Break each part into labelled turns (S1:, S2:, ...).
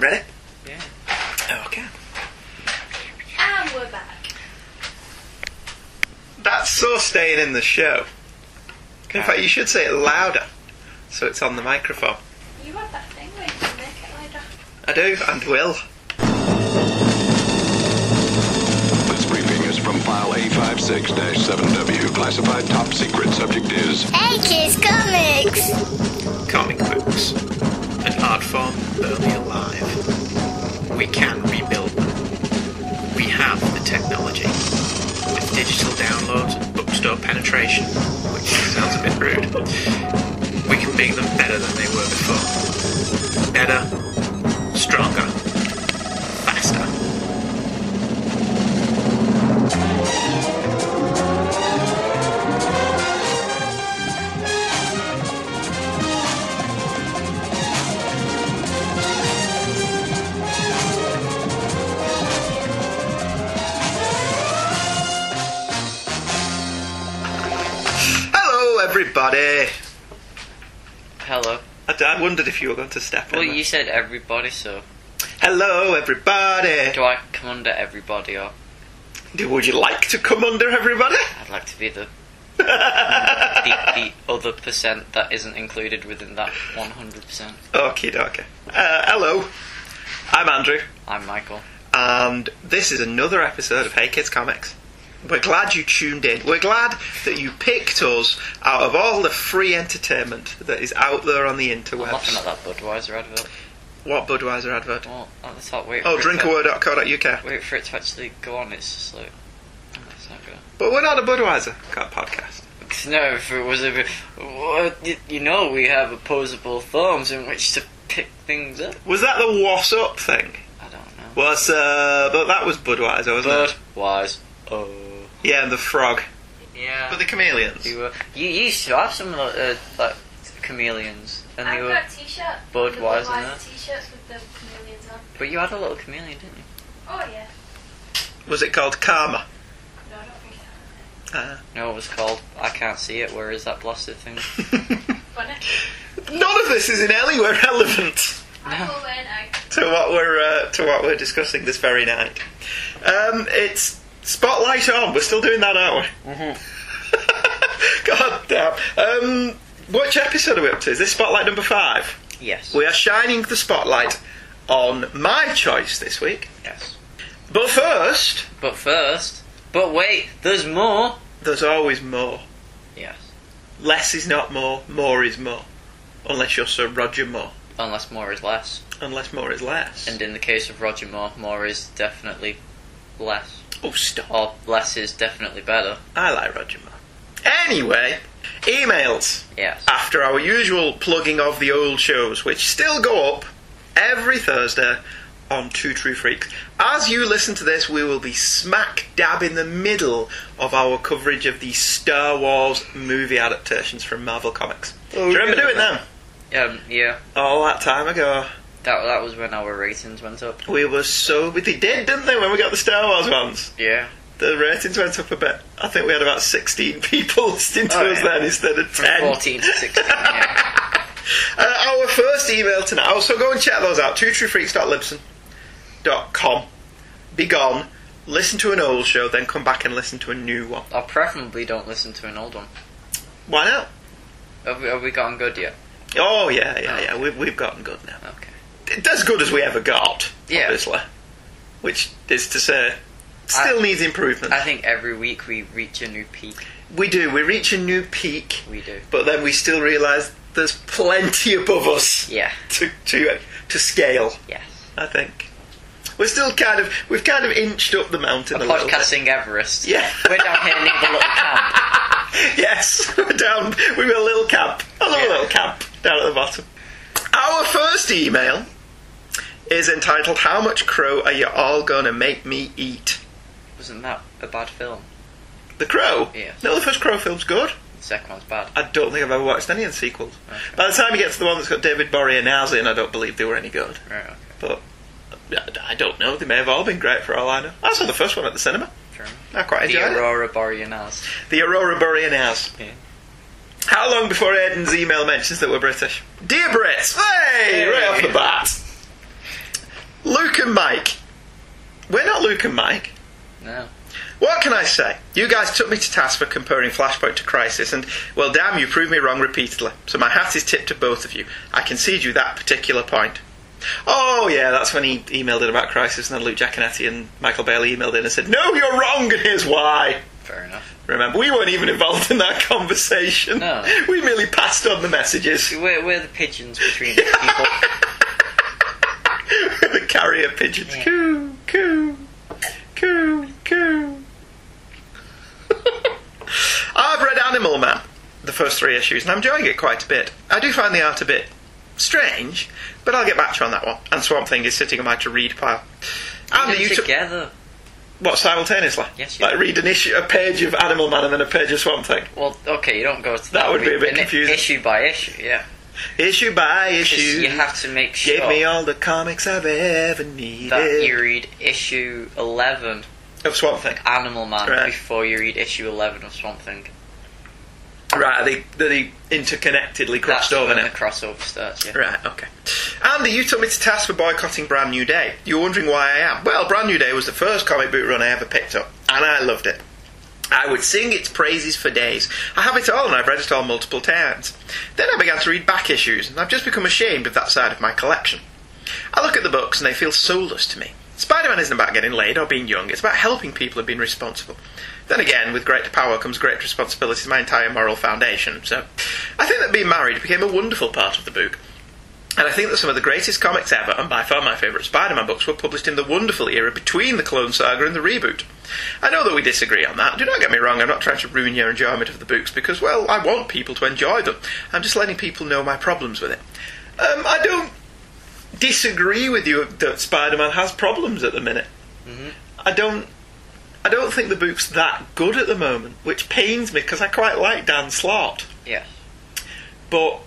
S1: Ready?
S2: Yeah.
S1: Okay.
S3: And we're back.
S1: That's so staying in the show. In fact, you should say it louder so it's on the microphone.
S3: You have that thing where you can make it like that.
S1: I do, and will.
S4: This briefing is from file A56-7W, classified top secret. Subject is
S5: Hey Kids Comics!
S1: Comic books. An art form only alive. We can rebuild them. We have the technology. With digital downloads and bookstore penetration, which sounds a bit rude, we can make them better than they were before. Better, stronger, faster. Hello, everybody!
S2: Hello.
S1: I, d- I wondered if you were going to step
S2: Well,
S1: in. there.
S2: you said everybody, so
S1: Hello, everybody!
S2: do I come under everybody, or
S1: Do- Would you like to come under everybody?
S2: I'd like to be the the, the other percent that isn't included within that 100%?
S1: Okay, dokie. Uh, hello, I'm Andrew,
S2: I'm Michael.
S1: and this is another episode of Hey Kids Comics. We're glad you tuned in. We're glad that you picked us out of all the free entertainment that is out there on the
S2: I'm laughing at
S1: interwebs.
S2: that Budweiser advert.
S1: What Budweiser advert?
S2: Well, at the top, wait.
S1: Oh,
S2: for it to-
S1: drinkaway.co.uk.
S2: Wait for it to actually go on. It's just like oh, it's not gonna.
S1: But we're not a Budweiser co- podcast.
S2: Because no, if it was a, bit- what, y- you know, we have opposable thumbs in which to pick things up.
S1: Was that the what's up thing?
S2: I don't know.
S1: Was uh, but that was Budweiser, wasn't it?
S2: Budweiser. Oh.
S1: Yeah, and the frog.
S2: Yeah.
S1: But the chameleons.
S2: You, were, you used to have some of the, uh, like chameleons, and they
S3: I've
S2: were,
S3: got t shirt.
S2: Budweiser, no?
S3: t-shirts with the chameleons on.
S2: but you had a little chameleon, didn't you?
S3: Oh yeah.
S1: Was it called Karma?
S3: No, I don't think it's
S1: Uh.
S2: No, it was called I can't see it. Where is that blasted thing?
S3: funny.
S1: None of this is in anywhere relevant.
S3: I will wear an egg.
S1: to what we're uh, to what we're discussing this very night. Um, it's spotlight on. We're still doing that, aren't we? God damn. Um, which episode are we up to? Is this spotlight number five?
S2: Yes.
S1: We are shining the spotlight on my choice this week.
S2: yes.
S1: But first,
S2: But first, but wait, there's more.
S1: there's always more.
S2: Yes.
S1: Less is not more. More is more. Unless you're Sir Roger Moore.
S2: Unless more is less,
S1: Unless more is less.
S2: and in the case of Roger Moore, more is definitely less,
S1: oh, stop.
S2: or less is definitely better.
S1: I like Roger Moore. Anyway, emails.
S2: Yes.
S1: after our usual plugging of the old shows, which still go up every Thursday on Two True Freaks. As you listen to this, we will be smack dab in the middle of our coverage of the Star Wars movie adaptations from Marvel Comics. Do you remember
S2: really?
S1: doing them?
S2: Um. Yeah.
S1: All that time ago.
S2: That that was when our ratings went up.
S1: We were so. They did, didn't they, when we got the Star Wars ones?
S2: Yeah.
S1: The ratings went up a bit. I think we had about 16 people listening to
S2: Oh,
S1: us
S2: yeah.
S1: then instead of
S2: From
S1: 10.
S2: 14 to 16. Yeah.
S1: Uh, our first email tonight. Oh, so go and check those out. twotruefreaks.libson.com. Be gone. Listen to an old show, then come back and listen to a new one.
S2: I preferably don't listen to an old one.
S1: Why not?
S2: Have we, have we gotten good yet?
S1: Oh, yeah, yeah, yeah. We've, we've gotten good now.
S2: Okay.
S1: It's as good as we ever got,
S2: Yeah.
S1: obviously. Which is to say, still needs improvement.
S2: I think every week we reach a new peak.
S1: we do. We reach a new peak,
S2: We do.
S1: but then we still realise there's plenty above us
S2: Yeah.
S1: to, to, uh, to scale,
S2: Yes.
S1: I think. We're still kind of, we've kind of inched up the mountain a, little bit.
S2: Podcasting Everest.
S1: Yeah.
S2: We're down here near the little camp.
S1: Yes, we're down. We were a little camp. A little,
S2: Yeah.
S1: little camp down at the bottom. Our first email is entitled How Much Crow Are You All Gonna Make Me Eat?
S2: Wasn't that a bad film?
S1: The Crow?
S2: Yes.
S1: No, the first Crow film's good.
S2: The second one's bad.
S1: I don't think I've ever watched any of the sequels.
S2: Okay.
S1: By the time you get to the one that's got David Boreanaz in, I don't believe they were any good.
S2: Right, okay.
S1: But I I don't know. They may have all been great for all I know. I saw the first one at the cinema.
S2: Fair enough.
S1: I quite
S2: The
S1: enjoyed it.
S2: Aurora Borealis.
S1: The Aurora Borealis.
S2: Yeah.
S1: How long before Aidan's email mentions that we're British? Dear Brits! Hey!
S2: Hey.
S1: Right off the bat. Luke and Mike. We're not Luke and Mike.
S2: No.
S1: What can I say? You guys took me to task for comparing Flashpoint to Crisis, and well, damn, you proved me wrong repeatedly. So my hat is tipped to both of you. I concede you that particular point. Oh yeah, that's when he emailed in about Crisis, and then Luke Giaconetti and Michael Bailey emailed in and said, "No, you're wrong, and here's why."
S2: Fair enough.
S1: Remember, we weren't even involved in that conversation.
S2: No.
S1: We merely passed on the messages.
S2: We're, we're the pigeons between these people.
S1: the carrier pigeons.
S2: Yeah.
S1: Coo, coo, coo, coo. I've read Animal Man, the first three issues, and I'm enjoying it quite a bit. I do find the art a bit strange, but I'll get back to you on that one. And Swamp Thing is sitting on my to read pile.
S2: We're
S1: Andy, you took
S2: together.
S1: what simultaneously?
S2: Yes, you
S1: Like
S2: did.
S1: read an issue, a page of Animal Man, and then a page of Swamp Thing.
S2: Well, okay, you don't go to that.
S1: That would be a bit
S2: an i-
S1: confusing.
S2: Issue by issue, yeah.
S1: Issue by
S2: 'Cause
S1: issue,
S2: you have to make sure
S1: gave me all the comics I've ever needed.
S2: that you read issue 11
S1: Of Swamp Thing.
S2: Animal Man
S1: Right.
S2: before you read issue 11 of Swamp Thing.
S1: Right, they they interconnectedly
S2: That's
S1: crossed over
S2: when
S1: now.
S2: the crossover starts, yeah.
S1: Right, okay. Andy, you took me to task for boycotting Brand New Day. You're wondering why I am. Well, Brand New Day was the first comic book run I ever picked up, and I loved it. I would sing its praises for days. I have it all, and I've read it all multiple times. Then I began to read back issues, and I've just become ashamed of that side of my collection. I look at the books, and they feel soulless to me. Spider Man isn't about getting laid or being young, it's about helping people and being responsible. Then again, with great power comes great responsibility to my entire moral foundation, so I think that being married became a wonderful part of the book. And I think that some of the greatest comics ever, and by far my favourite Spider Man books, were published in the wonderful era between the Clone Saga and the reboot. I know that we disagree on that. Do not get me wrong, I'm not trying to ruin your enjoyment of the books because, well, I want people to enjoy them. I'm just letting people know my problems with it. Um, I don't disagree with you that Spider Man has problems at the minute. I don't. I don't think the book's that good at the moment, which pains me because I quite like Dan Slott.
S2: Yeah.
S1: But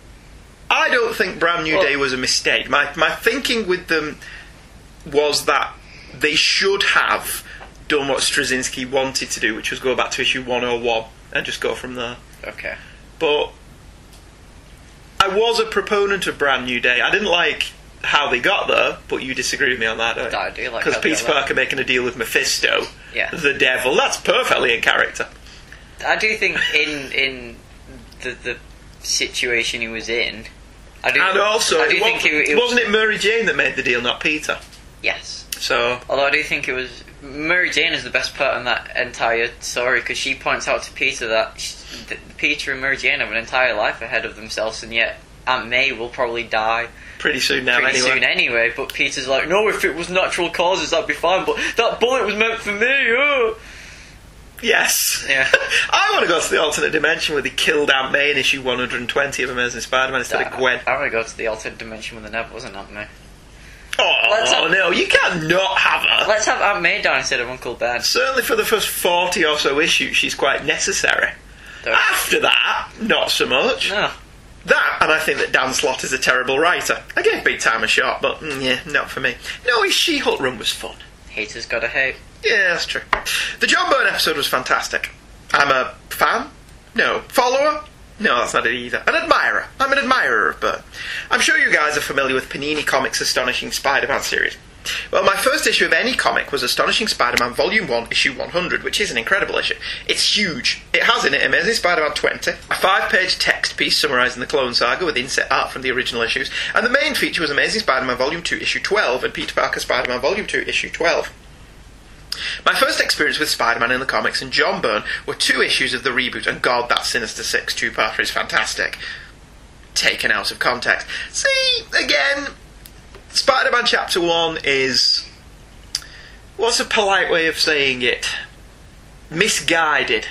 S1: I don't think Brand New
S2: Well-
S1: Day was a mistake. My my thinking with them was that they should have done what Straczynski wanted to do, which was go back to issue 101 and just go from there.
S2: Okay.
S1: But I was a proponent of Brand New Day. I didn't like how they got there, but you disagree with me on that, don't
S2: I do like
S1: Because
S2: how they
S1: Peter
S2: got there.
S1: Parker making a deal with Mephisto,
S2: Yeah.
S1: the devil, that's perfectly in character.
S2: I do think in in the the situation he was in, I do.
S1: And also,
S2: I do
S1: it
S2: think
S1: wa-
S2: it, it
S1: wasn't it Mary Jane that made the deal, not Peter?
S2: Yes,
S1: So
S2: although I do think it was Mary Jane is the best part in that entire story because she points out to Peter that, sh that Peter and Mary Jane have an entire life ahead of themselves, and yet Aunt May will probably die
S1: pretty soon now,
S2: pretty
S1: anyway.
S2: soon anyway. But Peter's like, no, if it was natural causes, that'd be fine. But that bullet was meant for me. Oh.
S1: Yes.
S2: Yeah.
S1: I want to go to the alternate dimension where they killed Aunt May in issue 120 of Amazing Spider-Man instead of Gwen.
S2: Ah, I, want to go to the alternate dimension with the Neville, wasn't Aunt May? Let's
S1: Oh
S2: have-
S1: no, you can't not have her.
S2: Let's have Aunt May down instead of Uncle Ben.
S1: Certainly for the first 40 or so issues, she's quite necessary.
S2: Don't-
S1: After that, not so much.
S2: No.
S1: That, and I think that Dan Slott is a terrible writer. I gave Big Time a shot, but mm, yeah, not for me. No, his She-Hulk run was fun.
S2: Haters gotta hate.
S1: Yeah, that's true. The John Byrne episode was fantastic. I'm a fan? No. Follower? No, that's not it either. An admirer. I'm an admirer of Byrne. I'm sure you guys are familiar with Panini Comics' Astonishing Spider Man series. Well, my first issue of any comic was Astonishing Spider Man Volume 1, Issue 100, which is an incredible issue. It's huge. It has in it Amazing Spider Man 20, a five page text piece summarising the Clone Saga with inset art from the original issues, and the main feature was Amazing Spider Man Volume 2, Issue 12, and Peter Parker Spider Man Volume 2, Issue 12. My first experience with Spider Man in the comics and John Byrne were two issues of the reboot, and God, that Sinister Six two parter is fantastic. Taken out of context. See, again, Spider Man Chapter 1 is. What's a polite way of saying it? Misguided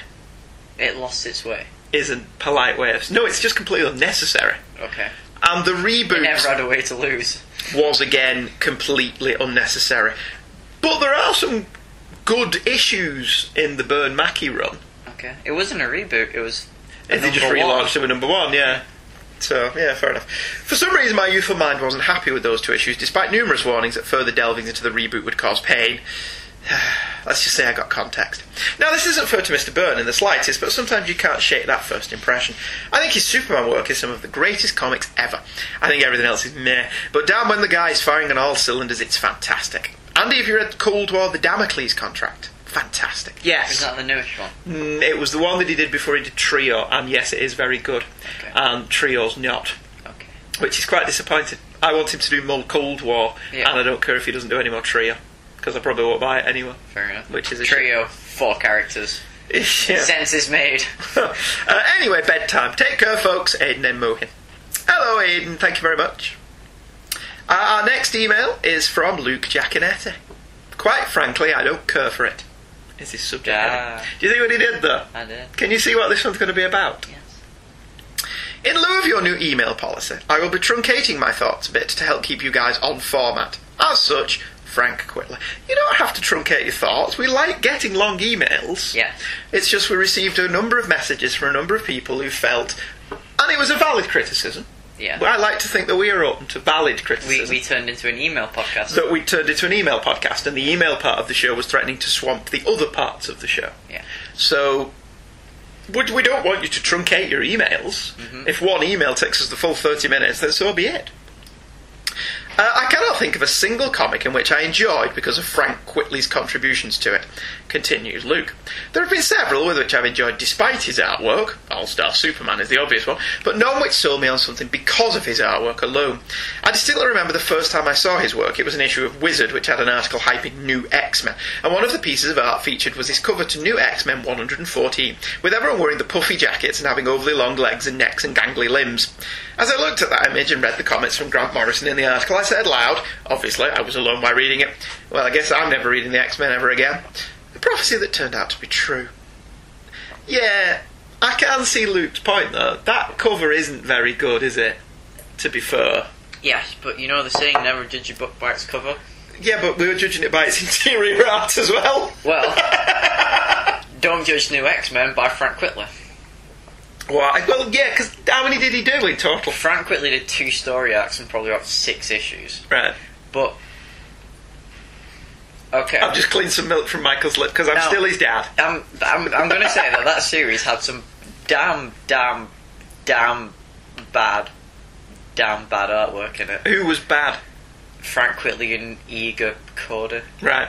S2: It lost its way.
S1: isn't polite way of. No, it's just completely unnecessary.
S2: Okay.
S1: And the
S2: It
S1: reboot
S2: never had a way to lose.
S1: was again completely unnecessary. But there are some good issues in the Byrne Mackey run.
S2: Okay. It wasn't a reboot, it was. a
S1: If they just
S2: number one.
S1: relaunched them at number one, yeah. So, yeah, fair enough. For some reason, my youthful mind wasn't happy with those two issues, despite numerous warnings that further delvings into the reboot would cause pain. Let's just say I got context. Now, this isn't fair to Mr. Byrne in the slightest, but sometimes you can't shake that first impression. I think his Superman work is some of the greatest comics ever. I think everything else is meh, but damn when the guy is firing on all cylinders, it's fantastic. Andy, have you read Cold War, the Damocles contract? Fantastic. Yes.
S2: Is that the newest one?
S1: Mm, it was the one that he did before he did Trio, and yes, it is very good.
S2: Okay.
S1: And Trio's not,
S2: Okay.
S1: which is quite disappointing. I want him to do more Cold War,
S2: Yeah.
S1: and I don't care if he doesn't do any more Trio, because I probably won't buy it anyway.
S2: Fair enough.
S1: Which is a
S2: trio, four characters.
S1: yeah.
S2: Sense is made.
S1: uh, anyway, bedtime. Take care, folks. Aiden M. Mohin. Hello, Aiden. Thank you very much. Uh, our next email is from Luke Giaconetti. Quite frankly, I don't care for it. Is his subject?
S2: Yeah.
S1: heading. Do you think what he did though?
S2: I did.
S1: Can you see what this one's going to be about?
S2: Yes.
S1: In lieu of your new email policy, I will be truncating my thoughts a bit to help keep you guys on format. As such, Frank Quitler, you don't have to truncate your thoughts. We like getting long emails.
S2: Yeah.
S1: It's just we received a number of messages from a number of people who felt, and it was a valid criticism.
S2: Yeah.
S1: But I like to think that we are open to valid criticism.
S2: we, we turned into an email podcast.
S1: that we turned into an email podcast, and the email part of the show was threatening to swamp the other parts of the show.
S2: yeah.
S1: So we, we don't want you to truncate your emails. If one email takes us the full 30 minutes, then so be it. Uh, I cannot think of a single comic in which I enjoyed because of Frank Whitley's contributions to it, continues Luke. There have been several with which I've enjoyed despite his artwork, All Star Superman is the obvious one, but none which sold me on something because of his artwork alone. I distinctly remember the first time I saw his work, it was an issue of Wizard which had an article hyping New X Men, and one of the pieces of art featured was his cover to New X Men 114, with everyone wearing the puffy jackets and having overly long legs and necks and gangly limbs. As I looked at that image and read the comments from Grant Morrison in the article, I said aloud, obviously I was alone by reading it, well, I guess I'm never reading the X Men ever again. The prophecy that turned out to be true. Yeah, I can see Luke's point though. That cover isn't very good, is it? To be fair.
S2: Yes, but you know the saying, never judge your book by its cover?
S1: Yeah, but we were judging it by its interior art as well.
S2: Well, don't judge New X Men by Frank Whitler.
S1: Why? Well, yeah, because how many did he do in total?
S2: Frank Whitler did two story arcs and probably about six issues.
S1: Right.
S2: But. Okay.
S1: I've just cleaned some milk from Michael's lip because I'm
S2: No.
S1: still his dad.
S2: I'm, I'm, I'm going to say that that series had some damn, damn, damn bad, damn bad artwork in it.
S1: Who was bad?
S2: Frank Whitley and Eager Coda.
S1: Right.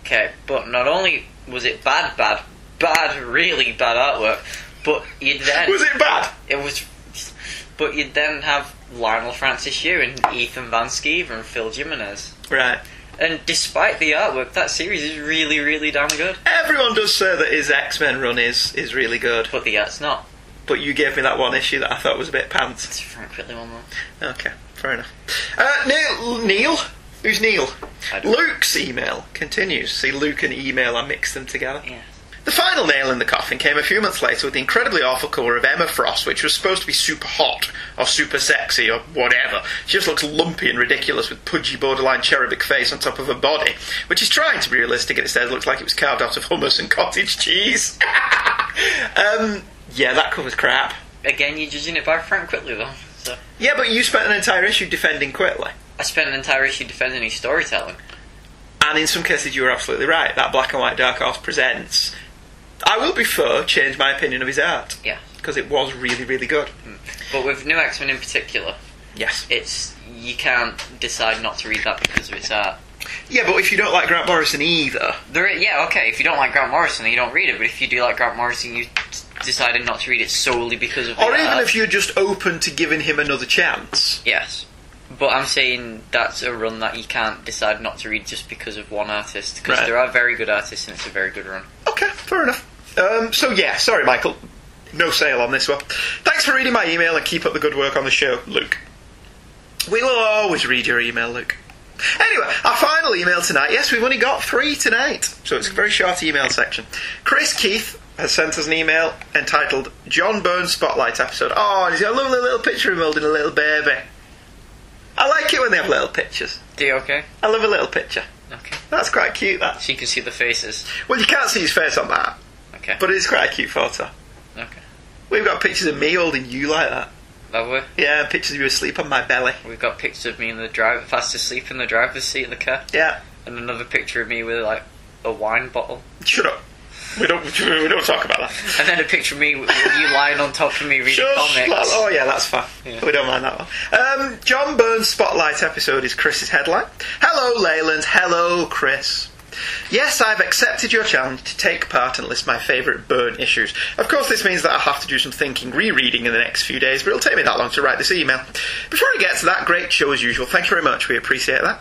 S2: Okay, but not only was it bad, bad, bad, really bad artwork, but you'd then
S1: Was it bad?
S2: it was, but you'd then have Lionel Francis Hugh and Ethan Van Sciver and Phil Jimenez.
S1: Right.
S2: And despite the artwork, that series is really, really damn good.
S1: Everyone does say that his X Men run is is really good,
S2: But the art's not.
S1: but you gave me that one issue that I thought was a bit pants.
S2: It's a Frank Whitley one though.
S1: Okay, fair enough. Uh, Neil, Neil, who's Neil?
S2: I don't-
S1: Luke's email continues. See, Luke and email, I mix them together.
S2: Yeah.
S1: The final nail in the coffin came a few months later with the incredibly awful cover of Emma Frost, which was supposed to be super hot or super sexy or whatever. She just looks lumpy and ridiculous with pudgy borderline cherubic face on top of her body, which is trying to be realistic and instead looks like it was carved out of hummus and cottage cheese. um, yeah, that cover's crap.
S2: Again, you're judging it by Frank Whitley though. So
S1: Yeah, but you spent an entire issue defending Quitley.
S2: I spent an entire issue defending his storytelling.
S1: And in some cases, you were absolutely right. That black and white Dark Horse Presents, I will be fair, changed my opinion of his art.
S2: Yeah.
S1: Because it was really, really good.
S2: But with New X Men in particular,
S1: Yes.
S2: it's you can't decide not to read that because of its art.
S1: Yeah, but if you don't like Grant Morrison either,
S2: There, i- yeah, okay. If you don't like Grant Morrison, then you don't read it. But if you do like Grant Morrison, you t- decided not to read it solely because of. the
S1: or even
S2: art.
S1: if you're just open to giving him another chance,
S2: Yes, but I'm saying that's a run that you can't decide not to read just because of one artist. Because
S1: Right.
S2: there are very good artists, and it's a very good run.
S1: okay, fair enough. Um, so yeah, sorry, Michael, no sale on this one. Thanks for reading my email and keep up the good work on the show, Luke. We will always read your email, Luke. Anyway, our final email tonight. Yes, we've only got three tonight, so it's a very short email section. Chris Keith has sent us an email entitled "John Byrne Spotlight Episode." Oh, and he's got a lovely little picture of him holding a little baby. I like it when they have little pictures.
S2: Do you okay?
S1: I love a little picture.
S2: Okay.
S1: That's quite cute. That.
S2: So you can see the faces.
S1: Well, you can't see his face on that,
S2: Okay.
S1: but it's quite a cute photo.
S2: okay.
S1: We've got pictures of me holding you like that.
S2: That way.
S1: Yeah, and pictures of you asleep on my belly.
S2: We've got pictures of me in the driver, fast asleep in the driver's seat of the car,
S1: Yeah,
S2: and another picture of me with like a wine bottle.
S1: Shut up. We don't. We don't talk about that.
S2: And then a picture of me with with you lying on top of me reading
S1: Shush,
S2: comics.
S1: la- Oh yeah, that's fine.
S2: Yeah.
S1: We don't mind that one. Um, John Burns' spotlight episode is Chris's headline. Hello, Leyland. Hello, Chris. Yes, I've accepted your challenge to take part and list my favourite Burn issues. Of course, this means that I'll have to do some thinking, rereading in the next few days, but it'll take me that long to write this email. Before I get to that, great show as usual. Thank you very much. We appreciate that.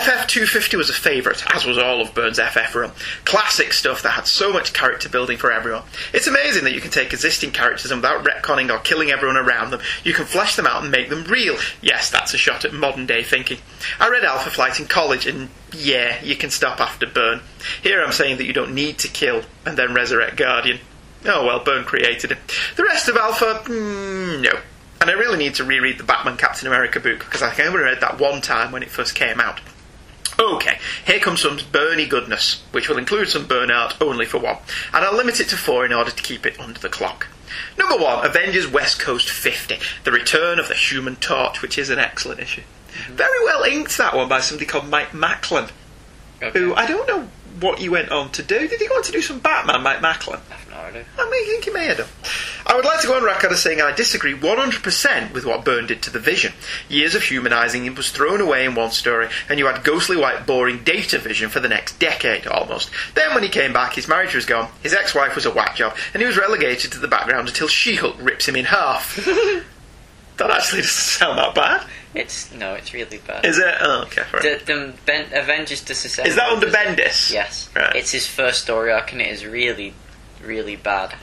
S1: FF250 was a favourite, as was all of Burns' FF run. Classic stuff that had so much character building for everyone. It's amazing that you can take existing characters and without retconning or killing everyone around them, you can flesh them out and make them real. Yes, that's a shot at modern day thinking. I read Alpha Flight in college, and yeah, you can stop after Burn. Here I'm saying that you don't need to kill and then resurrect Guardian. Oh well, Byrne created him. The rest of Alpha, mm, no. And I really need to reread the Batman Captain America book because I think I only read that one time when it first came out. Okay, here comes some Bernie goodness, which will include some burnout only for one, and I'll limit it to four in order to keep it under the clock. Number one, Avengers West Coast 50, The Return of the Human Torch, which is an excellent issue. Very well inked that one by somebody called Mike Macklin,
S2: Okay.
S1: who I don't know what he went on to do. Did he go on to do some Batman, Mike Macklin?
S2: I have no idea.
S1: I mean, I think he may have done. I would like to go on record as saying I disagree 100% with what Byrne did to the Vision. Years of humanising him was thrown away in one story, and you had ghostly white, boring data vision for the next decade almost. Then, when he came back, his marriage was gone, his ex wife was a whack job, and he was relegated to the background until She Hulk rips him in half. that actually doesn't sound that bad,
S2: It's no, it's really bad.
S1: is it? Oh, okay. fair enough.
S2: the, the ben, Avengers Disassemble.
S1: Is that under Bendis?
S2: Yes.
S1: Right.
S2: It's his first story arc, and it is really, really bad.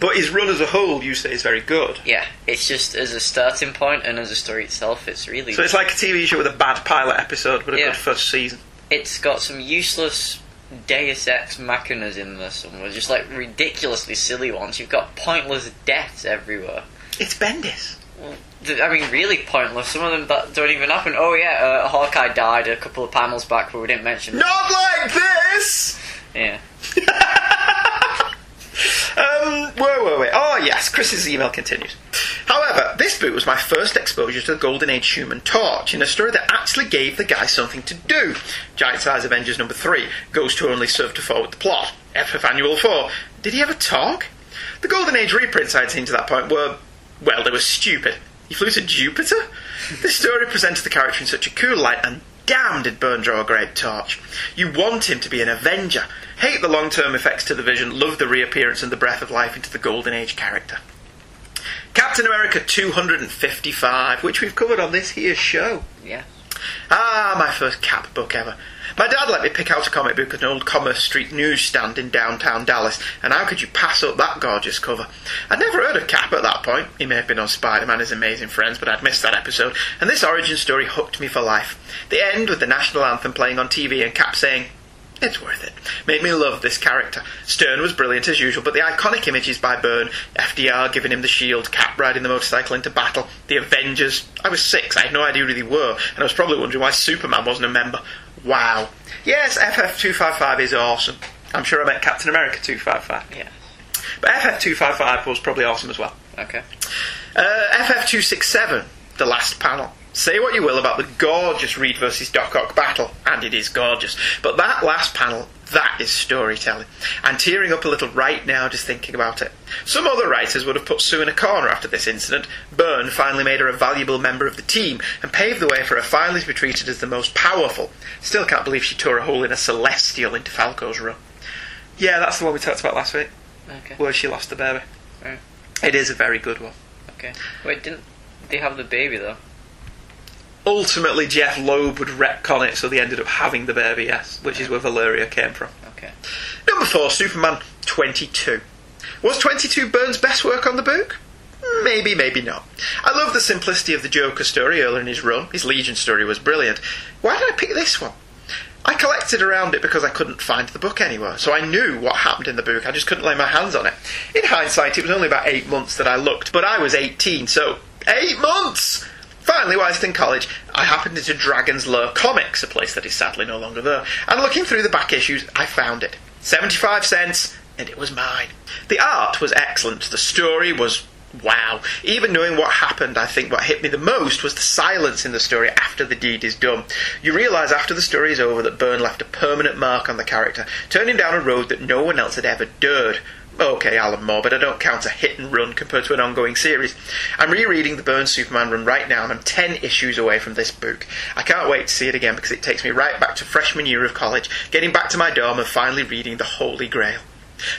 S1: But his run as a whole, you say, is very good.
S2: Yeah, it's just as a starting point and as a story itself, it's really.
S1: So it's like a TV show with a bad pilot episode, but a
S2: Yeah.
S1: good first season.
S2: it's got some useless Deus Ex Machinas in there somewhere, just like ridiculously silly ones. You've got pointless deaths everywhere.
S1: It's Bendis.
S2: Th- I mean, really pointless. Some of them that don't even happen. Oh yeah, uh, Hawkeye died a couple of panels back, but we didn't mention.
S1: Not like this!
S2: Yeah.
S1: Um, wait, wait, wait. Oh, yes, Chris's email continues. However, this book was my first exposure to the Golden Age Human Torch in a story that actually gave the guy something to do. Giant Size Avengers number 3 goes to only serve to forward the plot. FF Annual 4. Did he ever talk? The Golden Age reprints I'd seen to that point were, well, they were stupid. He flew to Jupiter? This story presented the character in such a cool light, and damn did Byrne draw a great torch. You want him to be an Avenger. Hate the long term effects to the vision, love the reappearance and the breath of life into the Golden Age character. Captain America 255, which we've covered on this here show.
S2: Yeah.
S1: Ah, my first cap book ever. My dad let me pick out a comic book at an old Commerce Street newsstand in downtown Dallas, and how could you pass up that gorgeous cover? I'd never heard of Cap at that point. He may have been on Spider Man His Amazing Friends, but I'd missed that episode, and this origin story hooked me for life. The end with the national anthem playing on TV and Cap saying, it's worth it. Made me love this character. Stern was brilliant as usual, but the iconic images by Byrne, FDR giving him the shield, Cap riding the motorcycle into battle, the Avengers. I was six, I had no idea who they were, and I was probably wondering why Superman wasn't a member. Wow. Yes, FF255 is awesome. I'm sure I meant Captain America 255.
S2: Yeah.
S1: But FF255 was probably awesome as well.
S2: Okay.
S1: Uh, FF267, the last panel. Say what you will about the gorgeous Reed versus Doc Ock battle, and it is gorgeous, but that last panel, that is storytelling. I'm tearing up a little right now just thinking about it. Some other writers would have put Sue in a corner after this incident. Byrne finally made her a valuable member of the team and paved the way for her finally to be treated as the most powerful. Still can't believe she tore a hole in a celestial into Falco's run. Yeah, that's the one we talked about last week,
S2: Okay.
S1: where she lost the baby.
S2: Right.
S1: It is a very good one.
S2: Okay. Wait, didn't they have the baby though?
S1: ultimately Jeff Loeb would retcon it, so they ended up having the baby, yes, which is where Valeria came from.
S2: Okay.
S1: Number four, Superman 22. Was 22 Burns' best work on the book? Maybe, maybe not. I love the simplicity of the Joker story earlier in his run. His Legion story was brilliant. Why did I pick this one? I collected around it because I couldn't find the book anywhere, so I knew what happened in the book, I just couldn't lay my hands on it. In hindsight, it was only about eight months that I looked, but I was 18, so eight months! Finally, whilst in college, I happened into Dragon's Lair Comics, a place that is sadly no longer there, and looking through the back issues, I found it. 75 cents, and it was mine. The art was excellent, the story was Wow. Even knowing what happened, I think what hit me the most was the silence in the story after the deed is done. You realise after the story is over that Byrne left a permanent mark on the character, turning down a road that no one else had ever dared. Okay, Alan Moore, but I don't count a hit and run compared to an ongoing series. I'm rereading the Byrne Superman run right now, and I'm 10 issues away from this book. I can't wait to see it again because it takes me right back to freshman year of college, getting back to my dorm and finally reading The Holy Grail.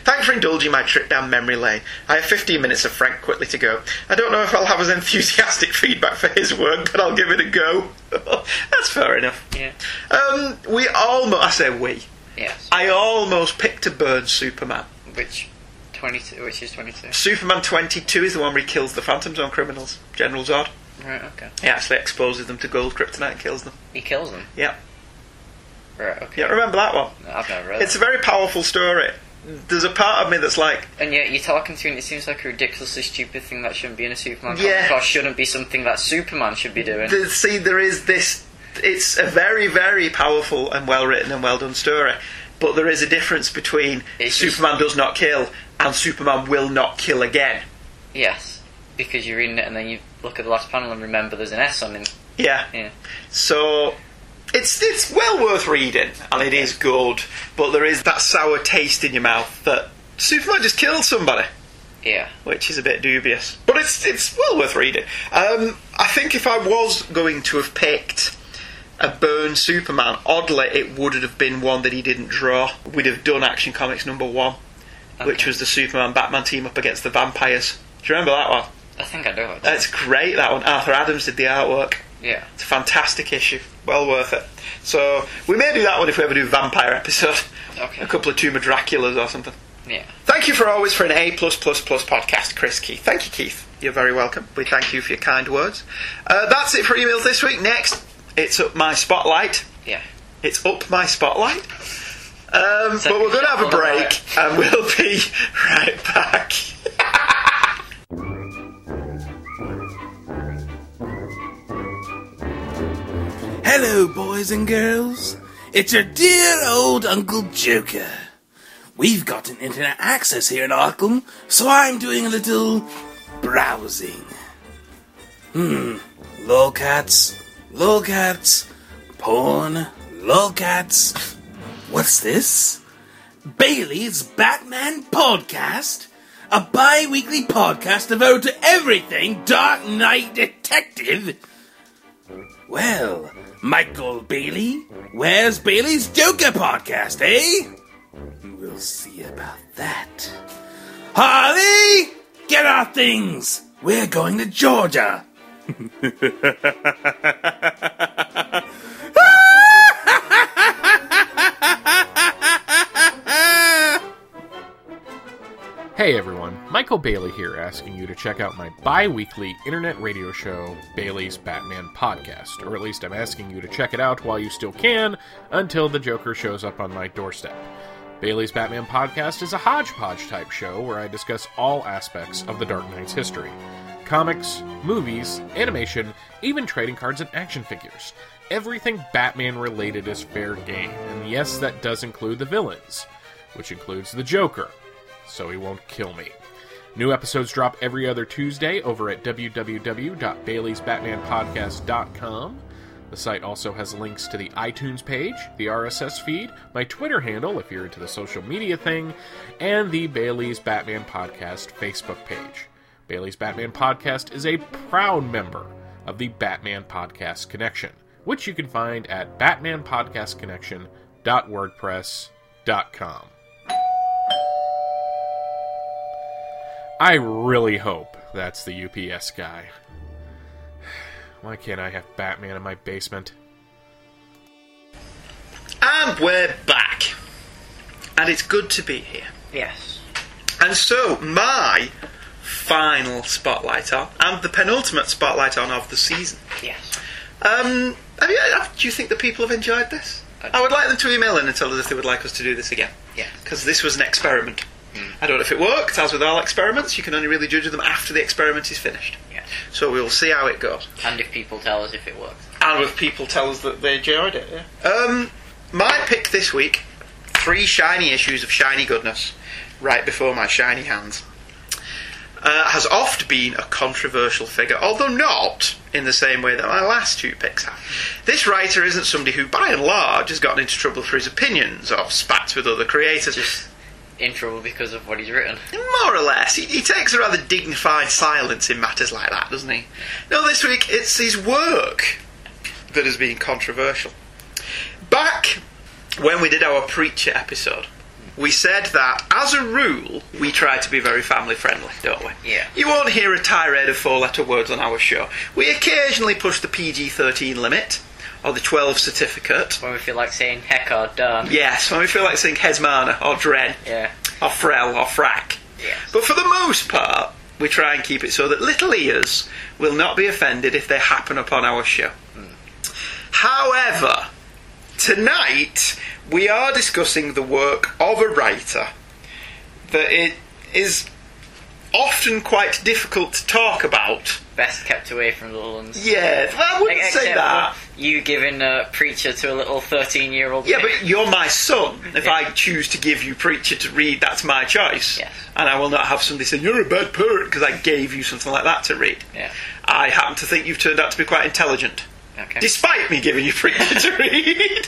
S1: Thanks for indulging my trip down memory lane. I have 15 minutes of Frank Quitley to go. I don't know if I'll have as enthusiastic feedback for his work, but I'll give it a go. That's fair enough.
S2: Yeah.
S1: Um, we almost, I say we,
S2: Yes.
S1: I almost picked a Burn Superman.
S2: Which twenty two? Which is twenty two?
S1: Superman 22 is the one where he kills the Phantom Zone criminals, General Zod.
S2: Right. Okay.
S1: He actually exposes them to gold kryptonite and kills them.
S2: He kills them.
S1: Yeah.
S2: Right. Okay.
S1: Yeah, remember that one?
S2: No, I've never read.
S1: It's
S2: It's
S1: a very powerful story. There's a part of me that's like,
S2: and yet you're talking to, and it seems like a ridiculously stupid thing that shouldn't be in a Superman
S1: Yeah.
S2: comic, or shouldn't be something that Superman should be doing.
S1: the, see, there is this. It's a very, very powerful and well written and well done story, but there is a difference between
S2: It's just-
S1: Superman does not kill and Superman will not kill again.
S2: yes, because you're reading it, and then you look at the last panel and remember there's an S on it.
S1: Yeah.
S2: Yeah.
S1: So it's it's well worth reading, and it is good, but there is that sour taste in your mouth that Superman just killed somebody.
S2: Yeah.
S1: which is a bit dubious. But it's it's well worth reading. Um, I think if I was going to have picked a Burn Superman, oddly it would have been one that he didn't draw. We'd have done Action Comics number one, which
S2: Okay.
S1: was the Superman Batman team up against the vampires. Do you remember that one?
S2: I think I do. Actually.
S1: That's great. That one. Arthur Adams did the artwork.
S2: yeah.
S1: It's a fantastic issue. Well worth it. So we may do that one if we ever do a vampire episode.
S2: Okay.
S1: A couple of Tomb of Draculas or something.
S2: Yeah.
S1: Thank you for always for an A plus plus plus podcast, Chris Keith. Thank you, Keith. You're very welcome. We thank you for your kind words. Uh, that's it for emails this week. Next, it's up my spotlight.
S2: Yeah.
S1: It's up my spotlight. Um, but we're going to have a break, and we'll be right back.
S6: Hello, boys and girls. It's your dear old Uncle Joker. We've got an internet access here in Arkham, so I'm doing a little browsing. Hmm, lolcats, lolcats, porn, lolcats. What's this? Bailey's Batman Podcast, a bi weekly podcast devoted to everything Dark Knight Detective. Well, Michael Bailey, where's Bailey's Joker podcast, eh? We'll see about that. Harley, get our things. We're going to Georgia.
S7: Hey everyone, Michael Bailey here asking you to check out my bi weekly internet radio show, Bailey's Batman Podcast. Or at least I'm asking you to check it out while you still can until the Joker shows up on my doorstep. Bailey's Batman Podcast is a hodgepodge type show where I discuss all aspects of the Dark Knight's history comics, movies, animation, even trading cards and action figures. Everything Batman related is fair game, and yes, that does include the villains, which includes the Joker so he won't kill me. New episodes drop every other Tuesday over at www.baileysbatmanpodcast.com. The site also has links to the iTunes page, the RSS feed, my Twitter handle if you're into the social media thing, and the Bailey's Batman Podcast Facebook page. Bailey's Batman Podcast is a proud member of the Batman Podcast Connection, which you can find at batmanpodcastconnection.wordpress.com. I really hope that's the UPS guy. Why can't I have Batman in my basement?
S1: And we're back. And it's good to be here.
S2: Yes.
S1: And so, my final spotlight on, and the penultimate spotlight on of the season.
S2: Yes.
S1: Um, have you, have- do you think the people have enjoyed this? I would like them to email in and tell us if they would like us to do this again.
S2: Yeah.
S1: Because this was an experiment. I don't know if it worked, as with all experiments, you can only really judge them after the experiment is finished.
S2: Yes.
S1: So we'll see how it goes.
S2: And if people tell us if it works.
S1: And if people tell us that they enjoyed it, yeah. Um, my pick this week three shiny issues of Shiny Goodness, right before my shiny hands. uh, has oft been a controversial figure, although not in the same way that my last two picks have. This writer isn't somebody who, by and large, has gotten into trouble for his opinions or spats with other creators.
S2: Just in trouble because of what he's written.
S1: More or less. He, he takes a rather dignified silence in matters like that, doesn't he? No, this week it's his work that has been controversial. Back when we did our Preacher episode, we said that, as a rule, we try to be very family friendly, don't we?
S2: Yeah.
S1: You won't hear a tirade of four letter words on our show. We occasionally push the PG 13 limit, or the 12 certificate.
S2: When we feel like saying heck or darn.
S1: Yes, when we feel like saying Hesmana, or Dren,
S2: Yeah.
S1: or Frel, or Frack.
S2: Yeah.
S1: But for the most part, we try and keep it so that little ears will not be offended if they happen upon our show.
S2: Hmm.
S1: However, tonight we are discussing the work of a writer that it is often quite difficult to talk about.
S2: Best kept away from the ones.
S1: Yeah, I wouldn't say
S2: Except
S1: that.
S2: for you giving a preacher to a little 13 year old.
S1: Yeah, but you're my son. If
S2: Yeah.
S1: I choose to give you Preacher to read, that's my choice.
S2: Yes.
S1: And I will not have somebody say, You're a bad parent because I gave you something like that to read.
S2: Yeah.
S1: I happen to think you've turned out to be quite intelligent,
S2: Okay.
S1: despite me giving you Preacher to read.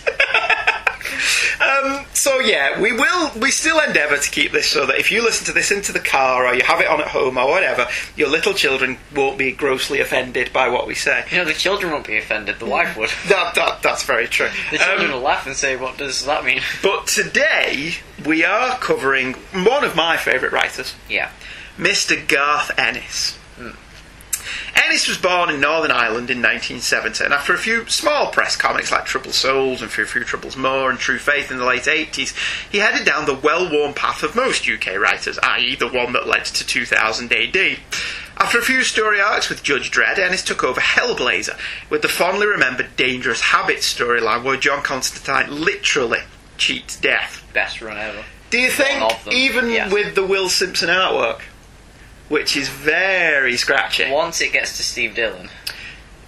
S1: um, so yeah, we will. We still endeavour to keep this so that if you listen to this into the car or you have it on at home or whatever, your little children won't be grossly offended by what we say.
S2: you know, the children won't be offended, the wife would.
S1: That, that, that's very true.
S2: The
S1: Um,
S2: children will laugh and say, What does that mean?
S1: But today we are covering one of my favourite writers,
S2: Yeah.
S1: Mr. Garth Ennis. Hmm. Ennis was born in Northern Ireland in 1970, and after a few small press comics like Troubled Souls and Few Few Troubles More and True Faith in the late 80s, he headed down the well worn path of most UK writers, i.e., the one that led to 2000 AD. After a few story arcs with Judge Dredd, Ennis took over Hellblazer with the fondly remembered Dangerous Habits storyline where John Constantine literally cheats death.
S2: Best run ever.
S1: Do you
S2: of
S1: think,
S2: them,
S1: even
S2: yeah.
S1: with the Will Simpson artwork, which is very scratchy,
S2: Once it gets to Steve Dillon,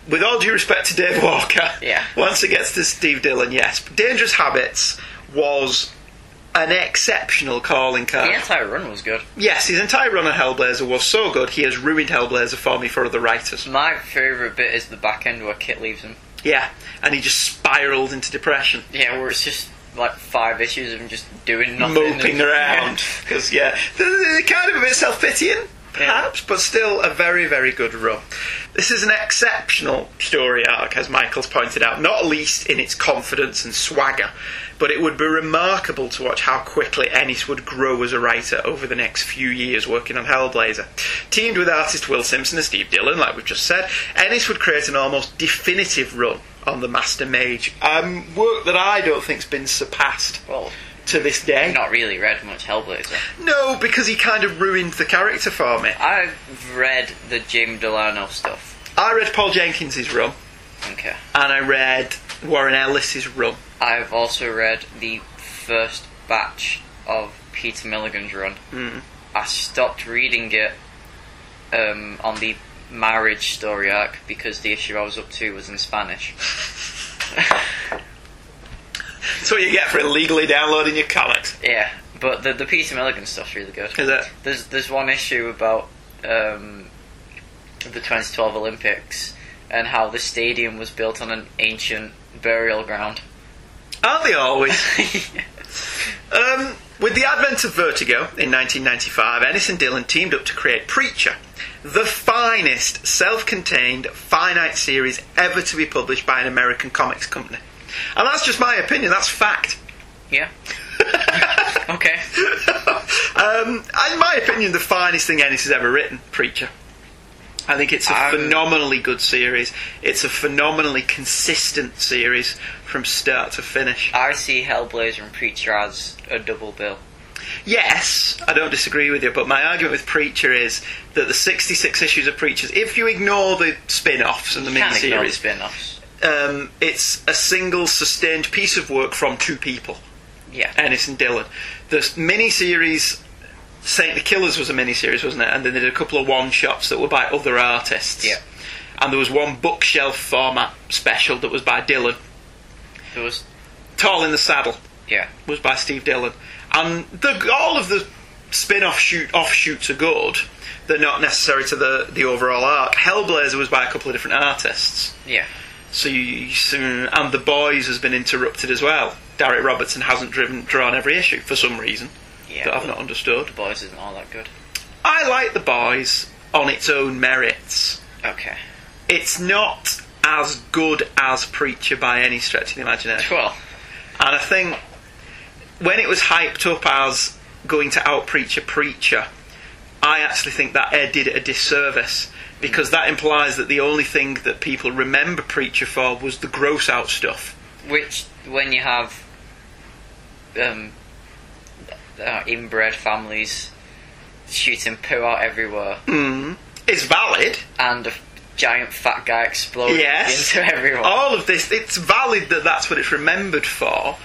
S1: with all due respect to Dave Walker,
S2: Yeah.
S1: once it gets to Steve Dillon, yes, Dangerous Habits was an exceptional calling card.
S2: the entire run was good.
S1: Yes, his entire run on Hellblazer was so good, he has ruined Hellblazer for me for other writers.
S2: My favourite bit is the back end where Kit leaves him.
S1: Yeah, and he just spiraled into depression.
S2: Yeah, where it's just like five issues of him just doing nothing.
S1: moping
S2: and-
S1: around because yeah, they're kind of a bit self-pitying perhaps but still a very very good run this is an exceptional story arc as michael's pointed out not least in its confidence and swagger but it would be remarkable to watch how quickly ennis would grow as a writer over the next few years working on hellblazer teamed with artist will simpson and steve dillon like we've just said ennis would create an almost definitive run on the master mage um, work that i don't think's been surpassed
S2: Well,
S1: to this day
S2: I've not really read much Hellblazer.
S1: no, because he kind of ruined the character for me.
S2: I've read the Jim Delano stuff.
S1: I read Paul Jenkins's run,
S2: Okay.
S1: and I read Warren Ellis's run.
S2: I've also read the first batch of Peter Milligan's run.
S1: Hmm.
S2: Mm. I stopped reading it um, on the marriage story arc because the issue I was up to was in Spanish.
S1: That's what you get for illegally downloading your comics.
S2: Yeah, but the the Peter Milligan stuff's really good.
S1: Is it?
S2: There's there's one issue about um, the 2012 Olympics and how the stadium was built on an ancient burial ground.
S1: Aren't they always? Um, with the advent of Vertigo in 1995, Ennis and Dillon teamed up to create Preacher, the finest self contained, finite series ever to be published by an American comics company. And that's just my opinion, that's fact.
S2: yeah. okay.
S1: Um, in my opinion, the finest thing Ennis has ever written, Preacher. I think it's a
S2: Um,
S1: phenomenally good series. It's a phenomenally consistent series from start to finish.
S2: I see Hellblazer and Preacher as a double bill.
S1: Yes, I don't disagree with you, but my argument with Preacher is that the 66 issues of Preachers, if you ignore the spin offs and the
S2: Can ignore the
S1: miniseries,
S2: spin-offs.
S1: um, it's a single sustained piece of work from two people.
S2: Yeah.
S1: Ennis and Dillon. The miniseries, Saint the Killers was a miniseries, wasn't it? And then they did a couple of one shots that were by other artists.
S2: Yeah.
S1: And there was one bookshelf format special that was by Dillon.
S2: There was
S1: Tall in the Saddle
S2: yeah.
S1: was by Steve Dillon. And the, all of the spin-off shoot offshoots are good. They're not necessary to the the overall arc. Hellblazer was by a couple of different artists.
S2: Yeah.
S1: So you, you soon, and the boys has been interrupted as well. Derek Robertson hasn't driven drawn every issue for some reason
S2: Yeah.
S1: that I've not understood.
S2: The boys isn't all that good.
S1: I like the boys on its own merits.
S2: Okay.
S1: It's not as good as Preacher by any stretch of the imagination.
S2: Well,
S1: And I think when it was hyped up as going to outpreach a preacher, I actually think that Ed did it a disservice because that implies that the only thing that people remember Preacher for was the gross out stuff.
S2: which when you have um, uh, inbred families shooting poo out everywhere
S1: Hmm. It's valid.
S2: and a giant fat guy exploding
S1: Yes. Oh,
S2: into everyone.
S1: All of this, it's valid that that's what it's remembered for,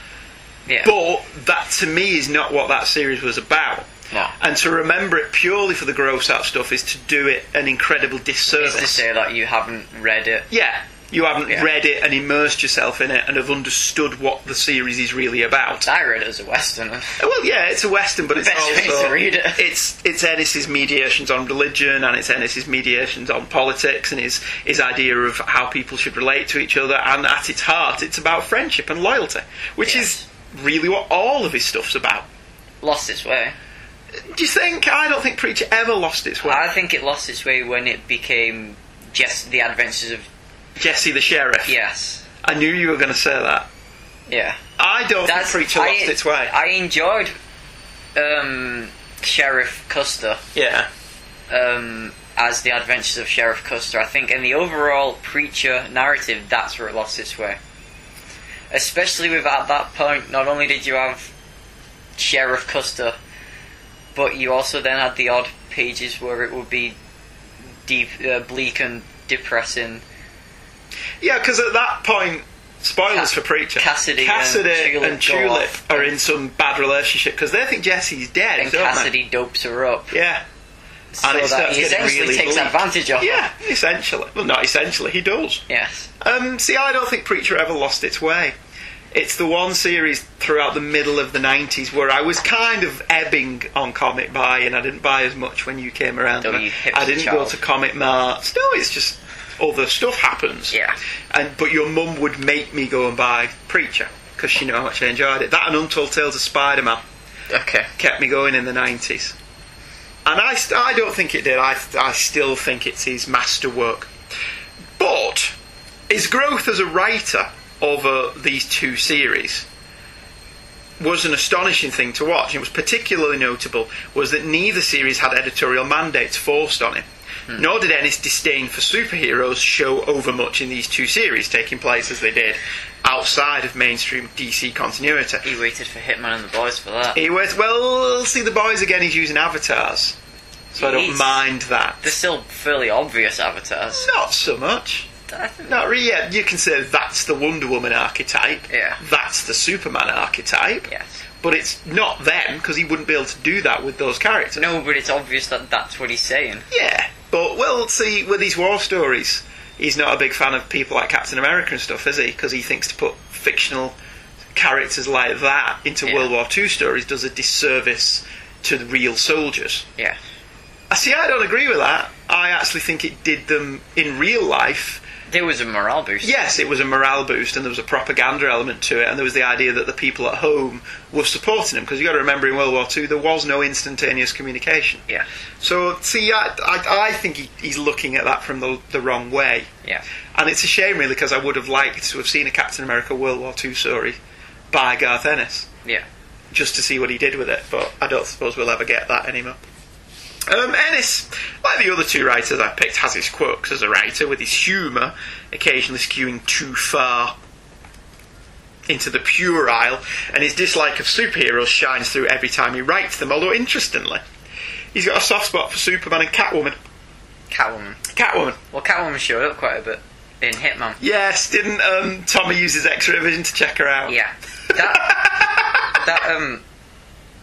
S2: yeah.
S1: but that to me is not what that series was about.
S2: No.
S1: And to remember it purely for the gross out stuff is to do it an incredible disservice.
S2: It's to say that you haven't read it.
S1: Yeah. You haven't
S2: Yeah.
S1: read it and immersed yourself in it and have understood what the series is really about.
S2: I read it as a western.
S1: Well, yeah, it's a western, but it's
S2: Best way
S1: also
S2: to read it.
S1: it's it's Ennis's mediations on religion and it's Ennis's mediations on politics and his his idea of how people should relate to each other. And at its heart, it's about friendship and loyalty, which
S2: Yes.
S1: is really what all of his stuff's about.
S2: Lost its way.
S1: Do you think? I don't think Preacher ever lost its way.
S2: I think it lost its way when it became just the adventures of
S1: Jesse the sheriff.
S2: yes.
S1: I knew you were going to say that.
S2: Yeah.
S1: I don't
S2: That's
S1: think Preacher
S2: I-
S1: lost its way.
S2: I enjoyed um, Sheriff Custer
S1: yeah.
S2: um, as the adventures of Sheriff Custer. I think in the overall preacher narrative, that's where it lost its way. Especially with at that point, not only did you have Sheriff Custer, but you also then had the odd pages where it would be deep, uh, bleak and depressing.
S1: Yeah, because at that point, spoilers for
S2: Ca-
S1: Preacher.
S2: Cassidy and
S1: Cassidy
S2: Tulip
S1: and
S2: go
S1: Tulip
S2: off.
S1: are in some bad relationship because they think Jesse's dead,
S2: And
S1: don't
S2: Cassidy dopes her up,
S1: they? Yeah,
S2: so
S1: it
S2: that
S1: starts
S2: he
S1: getting
S2: essentially
S1: really
S2: takes
S1: bleak.
S2: advantage of her.
S1: yeah, essentially. Well, not essentially, he does.
S2: Yes.
S1: Um, see, I don't think Preacher ever lost its way. It's the one series throughout the middle of the 90s where I was kind of ebbing on Comic Buy and I didn't buy as much when you came around.
S2: Oh,
S1: And I-
S2: you hipster
S1: I didn't go
S2: child.
S1: to Comic Marts. No, it's just other stuff happens.
S2: Yeah.
S1: And But your mum would make me go and buy Preacher because she knew how much I enjoyed it. That and Untold Tales of Spider Man
S2: Okay.
S1: kept me going in the 90s. And I, st- I don't think it did. I, I still think it's his masterwork. But his growth as a writer over these two series was an astonishing thing to watch. It was particularly notable was that neither series had editorial mandates forced on him. Nor did Ennis' disdain for superheroes show overmuch in these two series, taking place as they did outside of mainstream DC continuity.
S2: He waited for Hitman and the Boys for that.
S1: He went, well, see the boys again, he's using avatars. So I don't
S2: Jeez.
S1: mind that.
S2: They're still fairly obvious avatars.
S1: Not so much.
S2: I think-
S1: Not really. Yeah, you can say that's the Wonder Woman archetype.
S2: Yeah.
S1: That's the Superman archetype.
S2: Yes.
S1: But it's not them, because he wouldn't be able to do that with those characters.
S2: No, but it's obvious that that's what he's saying.
S1: Yeah. But, well, see, with these war stories, he's not a big fan of people like Captain America and stuff, is he? Because he thinks to put fictional characters like that into
S2: Yeah.
S1: World War II stories does a disservice to the real soldiers.
S2: Yeah.
S1: I see. I don't agree with that. I actually think it did them in real life.
S2: There was a morale boost.
S1: Yes, it was a morale boost, and there was a propaganda element to it, and there was the idea that the people at home were supporting him. Because you got to remember, in World War II, there was no instantaneous communication.
S2: Yeah.
S1: So, see, I, I, I think he, he's looking at that from the, the wrong way,
S2: Yeah.
S1: and it's a shame, really, because I would have liked to have seen a Captain America World War II story by Garth Ennis
S2: Yeah.
S1: just to see what he did with it, but I don't suppose we'll ever get that anymore. Um, Ennis, like the other two writers I picked, has his quirks as a writer, with his humour occasionally skewing too far into the puerile, and his dislike of superheroes shines through every time he writes them, although interestingly, he's got a soft spot for Superman and Catwoman.
S2: Catwoman.
S1: Catwoman.
S2: Well, Catwoman showed up quite a bit in Hitman.
S1: Yes, didn't um, Tommy use his X-ray vision to check her out?
S2: Yeah. That. that um.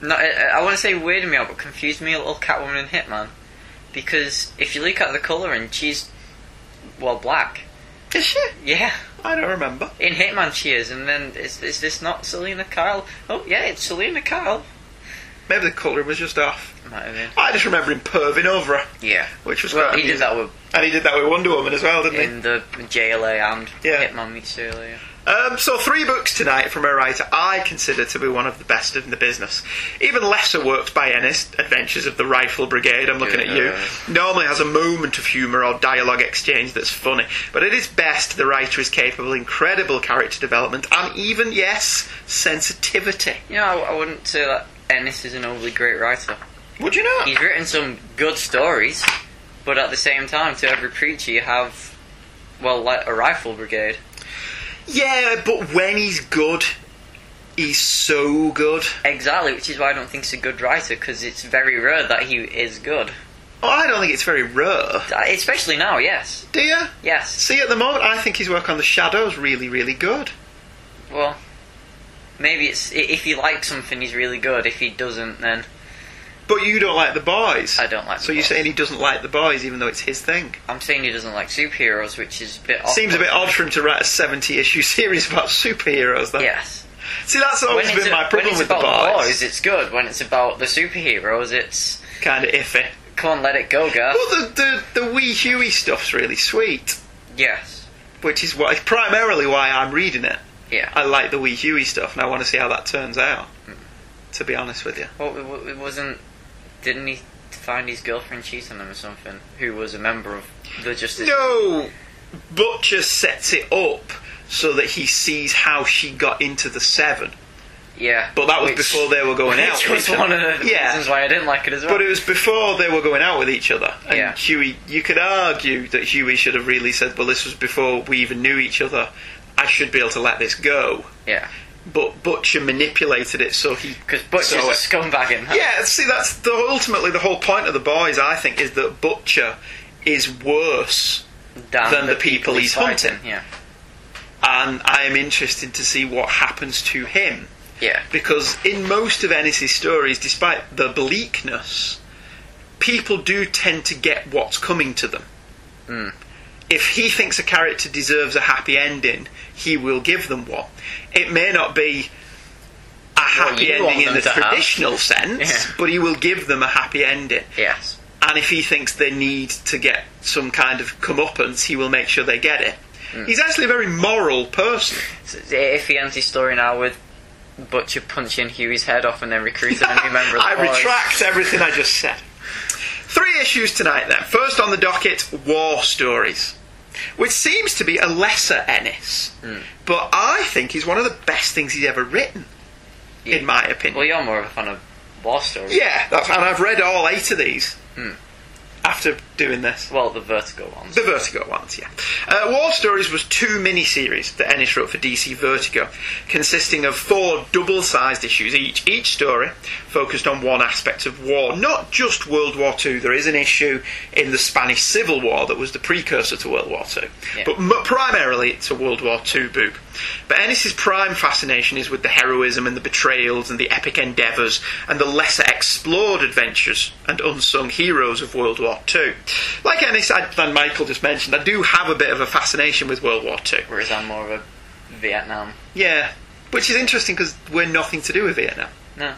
S2: No, I, I want to say weirded me out, but confused me a little. Catwoman in Hitman, because if you look at the colouring, she's well black.
S1: Is she?
S2: Yeah.
S1: I don't remember.
S2: In Hitman she is, and then is is this not Selena Kyle? Oh yeah, it's Selena Kyle.
S1: Maybe the colour was just off.
S2: Might have been.
S1: I just remember him perving over her,
S2: Yeah.
S1: which was
S2: Well,
S1: quite
S2: he did
S1: amusing.
S2: that with
S1: And he did that with Wonder Woman as well, didn't he?
S2: in the JLA and
S1: Yeah.
S2: Hitman meets JLA.
S1: Um, so three books tonight from a writer I consider to be one of the best in the business. Even lesser works by Ennis, Adventures of the Rifle Brigade, I'm looking at you, normally has a moment of humour or dialogue exchange that's funny. But at its best, the writer is capable of incredible character development and even, yes, sensitivity.
S2: You know, I, I wouldn't say that Ennis is an overly great writer.
S1: Would you not?
S2: He's written some good stories, but at the same time, to every preacher you have, well, like a rifle brigade.
S1: Yeah, but when he's good, he's so good.
S2: Exactly, which is why I don't think he's a good writer, because it's very rare that he is good.
S1: Oh, I don't think it's very rare.
S2: Uh, Especially now, yes.
S1: Do you?
S2: Yes.
S1: See, at the moment, I think his work on The Shadows really, really good.
S2: Well, maybe it's. i- If he likes something, he's really good. If he doesn't, then
S1: But you don't like the boys.
S2: I don't like
S1: So
S2: The
S1: you're
S2: Boys.
S1: saying he doesn't like the boys, even though it's his thing.
S2: I'm saying he doesn't like superheroes, which is a bit odd.
S1: Seems a bit odd for him to write a 70 issue series about superheroes. Though.
S2: Yes.
S1: See, that's always
S2: it's
S1: been
S2: a-
S1: my problem
S2: it's
S1: with the
S2: about
S1: boys.
S2: it's good. When it's about the superheroes, it's
S1: kind of iffy.
S2: come on, let it go, girl.
S1: Well, the the the wee Huey stuff's really sweet,
S2: yes.
S1: which is what primarily why I'm reading it.
S2: Yeah.
S1: I like the wee Huey stuff, and I want to see how that turns out. To be honest with you,
S2: Well, it, wa- it wasn't. Didn't he find his girlfriend cheating on him or something? Who was a member of the Justice?
S1: no. Butcher sets it up so that he sees how she got into the seven.
S2: Yeah.
S1: But that was
S2: which-
S1: before they were going out.
S2: Which was
S1: with each
S2: one
S1: other.
S2: of the
S1: yeah.
S2: reasons why I didn't like it as well.
S1: But it was before they were going out with each other. And
S2: Yeah.
S1: Huey, you could argue that Huey should have really said, well, this was before we even knew each other. I should be able to let this go.
S2: yeah.
S1: But Butcher manipulated it so he.
S2: Because Butcher's
S1: so
S2: a
S1: it-
S2: scumbag in that.
S1: Yeah, see, that's the, ultimately the whole point of the boys, I think, is that Butcher is worse.
S2: Damn
S1: than the people he's
S2: fighting.
S1: hunting.
S2: Yeah.
S1: And I am interested to see what happens to him.
S2: Yeah.
S1: because in most of Ennis's stories, despite the bleakness, people do tend to get what's coming to them.
S2: Hmm.
S1: If he thinks a character deserves a happy ending, he will give them one. It may not be a happy
S2: you want
S1: ending in
S2: them
S1: the
S2: to have.
S1: traditional sense,
S2: Yeah.
S1: but he will give them a happy ending.
S2: Yes.
S1: And if he thinks they need to get some kind of comeuppance, he will make sure they get it.
S2: Hmm.
S1: He's actually a very moral person.
S2: So if he ends his story now with Butcher punching Huey's head off and then recruiting a new member of the
S1: I
S2: boys.
S1: retract everything I just said. Three issues tonight, then. First on the docket, War Stories, which seems to be a lesser Ennis,
S2: Hmm.
S1: but I think is one of the best things he's ever written,
S2: Yeah.
S1: in my opinion.
S2: Well, you're more of a fan of war stories.
S1: yeah, that's, and I've read all eight of these
S2: Hmm.
S1: after doing this.
S2: Well, the Vertigo ones.
S1: The Vertigo ones, yeah. Uh, War Stories was two miniseries that Ennis wrote for DC Vertigo, consisting of four double sized issues each. Each story focused on one aspect of war, not just World War II. There is an issue in the Spanish Civil War that was the precursor to World War II,
S2: Yeah.
S1: but m- primarily it's a World War II book. But Ennis's prime fascination is with the heroism and the betrayals and the epic endeavours and the lesser explored adventures and unsung heroes of World War II. Like Ennis I, and Michael just mentioned, I do have a bit of a fascination with World War II.
S2: Whereas I'm more of a Vietnam.
S1: Yeah, which is interesting because we're nothing to do with Vietnam.
S2: No.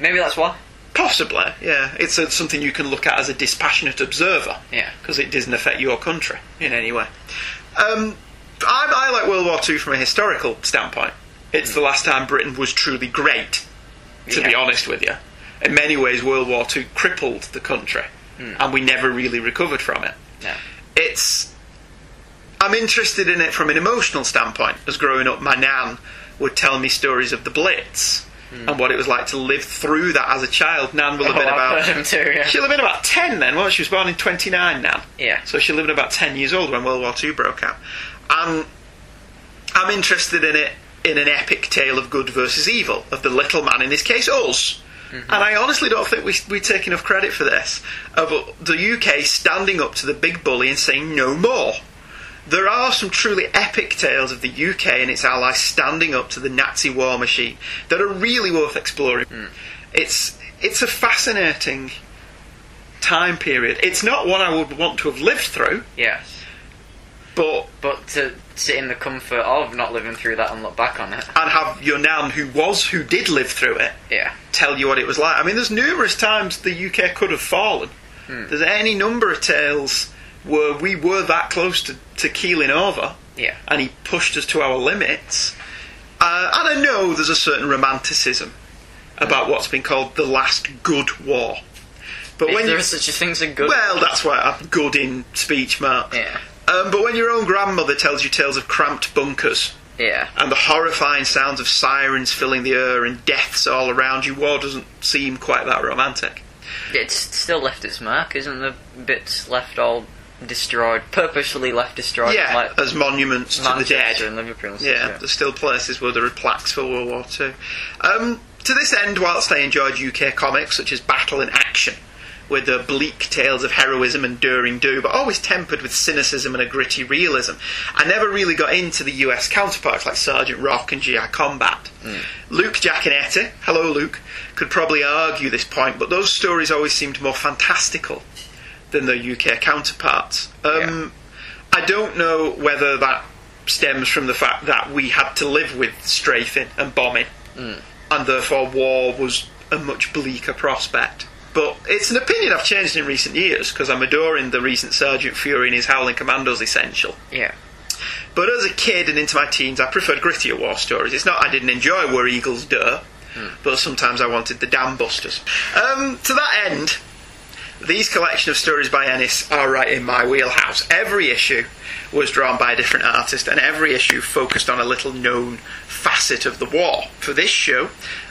S2: Maybe that's why.
S1: Possibly, yeah. It's uh something you can look at as a dispassionate observer.
S2: Yeah.
S1: Because it doesn't affect your country in any way. Um, I, I like World War II from a historical standpoint. It's the last time Britain was truly great, to be
S2: Hmm. Yeah.
S1: honest with you. In many ways, World War II crippled the country, and we never really recovered from it
S2: Hmm. No.
S1: it's I'm interested in it from an emotional standpoint. As growing up, my nan would tell me stories of the Blitz and what it was like to live through that as a child. Nan will have
S2: Oh,
S1: been
S2: I've heard
S1: about
S2: him too, yeah.
S1: she'll have been about ten then, wasn't she? She was born in twenty nine now.
S2: Yeah.
S1: So she'll have been about ten years old when World War Two broke out. And I'm interested in it in an epic tale of good versus evil, of the little man, in this case, us.
S2: Mm-hmm.
S1: And I honestly don't think we, we take enough credit for this, of the UK standing up to the big bully and saying no more. There are some truly epic tales of the UK and its allies standing up to the Nazi war machine that are really worth exploring.
S2: Mm.
S1: It's, it's a fascinating time period. It's not one I would want to have lived through,
S2: Yes.
S1: but
S2: But to sit in the comfort of not living through that and look back on it.
S1: and have your nan, who was, who did live through it,
S2: Yeah.
S1: tell you what it was like. I mean, there's numerous times the UK could have fallen.
S2: Hmm.
S1: There's any number of tales where we were that close to, to keeling over,
S2: Yeah.
S1: and he pushed us to our limits. Uh, and I know there's a certain romanticism about
S2: Hmm.
S1: what's been called the last good war. But
S2: If
S1: when
S2: there
S1: you,
S2: is such a thing as a good
S1: well, that's why I'm good in speech marks.
S2: Yeah.
S1: Um, but when your own grandmother tells you tales of cramped bunkers
S2: Yeah.
S1: and the horrifying sounds of sirens filling the air and deaths all around you, war doesn't seem quite that romantic.
S2: It's still left its mark, isn't the bits left all destroyed, purposefully left destroyed,
S1: yeah,
S2: like
S1: as monuments to the
S2: Manchester
S1: dead.
S2: and Liverpool. and stuff,
S1: Yeah, there's still places where there are plaques for World War Two. Um, to this end, whilst they enjoyed UK comics such as Battle and Action, with their bleak tales of heroism and daring do, but always tempered with cynicism and a gritty realism, I never really got into the US counterparts like Sergeant Rock and GI Combat. Luke Giaconetti, hello Luke, could probably argue this point, but those stories always seemed more fantastical than their UK counterparts. Um, I don't know whether that stems from the fact that we had to live with strafing and bombing, and therefore war was a much bleaker prospect. But it's an opinion I've changed in recent years because I'm adoring the recent Sergeant Fury and his Howling Commandos essential.
S2: Yeah.
S1: But as a kid and into my teens, I preferred grittier war stories. It's not I didn't enjoy Where Eagles Dare, but sometimes I wanted the Dam Busters. Um, to that end, these collection of stories by Ennis are right in my wheelhouse. Every issue was drawn by a different artist, and every issue focused on a little known facet of the war. For this show,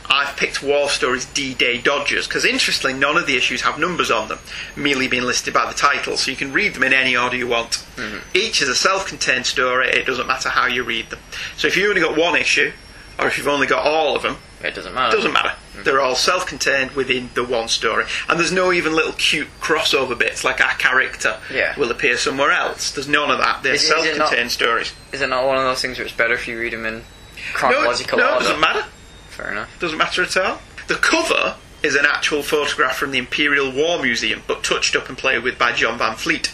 S1: I've picked War Stories D Day Dodgers, because interestingly, none of the issues have numbers on them, merely being listed by the title, so you can read them in any order you want. Each is a self contained story, it doesn't matter how you read them. So if you've only got one issue, or if you've only got all of them,
S2: It doesn't matter.
S1: doesn't matter.
S2: Mm.
S1: They're all self-contained within the one story, and there's no even little cute crossover bits like our character
S2: Yeah.
S1: will appear somewhere else. There's none of that. They're
S2: Is it- is it
S1: self-contained
S2: not-
S1: stories.
S2: Is it not one of those things where it's better if you read them in
S1: No,
S2: chronological
S1: no, it
S2: order?
S1: doesn't matter.
S2: Fair enough.
S1: Doesn't matter at all. The cover is an actual photograph from the Imperial War Museum, but touched up and played with by John Van Fleet.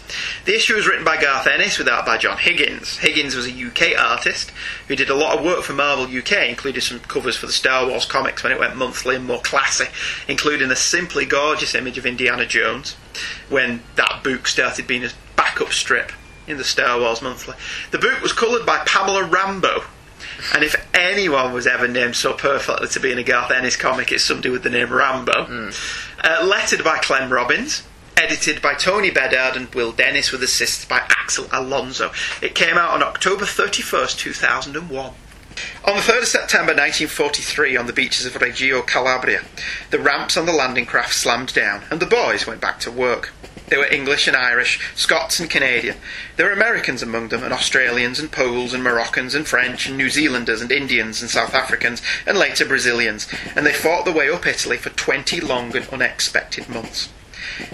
S1: The issue was written by Garth Ennis, with art by John Higgins. Higgins was a UK artist who did a lot of work for Marvel UK, including some covers for the Star Wars comics when it went monthly and more classy, including a simply gorgeous image of Indiana Jones when that book started being a backup strip in the Star Wars monthly. The book was coloured by Pamela Rambo, and if anyone was ever named so perfectly to be in a Garth Ennis comic, it's somebody with the name Rambo. Uh, lettered by Clem Robbins. Edited by Tony Bedard and Will Dennis, with assists by Axel Alonso. It came out on October 31st, 2001. On the 3rd of September 1943, on the beaches of Reggio Calabria, the ramps on the landing craft slammed down and the boys went back to work. They were English and Irish, Scots and Canadian. There were Americans among them, and Australians and Poles and Moroccans and French and New Zealanders and Indians and South Africans and later Brazilians, and they fought their way up Italy for 20 long and unexpected months.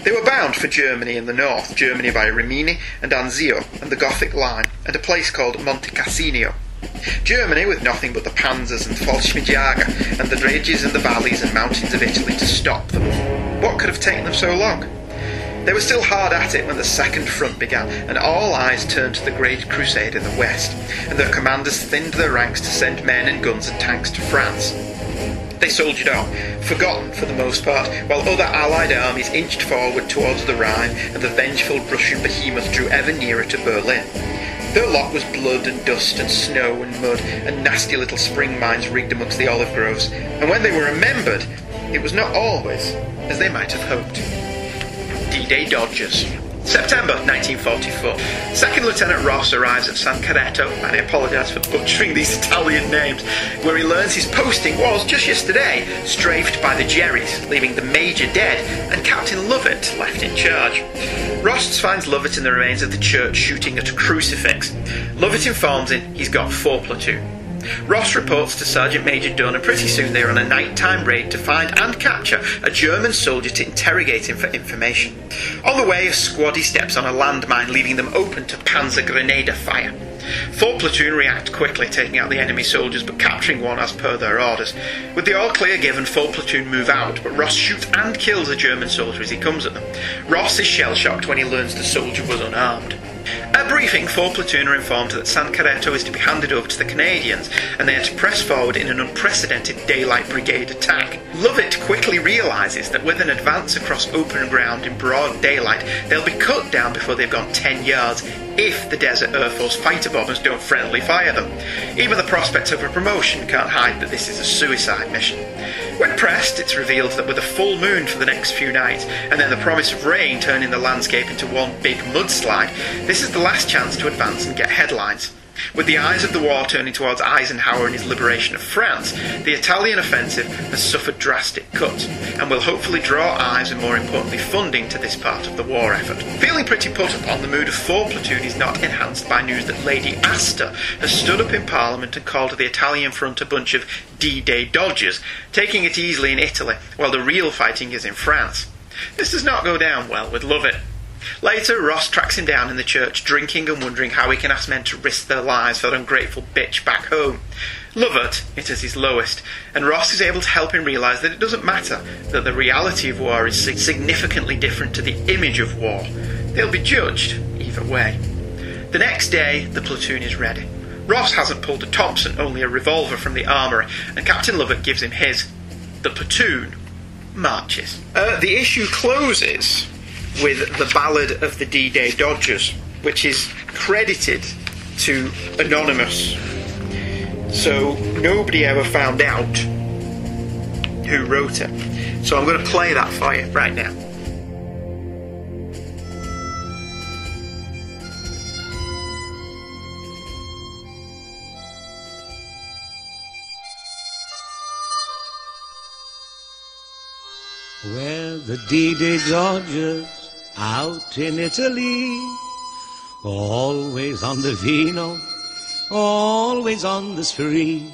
S1: They were bound for Germany in the north, Germany via Rimini and Anzio and the Gothic line, and a place called Monte Cassino. Germany, with nothing but the panzers and Falschmidjager and the ridges and the valleys and mountains of Italy to stop them. What could have taken them so long? They were still hard at it when the Second Front began, and all eyes turned to the Great Crusade in the west, and their commanders thinned their ranks to send men and guns and tanks to France. They soldiered on, forgotten for the most part, while other Allied armies inched forward towards the Rhine and the vengeful Russian behemoth drew ever nearer to Berlin. Their lot was blood and dust and snow and mud and nasty little spring mines rigged amongst the olive groves, and when they were remembered, it was not always as they might have hoped. D-Day Dodgers. September 1944. Second Lieutenant Ross arrives at San Careto, and I apologise for butchering these Italian names, where he learns his posting was, just yesterday, strafed by the Jerrys, leaving the Major dead and Captain Lovett left in charge. Ross finds Lovett in the remains of the church shooting at a crucifix. Lovett informs him he's got four platoon. Ross reports to Sergeant Major Dunn, and pretty soon they're on a nighttime raid to find and capture a German soldier to interrogate him for information. On the way, a squad he steps on a landmine, leaving them open to panzer grenade fire. Four platoon react quickly, taking out the enemy soldiers but capturing one as per their orders. With the all clear given, four platoon move out, but Ross shoots and kills a German soldier as he comes at them. Ross is shell shocked when he learns the soldier was unarmed. At briefing, four platoon are informed that San Carreto is to be handed over to the Canadians, and they are to press forward in an unprecedented daylight brigade attack. Lovett quickly realises that with an advance across open ground in broad daylight, they'll be cut down before they've gone 10 yards if the Desert Air Force fighter bombers don't friendly fire them. Even the prospect of a promotion can't hide that this is a suicide mission. When pressed, it's revealed that with a full moon for the next few nights, and then the promise of rain turning the landscape into one big mudslide, this is the last chance to advance and get headlines. With the eyes of the war turning towards Eisenhower and his liberation of France, the Italian offensive has suffered drastic cuts and will hopefully draw eyes and, more importantly, funding to this part of the war effort. Feeling pretty put upon, the mood of 4 Platoon is not enhanced by news that Lady Astor has stood up in Parliament and called the Italian front a bunch of D Day dodgers, taking it easily in Italy while the real fighting is in France. This does not go down well with Lovett. Later, Ross tracks him down in the church, drinking and wondering how he can ask men to risk their lives for that ungrateful bitch back home. Lovett it is his lowest, and Ross is able to help him realise that it doesn't matter, that the reality of war is sig- significantly different to the image of war. They'll be judged either way. The next day, the platoon is ready. Ross hasn't pulled a Thompson, only a revolver from the armoury, and Captain Lovett gives him his. The platoon marches. Uh, the issue closes with the Ballad of the D Day Dodgers, which is credited to Anonymous. So nobody ever found out who wrote it. So I'm going to play that for you right now.
S6: Where the D-Day Dodgers out in Italy, always on the Vino, always on the spree.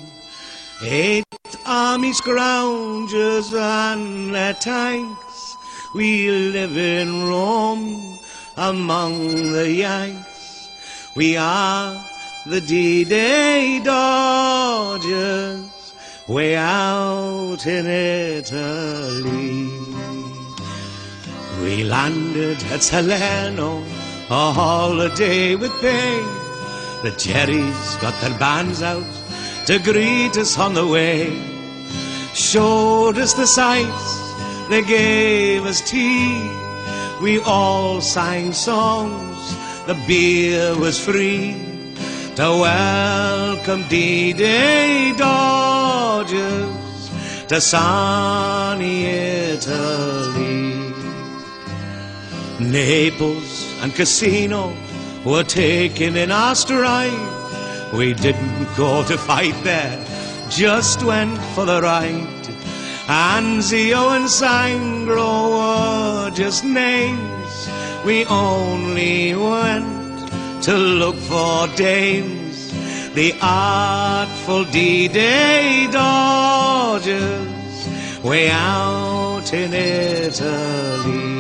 S6: Eight army scroungers and their tanks, we live in Rome among the Yanks. We are the D-Day Dodgers, way out in Italy. We landed at Salerno, a holiday with pay. The Jerry's got their bands out to greet us on the way. Showed us the sights, they gave us tea. We all sang songs, the beer was free. To welcome D-Day Dodgers to sunny Italy. Naples and Casino were taken in our stride. We didn't go to fight there, just went for the ride. Anzio and Sangro were just names. We only went to look for dames. The artful D-Day Dodgers, way out in Italy.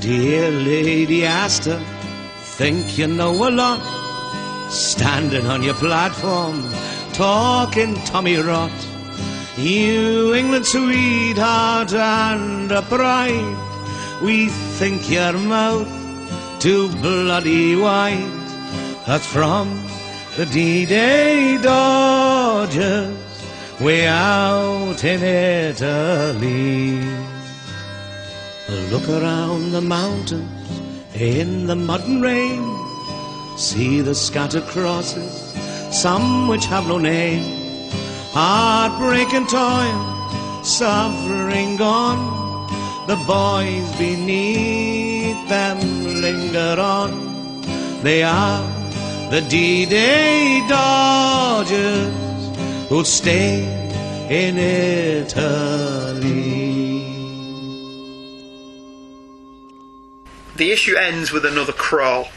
S6: Dear Lady Astor, think you know a lot. Standing on your platform, talking Tommy Rot. You England sweetheart and a pride. We think your mouth too bloody wide. That's from the D-Day Dodgers, way out in Italy. Look around the mountains in the mud and rain. See the scattered crosses, some which have no name. Heartbreak and toil, suffering gone. The boys beneath them linger on. They are the D-Day Dodgers who stay in Italy.
S1: The issue ends with another crawl.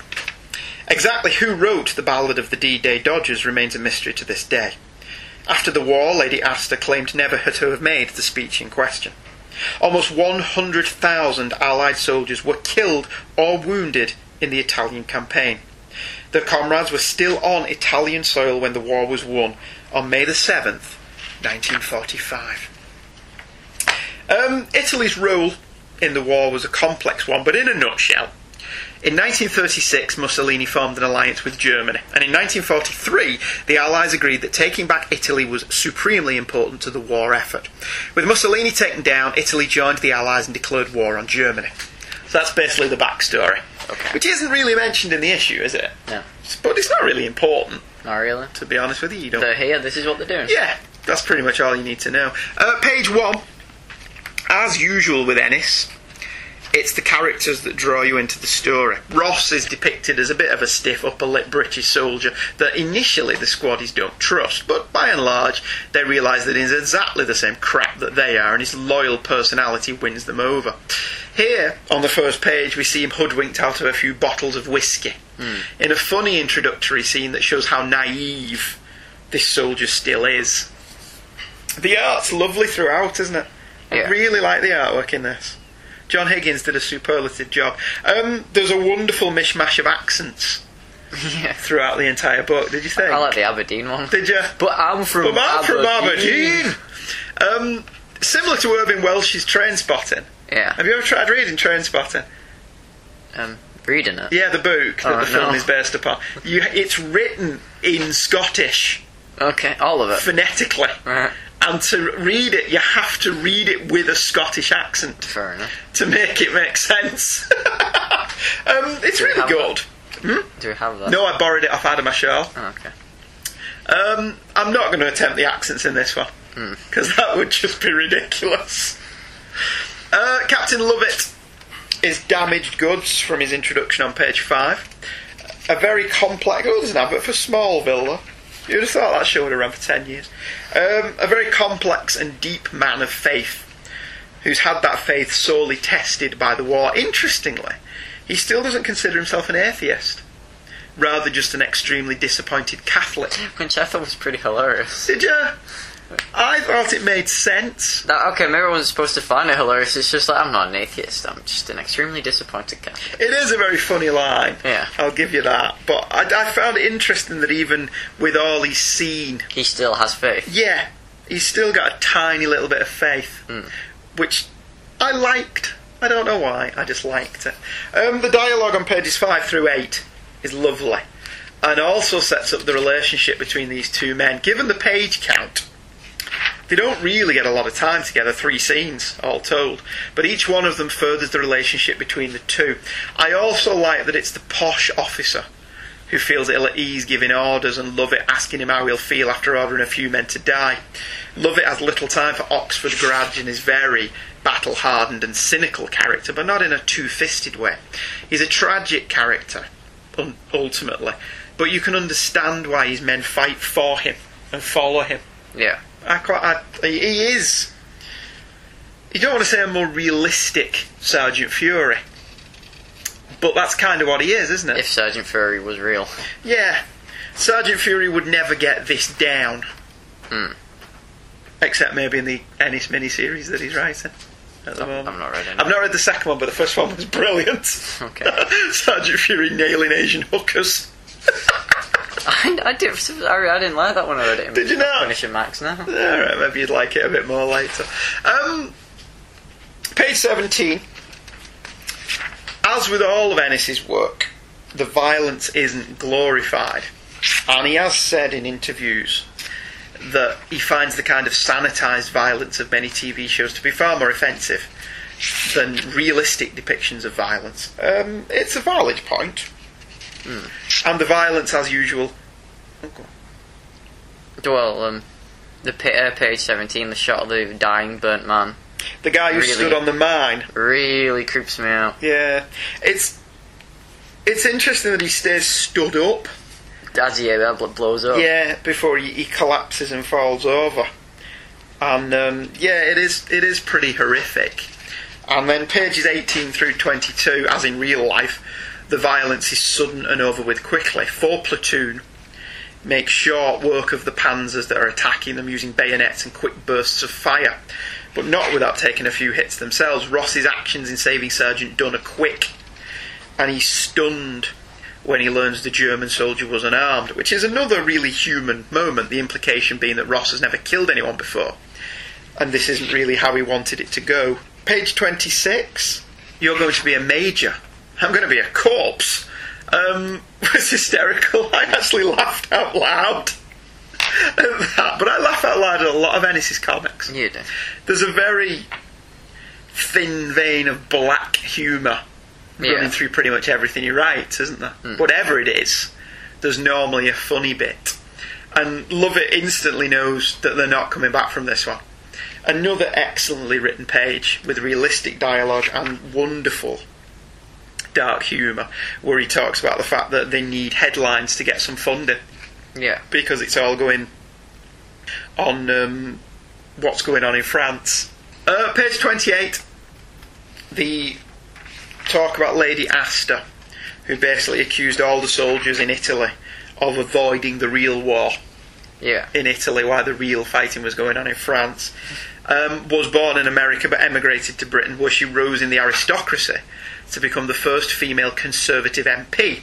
S1: Exactly who wrote the ballad of the D Day Dodgers remains a mystery to this day. After the war, Lady Astor claimed never her to have made the speech in question. Almost 100,000 Allied soldiers were killed or wounded in the Italian campaign. Their comrades were still on Italian soil when the war was won on May the 7th, 1945. Um, Italy's role in the war was a complex one, but in a nutshell, in 1936, Mussolini formed an alliance with Germany, and in 1943, the Allies agreed that taking back Italy was supremely important to the war effort. With Mussolini taken down, Italy joined the Allies and declared war on Germany. So that's basically the backstory,
S2: Okay.
S1: which isn't really mentioned in the issue, is it?
S2: No,
S1: But it's not really important,
S2: not really.
S1: to be honest with you. You don't
S2: They're here. This is what they're doing.
S1: yeah, that's pretty much all you need to know. Uh, page one, as usual with Ennis, it's the characters that draw you into the story. Ross is depicted as a bit of a stiff upper lip British soldier that initially the squaddies don't trust, but by and large they realise that he's exactly the same crap that they are and his loyal personality wins them over. Here, on the first page, we see him hoodwinked out of a few bottles of whiskey in a funny introductory scene that shows how naive this soldier still is. The art's lovely throughout, isn't it? I
S2: Yeah.
S1: really like the artwork in this. John Higgins did a superlative job. Um, there's a wonderful mishmash of accents
S2: Yeah.
S1: throughout the entire book. Did you think?
S2: I like the Aberdeen one.
S1: Did you?
S2: But I'm from
S1: But I'm from
S2: Aberdeen.
S1: Aberdeen. Um, similar to Irving Welsh's Train Spotting.
S2: Yeah.
S1: Have you ever tried reading Train Spotting?
S2: Um, reading it.
S1: Yeah, the book that
S2: Oh,
S1: the film
S2: no.
S1: is based upon. You, it's written in Scottish
S2: Okay, all of it.
S1: phonetically.
S2: Right.
S1: And to read it, you have to read it with a Scottish accent
S2: Fair enough.
S1: to make it make sense. um, it's
S2: Do we
S1: really
S2: have
S1: good.
S2: Do we have that?
S1: No, I borrowed it off Adam Ashall.
S2: Oh, okay.
S1: Um, I'm not going to attempt the accents in this one because that would just be ridiculous. Uh, Captain Lovett is damaged goods from his introduction on page five. A very complex. Oh, there's an advert for Smallville. Though. You'd have thought that show would have run for ten years. Um, a very complex and deep man of faith, who's had that faith sorely tested by the war. Interestingly, he still doesn't consider himself an atheist, rather just an extremely disappointed Catholic.
S2: Which I thought was pretty hilarious.
S1: Did you? I thought it made sense.
S2: That, okay, maybe I wasn't supposed to find it hilarious. It's just like, I'm not an atheist. I'm just an extremely disappointed guy.
S1: It is a very funny line.
S2: Yeah.
S1: I'll give you that. But I, I found it interesting that even with all he's seen,
S2: He still has faith.
S1: yeah, he's still got a tiny little bit of faith, which I liked. I don't know why. I just liked it. Um, the dialogue on pages five through eight is lovely, and also sets up the relationship between these two men. Given the page count, they don't really get a lot of time together. Three scenes, all told, but each one of them furthers the relationship between the two. I also like that it's the posh officer who feels ill at ease giving orders and Lovett asking him how he'll feel after ordering a few men to die. Lovett has little time for Oxford grads and is very battle hardened and cynical character, but not in a two fisted way. He's a tragic character, un- ultimately, but you can understand why his men fight for him and follow him.
S2: Yeah.
S1: I quite, I, he he is. You don't want to say a more realistic Sergeant Fury, but that's kind of what he is, isn't it?
S2: If Sergeant Fury was real.
S1: Yeah. Sergeant Fury would never get this down.
S2: Hmm.
S1: Except maybe in the Ennis miniseries that he's writing at the moment.
S2: I've not read any.
S1: I've Um, not read the second one, but the first one was brilliant.
S2: Okay.
S1: Sergeant Fury nailing Asian hookers.
S2: I, I, did, I, I didn't like that when I read it. in
S1: Did you not?
S2: Punisher Max, no.
S1: Alright, maybe you'd like it a bit more later. Um, page 17. As with all of Ennis's work, the violence isn't glorified. And he has said in interviews that he finds the kind of sanitised violence of many TV shows to be far more offensive than realistic depictions of violence. Um, it's a valid point. And the violence, as usual.
S2: Well, um, the pa- uh, page 17, the shot of the dying burnt man,
S1: The guy who
S2: Really?
S1: stood on the mine
S2: really creeps me out.
S1: Yeah, it's it's interesting that he stays stood up.
S2: As he uh, bl- blows up.
S1: Yeah, before he, he collapses and falls over, and um, yeah, it is it is pretty horrific. And then pages eighteen through twenty two, as in real life, the violence is sudden and over with quickly. Four platoon make short work of the panzers that are attacking them using bayonets and quick bursts of fire, but not without taking a few hits themselves. Ross's actions in saving Sergeant Dunn are quick, and he's stunned when he learns the German soldier was unarmed, which is another really human moment, the implication being that Ross has never killed anyone before. And this isn't really how he wanted it to go. Page 26. You're going to be a major. I'm going to be a corpse. Um, was hysterical. I actually laughed out loud at that. But I laugh out loud at a lot of Ennis's comics
S2: You do.
S1: there's a very thin vein of black humour running
S2: Yeah.
S1: through pretty much everything he writes, isn't there? Whatever it is, there's normally a funny bit. And Love It instantly knows that they're not coming back from this one. Another excellently written page with realistic dialogue and wonderful dark humour, where he talks about the fact that they need headlines to get some funding
S2: Yeah.
S1: because it's all going on um, what's going on in France. Uh, page 28, the talk about Lady Astor, who basically accused all the soldiers in Italy of avoiding the real war
S2: Yeah.
S1: in Italy while the real fighting was going on in France. Um, was born in America but emigrated to Britain, where she rose in the aristocracy to become the first female Conservative MP.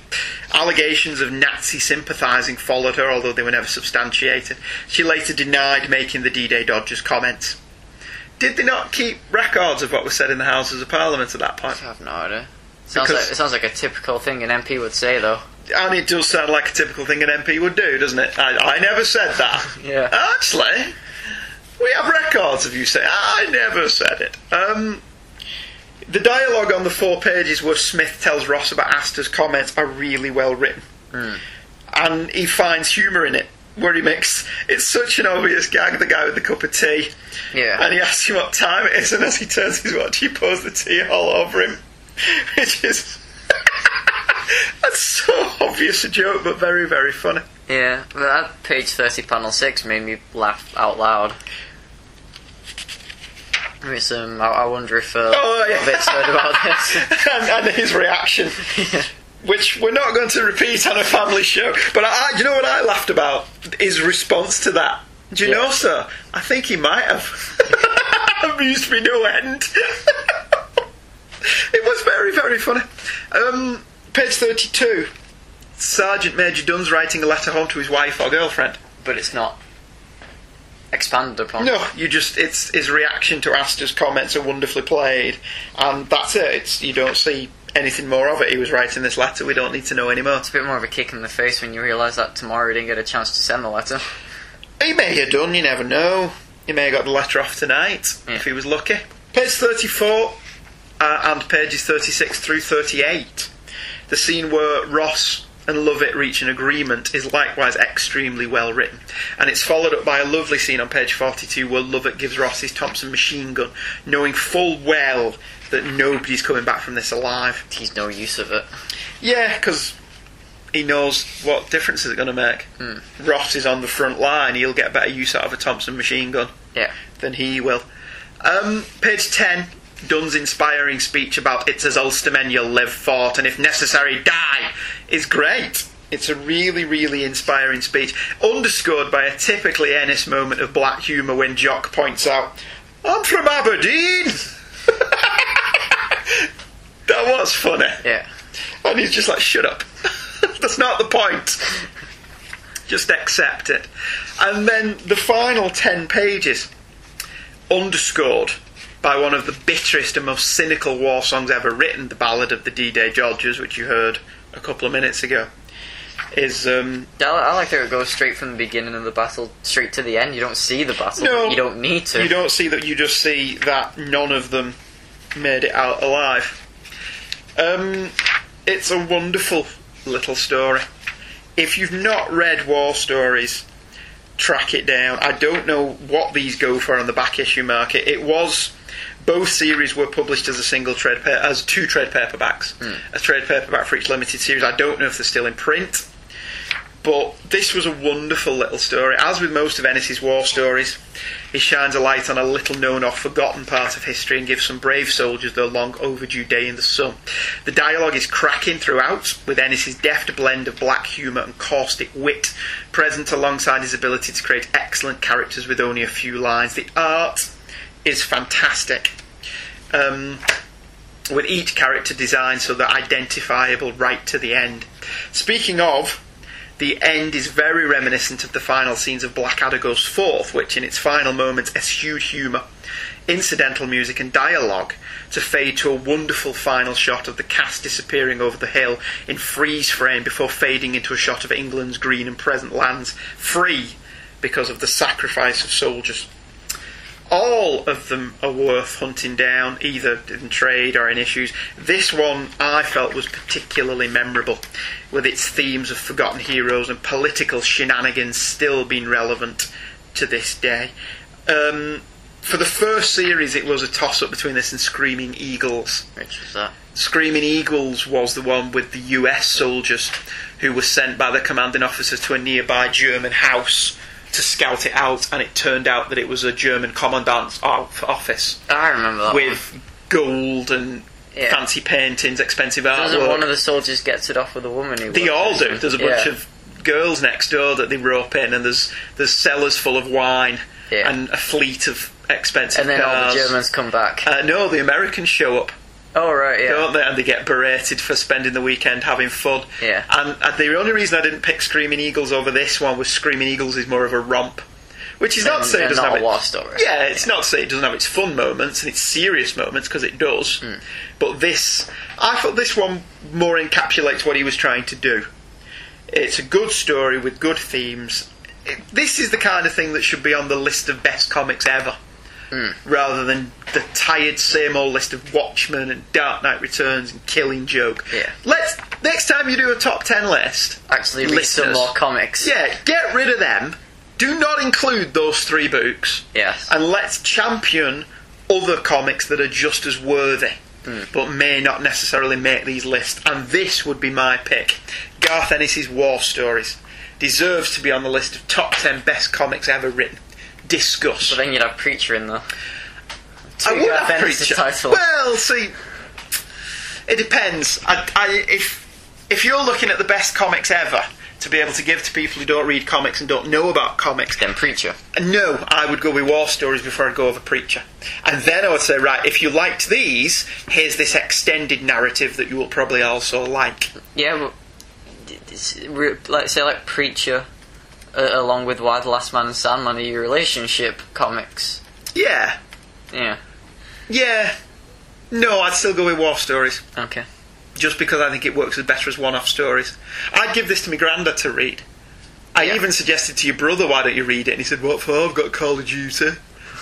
S1: Allegations of Nazi sympathising followed her, although they were never substantiated. She later denied making the D Day Dodgers comments. Did they not keep records of what was said in the Houses of Parliament at that
S2: I
S1: point?
S2: have no idea. Sounds
S1: Because-
S2: like, it sounds like a typical thing an MP would say, though.
S1: And it does sound like a typical thing an MP would do, doesn't it? I, I never said that.
S2: Yeah.
S1: Ah! Actually, we have records of you saying, I never said it. Um, the dialogue on the four pages where Smith tells Ross about Astor's comments are really well written. And he finds humour in it, where he makes it's such an obvious gag the guy with the cup of tea.
S2: Yeah.
S1: And he asks him what time it is, and as he turns his watch, he pours the tea all over him. Which is. That's so obvious a joke, but very, very funny.
S2: Yeah. But that page 30, panel 6 made me laugh out loud. It's, um, I, I wonder if uh,
S1: Oh, yeah.
S2: Bits heard about this.
S1: and, and his reaction, which we're not going to repeat on a family show. But I, I, you know what I laughed about? His response to that. Do you
S2: Yeah.
S1: know, sir? I think he might have amused me no end. it was very, very funny. Um, page 32. Sergeant Major Dunn's writing a letter home to his wife or girlfriend.
S2: but it's not expanded upon.
S1: No, you just it's his reaction to Astor's comments are wonderfully played, and that's it. It's you don't see anything more of it. He was writing this letter. We don't need to know anymore.
S2: It's a bit more of a kick in the face when you realise that tomorrow you didn't get a chance to send the letter.
S1: He may have done. You never know. He may have got the letter off tonight
S2: Yeah.
S1: if he was lucky. Page thirty-four uh, and pages thirty-six through thirty-eight. The scene where Ross and Lovett reach an agreement is likewise extremely well written, and it's followed up by a lovely scene on page 42 where Lovett gives Ross his Thompson machine gun, knowing full well that nobody's coming back from this alive.
S2: He's no use of it.
S1: Yeah, because he knows what difference is it going to make. Ross is on the front line; he'll get better use out of a Thompson machine gun
S2: Yeah.
S1: than he will. Um, page 10, Dunn's inspiring speech about it's as Ulster men you'll live, fought, and if necessary, die is great. It's a really, really inspiring speech, underscored by a typically Ennis moment of black humour when Jock points out, I'm from Aberdeen! that was funny.
S2: Yeah.
S1: And he's just like, shut up. That's not the point. Just accept it. And then the final 10 pages, underscored by one of the bitterest and most cynical war songs ever written, the Ballad of the D Day Dodgers, which you heard a couple of minutes ago, is um,
S2: I, I like how it goes straight from the beginning of the battle straight to the end. You don't see the battle.
S1: No.
S2: You don't need to.
S1: you don't see that, you just see that none of them made it out alive. Um, it's a wonderful little story. If you've not read War Stories, track it down. I don't know what these go for on the back issue market. It was both series were published as a single trade pair, as two trade paperbacks, a trade paperback for each limited series. I don't know if they're still in print. But this was a wonderful little story. As with most of Ennis's war stories, he shines a light on a little known or forgotten part of history and gives some brave soldiers their long overdue day in the sun. The dialogue is cracking throughout, with Ennis's deft blend of black humour and caustic wit present alongside his ability to create excellent characters with only a few lines. The art is fantastic. Um, with each character designed so they're identifiable right to the end. Speaking of, the end is very reminiscent of the final scenes of Blackadder Goes Forth, which in its final moments eschewed humour, incidental music, and dialogue to fade to a wonderful final shot of the cast disappearing over the hill in freeze frame before fading into a shot of England's green and present lands, free because of the sacrifice of soldiers all of them are worth hunting down, either in trade or in issues. This one I felt was particularly memorable, with its themes of forgotten heroes and political shenanigans still being relevant to this day. Um, for the first series, it was a toss up between this and Screaming Eagles.
S2: Which was that?
S1: Screaming Eagles was the one with the US soldiers who were sent by the commanding officer to a nearby German house to scout it out, and it turned out that it was a German commandant's of- office
S2: I remember that. one.
S1: with gold and
S2: Oh. Yeah.
S1: fancy paintings, expensive
S2: Doesn't
S1: artwork.
S2: one of the soldiers gets it off with a woman who?
S1: uh, they all
S2: works?
S1: do. There's a bunch
S2: Yeah.
S1: of girls next door that they rope in, and there's there's cellars full of wine
S2: Yeah.
S1: and a fleet of expensive
S2: And then all the
S1: cars.
S2: Germans come back.
S1: uh, no, the Americans show up
S2: oh right, yeah.
S1: don't they? And they get berated for spending the weekend having fun.
S2: Yeah.
S1: And, and the only reason I didn't pick Screaming Eagles over this one was Screaming Eagles is more of a romp, which is not to
S2: And-
S1: say it
S2: and
S1: doesn't
S2: not
S1: have it-
S2: a war story.
S1: Yeah, it's not to say it doesn't have its fun moments and its serious moments because it does. But this, I thought this one more encapsulates what he was trying to do. It's a good story with good themes. It- This is the kind of thing that should be on the list of best comics ever rather than the tired same old list of Watchmen and Dark Knight Returns and Killing Joke.
S2: Yeah.
S1: Let's next time you do a top ten list,
S2: Actually, read some
S1: Listeners.
S2: more comics.
S1: yeah, get rid of them. Do not include those three books,
S2: Yes.
S1: and let's champion other comics that are just as worthy.
S2: Hmm.
S1: But may not necessarily make these lists, and this would be my pick. Garth Ennis's War Stories deserves to be on the list of top ten best comics ever written. Discuss.
S2: But then you'd have preacher in there.
S1: I would
S2: Garth
S1: have
S2: Ennis'
S1: preacher.
S2: title.
S1: Well, see, it depends. I, I, if if you're looking at the best comics ever to be able to give to people who don't read comics and don't know about comics,
S2: Then preacher.
S1: no, I would go with War Stories before I'd go over Preacher. And then I would say, right, if you liked these, here's this extended narrative that you will probably also like.
S2: Yeah, but d- d- s- re- like say like preacher, uh, along with Why the Last Man and Sandman are your relationship comics.
S1: Yeah,
S2: Yeah.
S1: yeah. No, I'd still go with War Stories.
S2: Okay.
S1: just because I think it works as better as one-off stories. I'd give this to my granddad to read. I
S2: Yeah.
S1: even suggested to your brother, "Why don't you read it?" And he said, "What for? I've got Call of Duty,"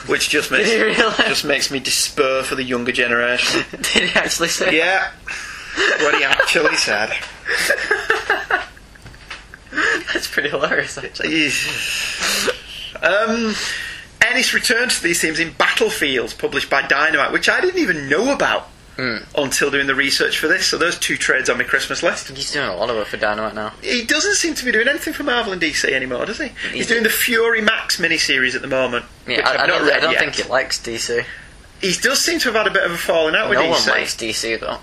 S1: which just makes
S2: Did he really?
S1: just makes me despair for the younger generation.
S2: Did he actually say?
S1: yeah, what he actually said.
S2: That's pretty hilarious. Actually.
S1: Eesh. um, Ennis returned to these themes in Battlefields, published by Dynamite, which I didn't even know about
S2: Hmm.
S1: until doing the research for this. So those two trades on my Christmas list.
S2: He's doing a lot of work for Dynamite now.
S1: he doesn't seem to be doing anything for Marvel and DC anymore, does he? He's doing the Fury Max miniseries at the moment. which
S2: Yeah, I,
S1: I've not
S2: I don't,
S1: read
S2: I don't
S1: yet.
S2: think he likes DC.
S1: he does seem to have had a bit of a falling out with
S2: no
S1: DC.
S2: one likes DC though.
S1: well,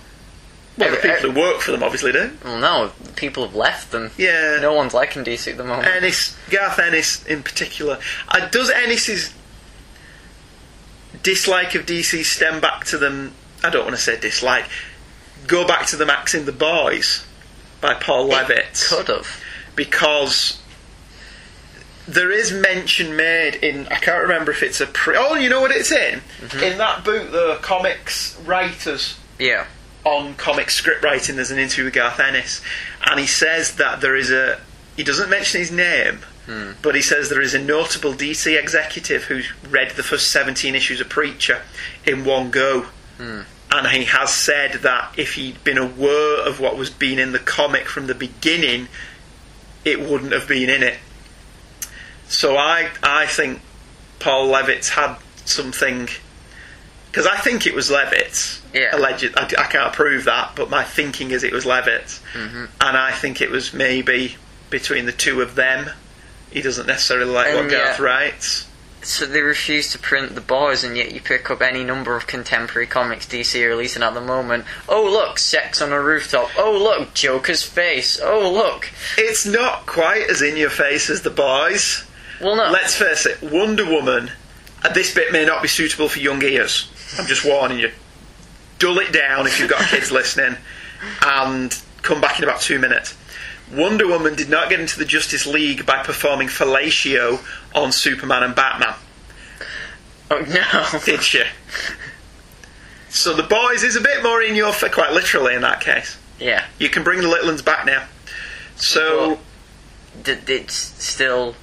S1: the
S2: every-
S1: people who work for them obviously do.
S2: Well, no, people have left them.
S1: Yeah.
S2: No one's liking DC at the moment.
S1: Ennis, Garth Ennis in particular. Uh, does Ennis's dislike of DC stem back to them? I don't want to say dislike. Go back to the Max in the Boys by Paul Levitt.
S2: Could have.
S1: because there is mention made in I can't remember if it's a pre oh you know what it's in in that book the comics writers
S2: Yeah.
S1: on comic script writing there's an interview with Garth Ennis and he says that there is a he doesn't mention his name but he says there is a notable DC executive who read the first 17 issues of Preacher in one go and he has said that if he'd been aware of what was being in the comic from the beginning it wouldn't have been in it. So I I think Paul Levitz had something because I think it was Levitz.
S2: Yeah.
S1: Alleged. I, I can't prove that, but my thinking is it was Levitz, mm-hmm. and I think it was maybe between the two of them. He doesn't necessarily like what
S2: Um,
S1: Garth
S2: yeah.
S1: writes.
S2: So they refuse to print the boys, and yet you pick up any number of contemporary comics DC are releasing at the moment. Oh look, sex on a rooftop. Oh look, Joker's face. Oh look.
S1: It's not quite as in your face as the boys.
S2: Well, no.
S1: Let's face it, Wonder Woman. uh, This bit may not be suitable for young ears. I'm just warning you. Dull it down if you've got kids listening, and come back in about two minutes. Wonder Woman did not get into the Justice League by performing fellatio on Superman and Batman,
S2: Oh no.
S1: did she? so the boys is a bit more in your fa quite literally in that case.
S2: yeah.
S1: You can bring the little ones back now. So.
S2: Well, d- it's still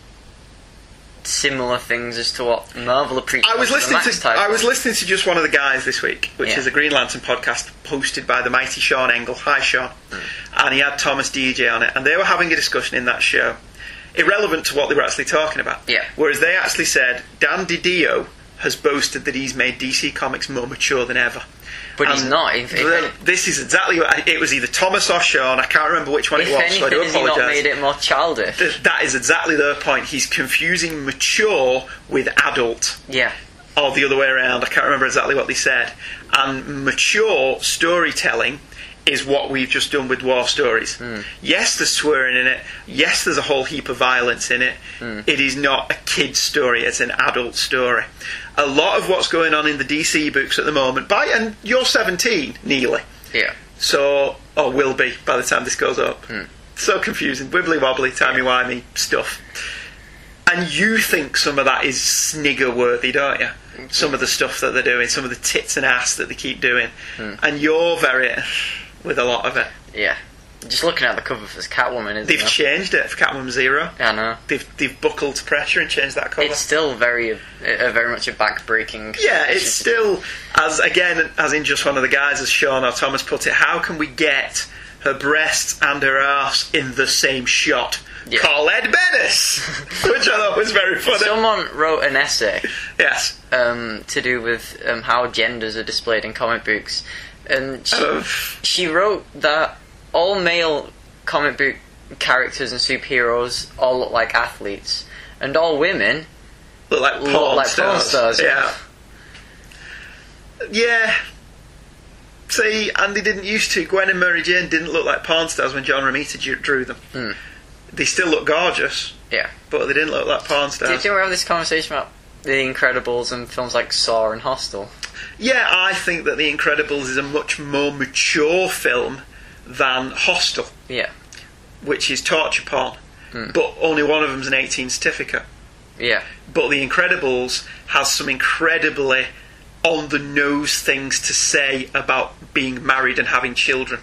S2: similar things as to what Marvel appreciates.
S1: I was
S2: in the
S1: listening
S2: Max
S1: to
S2: title.
S1: I was listening to just one of the guys this week, which
S2: Yeah.
S1: is a Green Lantern podcast posted by the mighty Sean Engel. Hi, Sean.
S2: Hmm.
S1: And he had Thomas DJ on it, and they were having a discussion in that show, irrelevant to what they were actually talking about.
S2: Yeah.
S1: Whereas they actually said Dan DiDio has boasted that he's made DC Comics more mature than ever.
S2: But he's
S1: And
S2: not, if- if-
S1: well, this is exactly what it was either Thomas or Sean. I can't remember which one
S2: If
S1: it was, so I
S2: anything,
S1: do
S2: has he not made
S1: apologise.
S2: it more childish?
S1: Th- That is exactly their point. He's confusing mature with adult
S2: yeah.
S1: or the other way around. I can't remember exactly what they said. And mature storytelling is what we've just done with war stories. Yes, there's swearing in it. Yes, there's a whole heap of violence in it. It is not a kid's story, it's an adult story. A lot of what's going on in the DC books at the moment, by and you're 17, Neely.
S2: Yeah.
S1: So, or will be by the time this goes up. So confusing, wibbly wobbly, timey wimey stuff. And you think some of that is snigger worthy, don't you? Some of the stuff that they're doing, some of the tits and ass that they keep doing. And you're very with a lot of it.
S2: Yeah. Just looking at the cover for this Catwoman, isn't
S1: They've
S2: it?
S1: changed it for Catwoman Zero.
S2: I know.
S1: They've, they've buckled to pressure and changed that cover.
S2: It's still very, uh, very much a back-breaking.
S1: Yeah,
S2: issue.
S1: it's still as again as in just one of the guys as Sean or Thomas put it. How can we get her breasts and her ass in the same shot?
S2: Yeah.
S1: Call Ed Bennis, which I thought was very funny.
S2: Someone wrote an essay
S1: yes,
S2: um, to do with um, how genders are displayed in comic books, and she,
S1: Um,
S2: she wrote that all male comic book characters and superheroes all look like athletes, and all women.
S1: look like porn
S2: Look like
S1: stars.
S2: porn stars,
S1: yeah.
S2: yeah.
S1: yeah. See, Andy didn't used to. Gwen and Mary Jane didn't look like porn stars when John Romita drew- drew them. They still look gorgeous,
S2: Hmm. Yeah.
S1: but they didn't look like porn
S2: Did
S1: stars.
S2: you ever have this conversation about The Incredibles and films like Saw and Hostel?
S1: Yeah, I think that The Incredibles is a much more mature film than Hostel,
S2: Yeah.
S1: which is torture porn. But only one of them's an 18 certificate.
S2: Yeah.
S1: But The Incredibles has some incredibly on the nose things to say about being married and having children.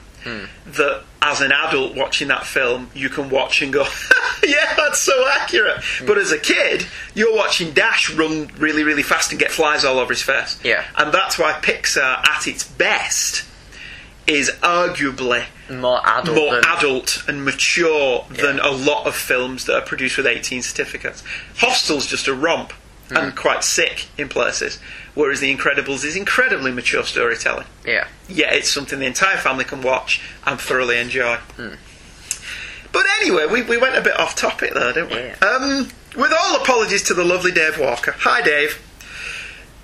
S1: That as an adult watching that film, you can watch and go, yeah, that's so accurate. But as a kid, you're watching Dash run really, really fast and get flies all over his face.
S2: Yeah.
S1: And that's why Pixar, at its best, is arguably
S2: More adult.
S1: more
S2: than,
S1: adult and mature than a lot of films that are produced with 18 certificates. Hostel's just a romp
S2: Hmm.
S1: and quite sick in places, whereas The Incredibles is incredibly mature storytelling.
S2: Yeah.
S1: Yet it's something the entire family can watch and thoroughly enjoy. But anyway, we, we went a bit off topic there, didn't we?
S2: Yeah.
S1: Um, with all apologies to the lovely Dave Walker. Hi, Dave.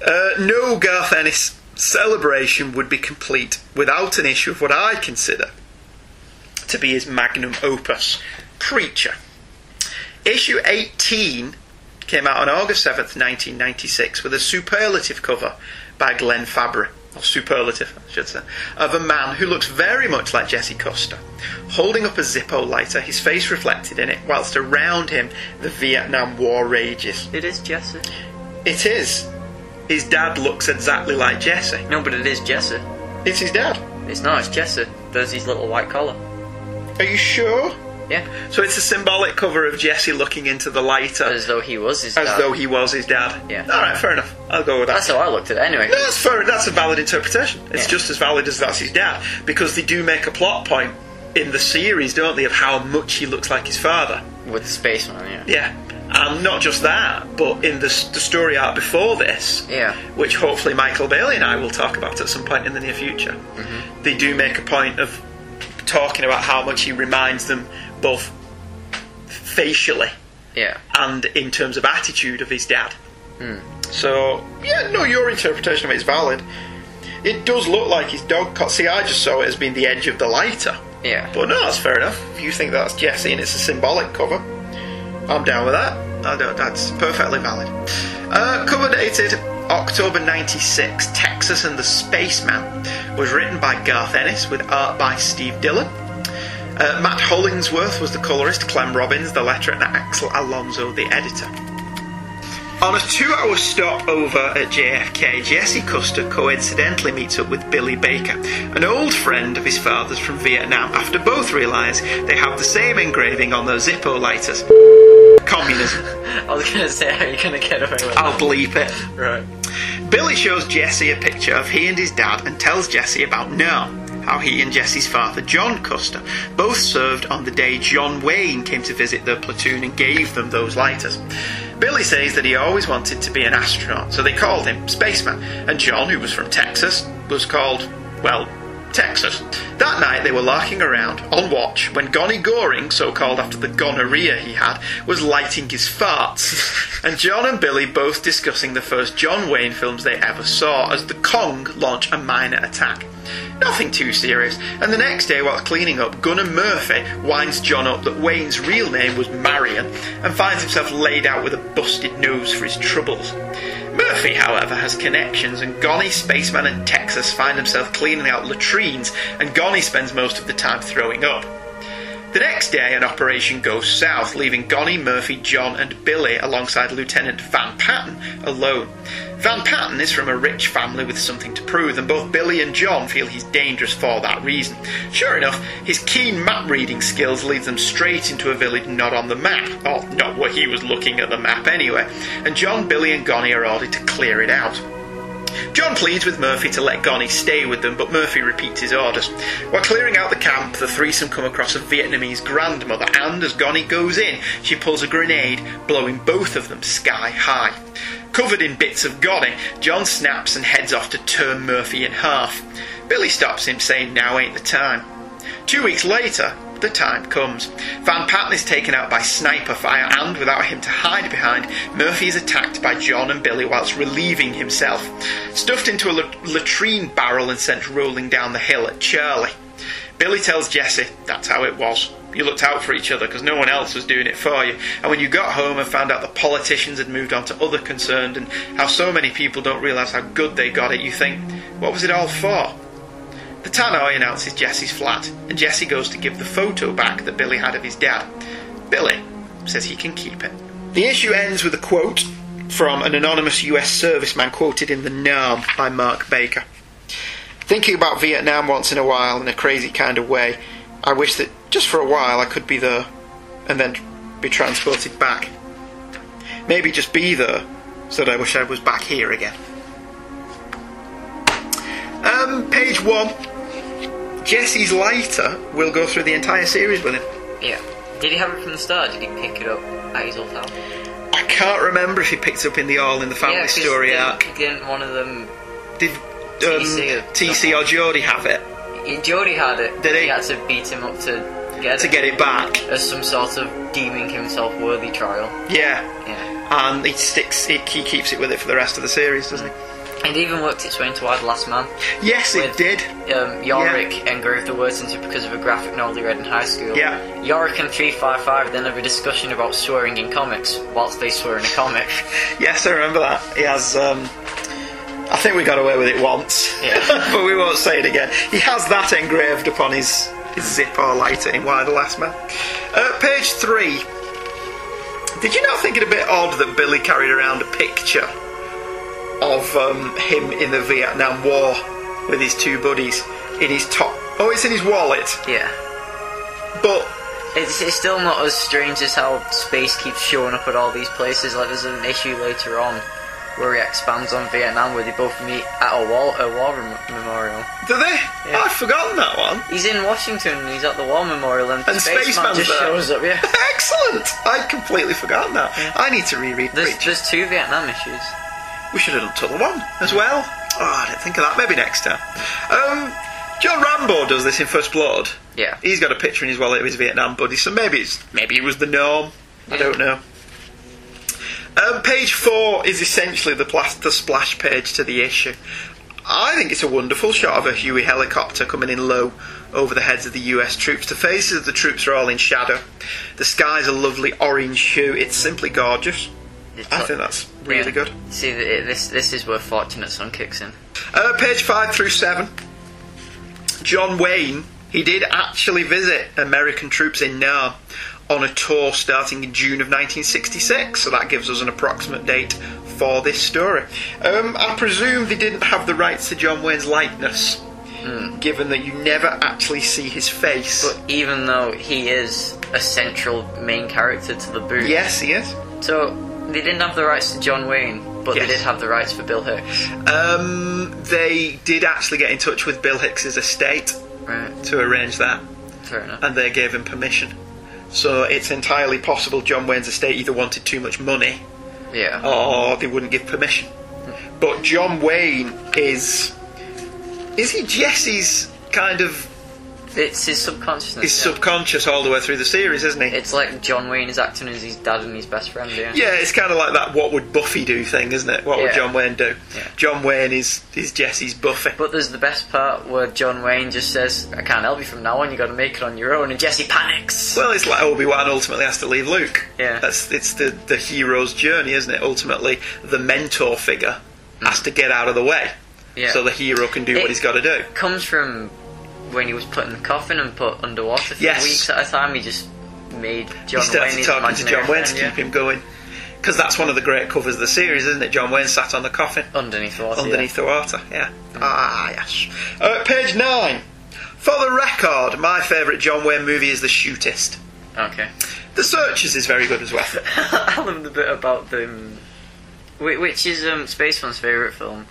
S1: Uh, no Garth Ennis celebration would be complete without an issue of what I consider to be his magnum opus, Preacher. Issue 18 came out on August 7th, 1996, with a superlative cover by Glenn Fabry, or superlative, I should say, of a man who looks very much like Jesse Custer, holding up a Zippo lighter, his face reflected in it, whilst around him the Vietnam War rages.
S2: It is Jesse.
S1: It is. His dad looks exactly like Jesse.
S2: No, but it is Jesse.
S1: It's his dad.
S2: It's not. It's Jesse. There's his little white collar.
S1: Are you sure?
S2: Yeah. Oh,
S1: So it's a symbolic cover of Jesse looking into the lighter.
S2: As though he was his
S1: As
S2: dad.
S1: though he was his dad.
S2: Yeah.
S1: All right, fair enough. I'll go with that.
S2: That's how I looked at it anyway.
S1: No, that's fair. That's a valid interpretation. It's
S2: Yeah.
S1: just as valid as that's his dad because they do make a plot point in the series, don't they, of how much he looks like his father.
S2: With the spaceman, yeah.
S1: Yeah. And not just that, but in the, s- the story arc before this,
S2: Yeah.
S1: which hopefully Michael Bailey and I will talk about at some point in the near future,
S2: Mm-hmm.
S1: they do make a point of talking about how much he reminds them both facially
S2: Yeah.
S1: and in terms of attitude of his dad. So yeah, no, your interpretation of it is valid. It does look like his dog caught. See, I just saw it as being the edge of the lighter,
S2: Yeah.
S1: but no, that's fair enough. If you think that's Jesse and it's a symbolic cover, I'm down with that. I don't, that's perfectly valid. Uh, cover dated October '96, Texas and the Spaceman, was written by Garth Ennis with art by Steve Dillon. Uh, Matt Hollingsworth was the colourist, Clem Robbins the letterer, and Axel Alonso the editor. On a two hour stopover at JFK, Jesse Custer coincidentally meets up with Billy Baker, an old friend of his father's from Vietnam, after both realise they have the same engraving on their Zippo lighters. Communism.
S2: I was gonna say how you gonna get away with
S1: I'll bleep it.
S2: Right.
S1: Billy shows Jesse a picture of he and his dad and tells Jesse about Noel, how he and Jesse's father, John Custer, both served on the day John Wayne came to visit their platoon and gave them those lighters. Billy says that he always wanted to be an astronaut, so they called him Spaceman, and John, who was from Texas, was called, well, Texas. That night they were larking around on watch when Gonnie Goring, so called after the gonorrhea he had, was lighting his farts. and John and Billy both discussing the first John Wayne films they ever saw as the Kong launch a minor attack. Nothing too serious, and the next day while cleaning up, Gunnar Murphy winds John up that Wayne's real name was Marion and finds himself laid out with a busted nose for his troubles. Murphy, however, has connections, and Gonny, Spaceman, and Texas find himself cleaning out latrines, and Gonny spends most of the time throwing up. The next day, an operation goes south, leaving Gonny, Murphy, John, and Billy alongside Lieutenant Van Patten alone. Van Patten is from a rich family with something to prove, and both Billy and John feel he's dangerous for that reason. Sure enough, his keen map reading skills lead them straight into a village not on the map, or not where he was looking at the map anyway, and John, Billy, and Gonny are ordered to clear it out. John pleads with Murphy to let Gonny stay with them, but Murphy repeats his orders. While clearing out the camp, the threesome come across a Vietnamese grandmother, and as Gonny goes in, she pulls a grenade, blowing both of them sky high. Covered in bits of Gonny, John snaps and heads off to turn Murphy in half. Billy stops him, saying, Now ain't the time. Two weeks later, the time comes. Van Patten is taken out by sniper fire, and without him to hide behind, Murphy is attacked by John and Billy whilst relieving himself, stuffed into a la- latrine barrel and sent rolling down the hill at Charlie. Billy tells Jesse that's how it was. You looked out for each other because no one else was doing it for you. And when you got home and found out the politicians had moved on to other concerns and how so many people don't realise how good they got it, you think, what was it all for? The tannoy announces Jesse's flat, and Jesse goes to give the photo back that Billy had of his dad. Billy says he can keep it. The issue ends with a quote from an anonymous US serviceman quoted in The Narm by Mark Baker. Thinking about Vietnam once in a while in a crazy kind of way, I wish that just for a while I could be there and then be transported back. Maybe just be there, so that I wish I was back here again. Um, page one. Jesse's lighter. We'll go through the entire series with him.
S2: Yeah. Did he have it from the start? Did he pick it up at his old house?
S1: I can't remember if he picked up in the All in the Family
S2: yeah, 'cause
S1: story
S2: didn't-
S1: arc.
S2: Didn't one of them?
S1: Did um,
S2: TC or-
S1: TC or Geordie have it
S2: Jody had it.
S1: Did he?
S2: had to beat him up to get
S1: to
S2: it
S1: get it back?
S2: as some sort of deeming himself worthy trial.
S1: Yeah.
S2: Yeah.
S1: And he sticks. He, he keeps it with it for the rest of the series, doesn't he?
S2: It even worked its way into I'd Last Man.
S1: Yes, it
S2: With-
S1: did.
S2: Um, Yorick engraved the words into it because of a graphic novel he read in high school.
S1: Yeah.
S2: Yorick and 355 then have a discussion about swearing in comics whilst they swear in a comic.
S1: Yes, I remember that. He has. Um, I think we got away with it once,
S2: Yeah.
S1: but we won't say it again. He has that engraved upon his, his Zippo lighter in Why the Last Man. Uh, page three. Did you not think it a bit odd that Billy carried around a picture of um, him in the Vietnam War with his two buddies in his top? Oh, it's in his wallet.
S2: yeah.
S1: But
S2: It's, it's still not as strange as how space keeps showing up at all these places. Like there's an issue later on where he expands on Vietnam where they both meet at a wall a war rem- memorial.
S1: do they?
S2: Yeah.
S1: I've forgotten that one.
S2: He's in Washington and he's at the war memorial and,
S1: And
S2: Spaceman
S1: Spaceman's
S2: just
S1: there.
S2: shows up. Yeah.
S1: Excellent! I'd completely forgotten that. I need to reread.
S2: There's,
S1: Reach.
S2: there's two Vietnam issues.
S1: We should have done Tuttle One as well. Oh, I didn't think of that. Maybe next time. Um, John Rambo does this in First Blood.
S2: Yeah.
S1: He's got a picture in his wallet of his Vietnam buddy, so maybe it's maybe it was the norm. I don't know. Um, page four is essentially the, plas- the splash page to the issue. I think it's a wonderful shot of a Huey helicopter coming in low over the heads of the US troops. The faces of the troops are all in shadow. The sky's a lovely orange hue. It's simply gorgeous. I think that's really good.
S2: See, th- this this is where Fortunate Son kicks in.
S1: Uh, page five through seven. John Wayne, he did actually visit American troops in Nam on a tour starting in June of 1966, so that gives us an approximate date for this story. Um, I presume they didn't have the rights to John Wayne's likeness, given that you never actually see his face.
S2: But even though he is a central main character to the book,
S1: yes, he is.
S2: So they didn't have the rights to John Wayne, but
S1: Yes.
S2: they did have the rights for Bill Hicks.
S1: Um, they did actually get in touch with Bill Hicks's estate
S2: Right.
S1: to arrange that.
S2: Fair enough.
S1: and they gave him permission. So it's entirely possible John Wayne's estate either wanted too much money
S2: yeah.
S1: or they wouldn't give permission. But John Wayne is. Is he Jesse's kind of.
S2: It's his subconsciousness.
S1: his
S2: yeah.
S1: subconscious all the way through the series, isn't he?
S2: It's like John Wayne is acting as his dad and his best friend. Yeah.
S1: yeah, it's kind of like that what would Buffy do thing, isn't it? What would
S2: Yeah.
S1: John Wayne do?
S2: Yeah.
S1: John Wayne is, is Jesse's Buffy.
S2: But there's the best part where John Wayne just says, "I can't help you from now on. You got to make it on your own." And Jesse panics.
S1: Well, it's like Obi Wan ultimately has to leave Luke.
S2: Yeah.
S1: that's it's the the hero's journey, isn't it? Ultimately, the mentor figure has
S2: Mm.
S1: to get out of the way,
S2: Yeah.
S1: so the hero can do what
S2: It-
S1: he's got to do.
S2: comes from when he was put in the coffin and put underwater for
S1: Yes.
S2: weeks at a time. He just made John
S1: He
S2: Wayne
S1: starts
S2: his
S1: talking to
S2: imaginary
S1: John Wayne to
S2: friend, yeah.
S1: keep him going, because that's one of the great covers of the series, isn't it? John Wayne sat on the coffin
S2: underneath water.
S1: underneath the water. Yeah. Ah, yes. Uh, page nine. For the record, my favourite John Wayne movie is The Shootist.
S2: Yeah. Okay.
S1: The Searchers is very good as well.
S2: I love the bit about them, which is um, Space One's favourite film.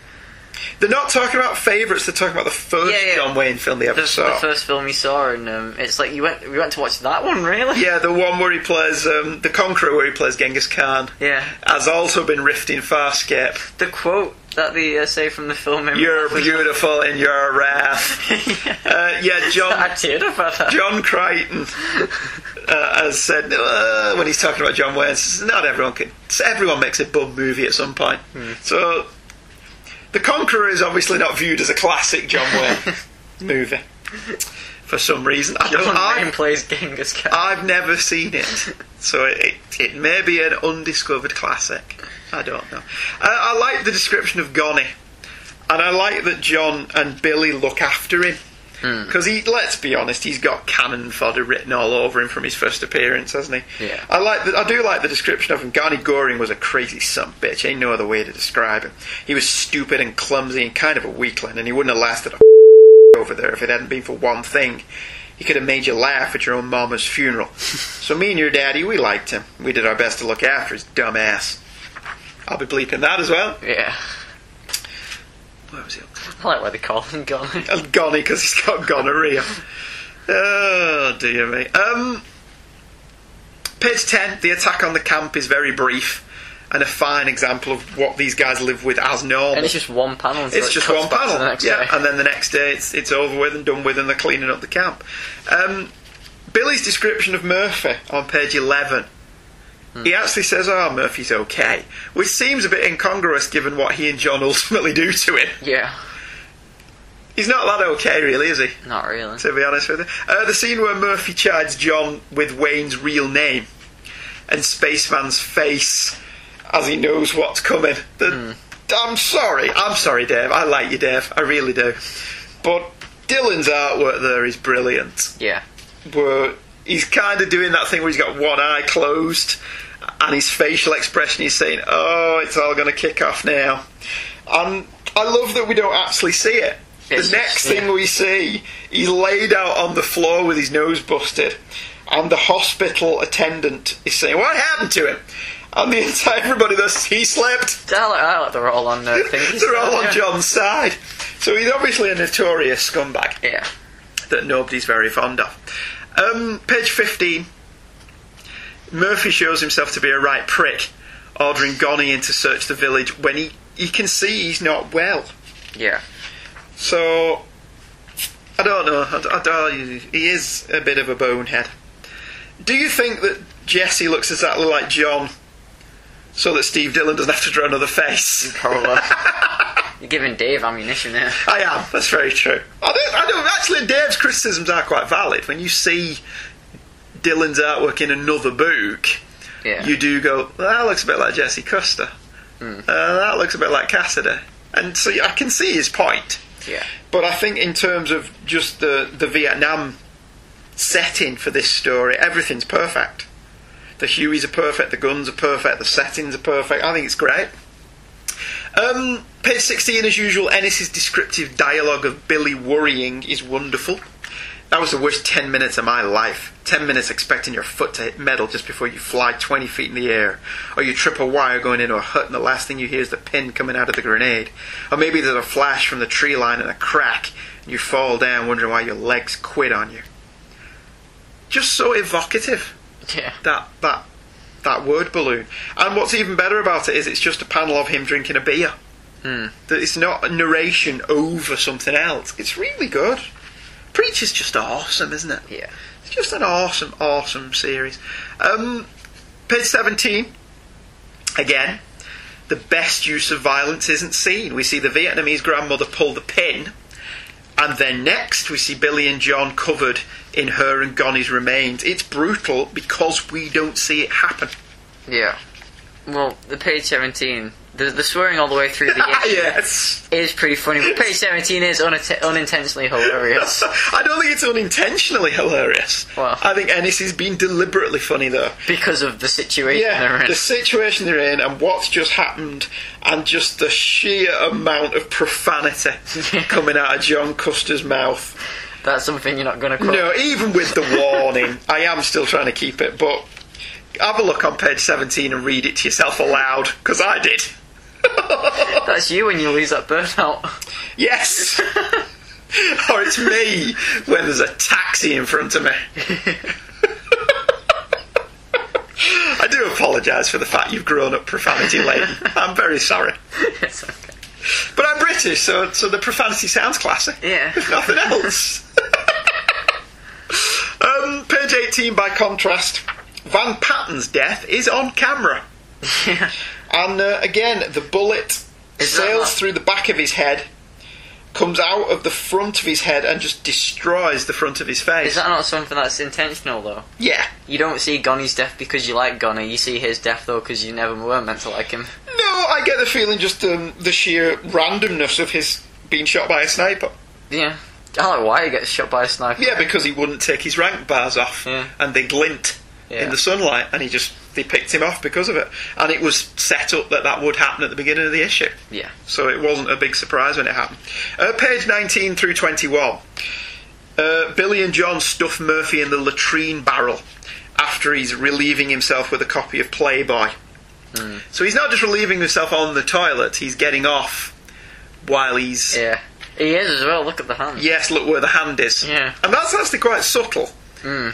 S1: They're not talking about favourites; they're talking about the first
S2: Yeah, yeah.
S1: John Wayne film they
S2: The,
S1: ever saw.
S2: the first film you saw, and um, it's like you went we went to watch that one, really.
S1: Yeah, the one where he plays um, the Conqueror, where he plays Genghis Khan,
S2: Yeah.
S1: has also been riffed in Farscape.
S2: The quote that they uh, say from the film. in-
S1: You're beautiful and you're rare. Uh, yeah, John
S2: I teared up at that.
S1: John Crichton uh, has said uh, when he's talking about John Wayne, says, not everyone can. Everyone makes a bum movie at some point. So, The Conqueror is obviously not viewed as a classic John Wayne movie for some reason. I don't.
S2: John
S1: I-
S2: Wayne plays Genghis Khan.
S1: I've never seen it, so it, it, it may be an undiscovered classic. I don't know. Uh, I, I like the description of Gonny, and I like that John and Billy look after him. Because he, let's be honest, he's got cannon fodder written all over him from his first appearance, hasn't he?
S2: Yeah.
S1: I like. The, I do like the description of him. Garney Goring was a crazy son of a bitch. Ain't no other way to describe him. He was stupid and clumsy and kind of a weakling, and he wouldn't have lasted a over there if it hadn't been for one thing. He could have made you laugh at your own mama's funeral. so me and your daddy, we liked him. We did our best to look after his dumb ass. I'll be bleeping that as well.
S2: yeah.
S1: Where was he?
S2: I like why they call him Gonny.
S1: And Gonny, because he's got gonorrhea. oh, dear me. Um, page 10, the attack on the camp is very brief and a fine example of what these guys live with as normal.
S2: And it's just one panel. so
S1: It's
S2: it
S1: just
S2: cuts
S1: one
S2: back to
S1: panel.
S2: The next
S1: yeah,
S2: day.
S1: and then the next day it's it's over with and done with, and they're cleaning up the camp. Um, Billy's description of Murphy on page eleven.
S2: Hmm.
S1: He actually says, "Ah, Murphy's okay," which seems a bit incongruous given what he and John ultimately do to him.
S2: yeah.
S1: He's not that okay, really, is he?
S2: Not really.
S1: To be honest with you, uh, the scene where Murphy chides John with Wayne's real name and Spaceman's face as he knows what's coming. The, I'm sorry, I'm sorry, Dave. I like you, Dave. I really do. But Dylan's artwork there is brilliant.
S2: Yeah.
S1: Where he's kind of doing that thing where he's got one eye closed and his facial expression is saying, "Oh, it's all going to kick off now." And I love that we don't actually see it. The
S2: It's just-
S1: next thing we see, he's laid out on the floor with his nose busted, and the hospital attendant is saying, "What happened to him?" And the entire everybody there says, "He slept."
S2: I like, I like they're all on uh, things.
S1: They're all on
S2: yeah.
S1: John's side, so he's obviously a notorious scumbag
S2: Yeah.
S1: that nobody's very fond of. Um, page 15. Murphy shows himself to be a right prick, ordering Gonny in to search the village when he, he can see he's not well.
S2: Yeah.
S1: So, I don't know. I, I, I- he is a bit of a bonehead. Do you think that Jesse looks exactly like John, so that Steve Dillon doesn't have to draw another face.
S2: Probably. You're giving Dave ammunition there.
S1: I am. That's very true. I don't, I don't, actually, Dave's criticisms are quite valid. When you see Dylan's artwork in another book,
S2: Yeah. Hmm.
S1: you do go, "Well, that looks a bit like Jesse Custer. Uh, that looks a bit like Cassidy. And so I can see his point.
S2: yeah.
S1: But I think in terms of just the, the Vietnam setting for this story, everything's perfect. The Hueys are perfect, the guns are perfect, the settings are perfect. I think it's great. Um, page 16, as usual, Ennis's descriptive dialogue of Billy worrying is wonderful. That was the worst 10 minutes of my life. 10 minutes expecting your foot to hit metal just before you fly 20 feet in the air. Or you trip a wire going into a hut and the last thing you hear is the pin coming out of the grenade. Or maybe there's a flash from the tree line and a crack and you fall down wondering why your legs quit on you. Just so evocative
S2: Yeah.
S1: that that that word balloon. And what's even better about it is it's just a panel of him drinking a beer. That it's not a narration over something else. It's really good. Preach is just awesome, isn't it?
S2: Yeah.
S1: It's just an awesome, awesome series. Um, page 17. Again, the best use of violence isn't seen. We see the Vietnamese grandmother pull the pin, and then next we see Billy and John covered in her and Goni's remains. It's brutal because we don't see it happen.
S2: Yeah. Well, the page 17, the, the swearing all the way through the issue
S1: yes.
S2: is pretty funny, but page 17 is unat- unintentionally hilarious.
S1: I don't think it's unintentionally hilarious.
S2: Wow.
S1: I think Ennis is being deliberately funny though.
S2: because of the situation they're
S1: yeah,
S2: in.
S1: the situation they're in and what's just happened and just the sheer amount of profanity coming out of John Custer's mouth.
S2: That's something you're not going to quote.
S1: No, even with the warning, I am still trying to keep it, but have a look on page 17 and read it to yourself aloud, because I did.
S2: That's you when you lose that burnout.
S1: Yes! or it's me when there's a taxi in front of me. I do apologise for the fact you've grown up profanity laden. I'm very sorry.
S2: It's okay.
S1: But I'm British, so so the profanity sounds classy.
S2: Yeah.
S1: If nothing else. um, page 18, by contrast, Van Patten's death is on camera.
S2: Yeah.
S1: And uh, again, the bullet
S2: Is that
S1: sails
S2: not-
S1: through the back of his head, comes out of the front of his head, and just destroys the front of his face.
S2: Is that not something that's intentional, though?
S1: yeah.
S2: You don't see Gonny's death because you like Gonny, you see his death, though, because you never were meant to like him.
S1: No, I get the feeling just um, the sheer randomness of his being shot by a sniper.
S2: Yeah. I like why he gets shot by a sniper.
S1: Yeah, because he wouldn't take his rank bars off,
S2: Yeah.
S1: and they glint
S2: Mm. Yeah.
S1: in the sunlight, and he just they picked him off because of it. And it was set up that that would happen at the beginning of the issue,
S2: Yeah.
S1: so it wasn't a big surprise when it happened. Uh, page nineteen through twenty-one. Uh, Billy and John stuff Murphy in the latrine barrel after he's relieving himself with a copy of Playboy.
S2: Mm.
S1: So he's not just relieving himself on the toilet; he's getting off while he's
S2: Yeah. He is as well, look at the hand.
S1: yes, look where the hand is.
S2: Yeah.
S1: And that's actually quite subtle.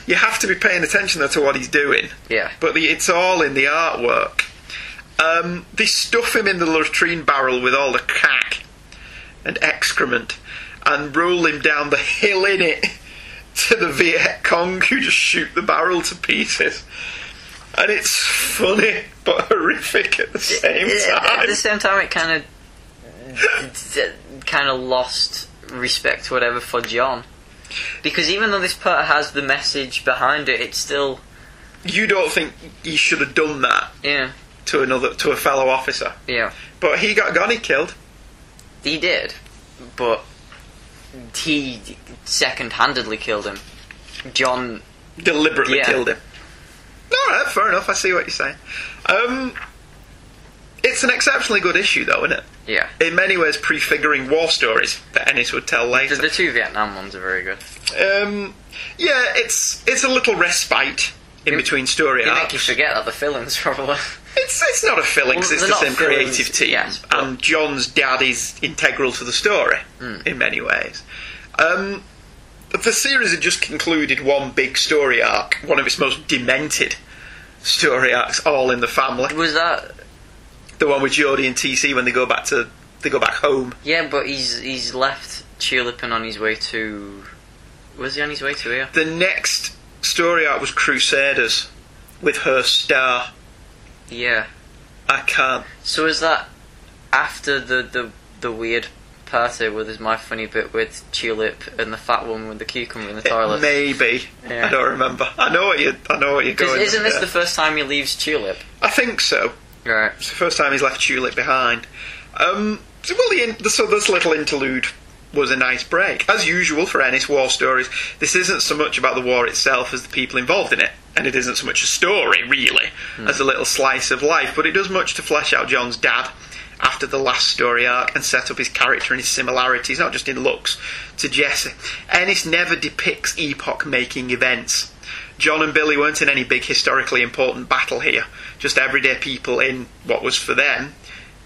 S1: You have to be paying attention though to what he's doing.
S2: Yeah.
S1: But the, it's all in the artwork. Um, they stuff him in the latrine barrel with all the cack and excrement and roll him down the hill in it to the Viet Cong who just shoot the barrel to pieces. And it's funny but horrific at the same
S2: At
S1: time.
S2: the same time, it kind of kind of lost respect, whatever, for John. Because even though this part has the message behind it, it's still
S1: You don't think he should have done that
S2: yeah,
S1: to another to a fellow officer.
S2: yeah.
S1: But he got Gunny killed.
S2: He did, but he second-handedly killed him. John,
S1: Deliberately
S2: Yeah.
S1: killed him. All right, fair enough. I see what you're saying. Um, it's an exceptionally good issue, though, isn't it?
S2: yeah.
S1: In many ways, prefiguring war stories that Ennis would tell
S2: The,
S1: later.
S2: the two Vietnam ones are very good.
S1: Um, yeah, it's it's a little respite in
S2: They-
S1: between story
S2: They make
S1: arcs.
S2: you forget that the fillings probably.
S1: It's it's not a filling 'cause
S2: Well,
S1: it's
S2: they're
S1: the
S2: not
S1: same
S2: fillings,
S1: creative team,
S2: yes, but-
S1: and John's dad is integral to the story
S2: Hmm.
S1: in many ways. Um, the series had just concluded one big story arc, one of its most demented story arcs, all in the family.
S2: Was that?
S1: The one with Geordie and TC when they go back to they go back home.
S2: Yeah, but he's he's left Tulipin on his way to. Was he on his way to here?
S1: The next story arc was Crusaders, with her star.
S2: Yeah.
S1: I can't.
S2: So is that after the the, the weird party where there's my funny bit with Tulip and the fat woman with the cucumber in the toilet?
S1: Maybe.
S2: Yeah.
S1: I don't remember. I know what you. I know what you're
S2: Because
S1: going.
S2: isn't
S1: with
S2: this the
S1: there.
S2: first time he leaves Tulip?
S1: I think so.
S2: Right.
S1: It's the first time he's left Tulip behind. Um, so, well, the, in- so this little interlude was a nice break. As usual for Ennis war stories, this isn't so much about the war itself as the people involved in it, and it isn't so much a story, really, as a little slice of life, but it does much to flesh out John's dad after the last story arc and set up his character and his similarities, not just in looks, to Jesse. Ennis never depicts epoch making events. John and Billy weren't in any big historically important battle here, just everyday people in what was for them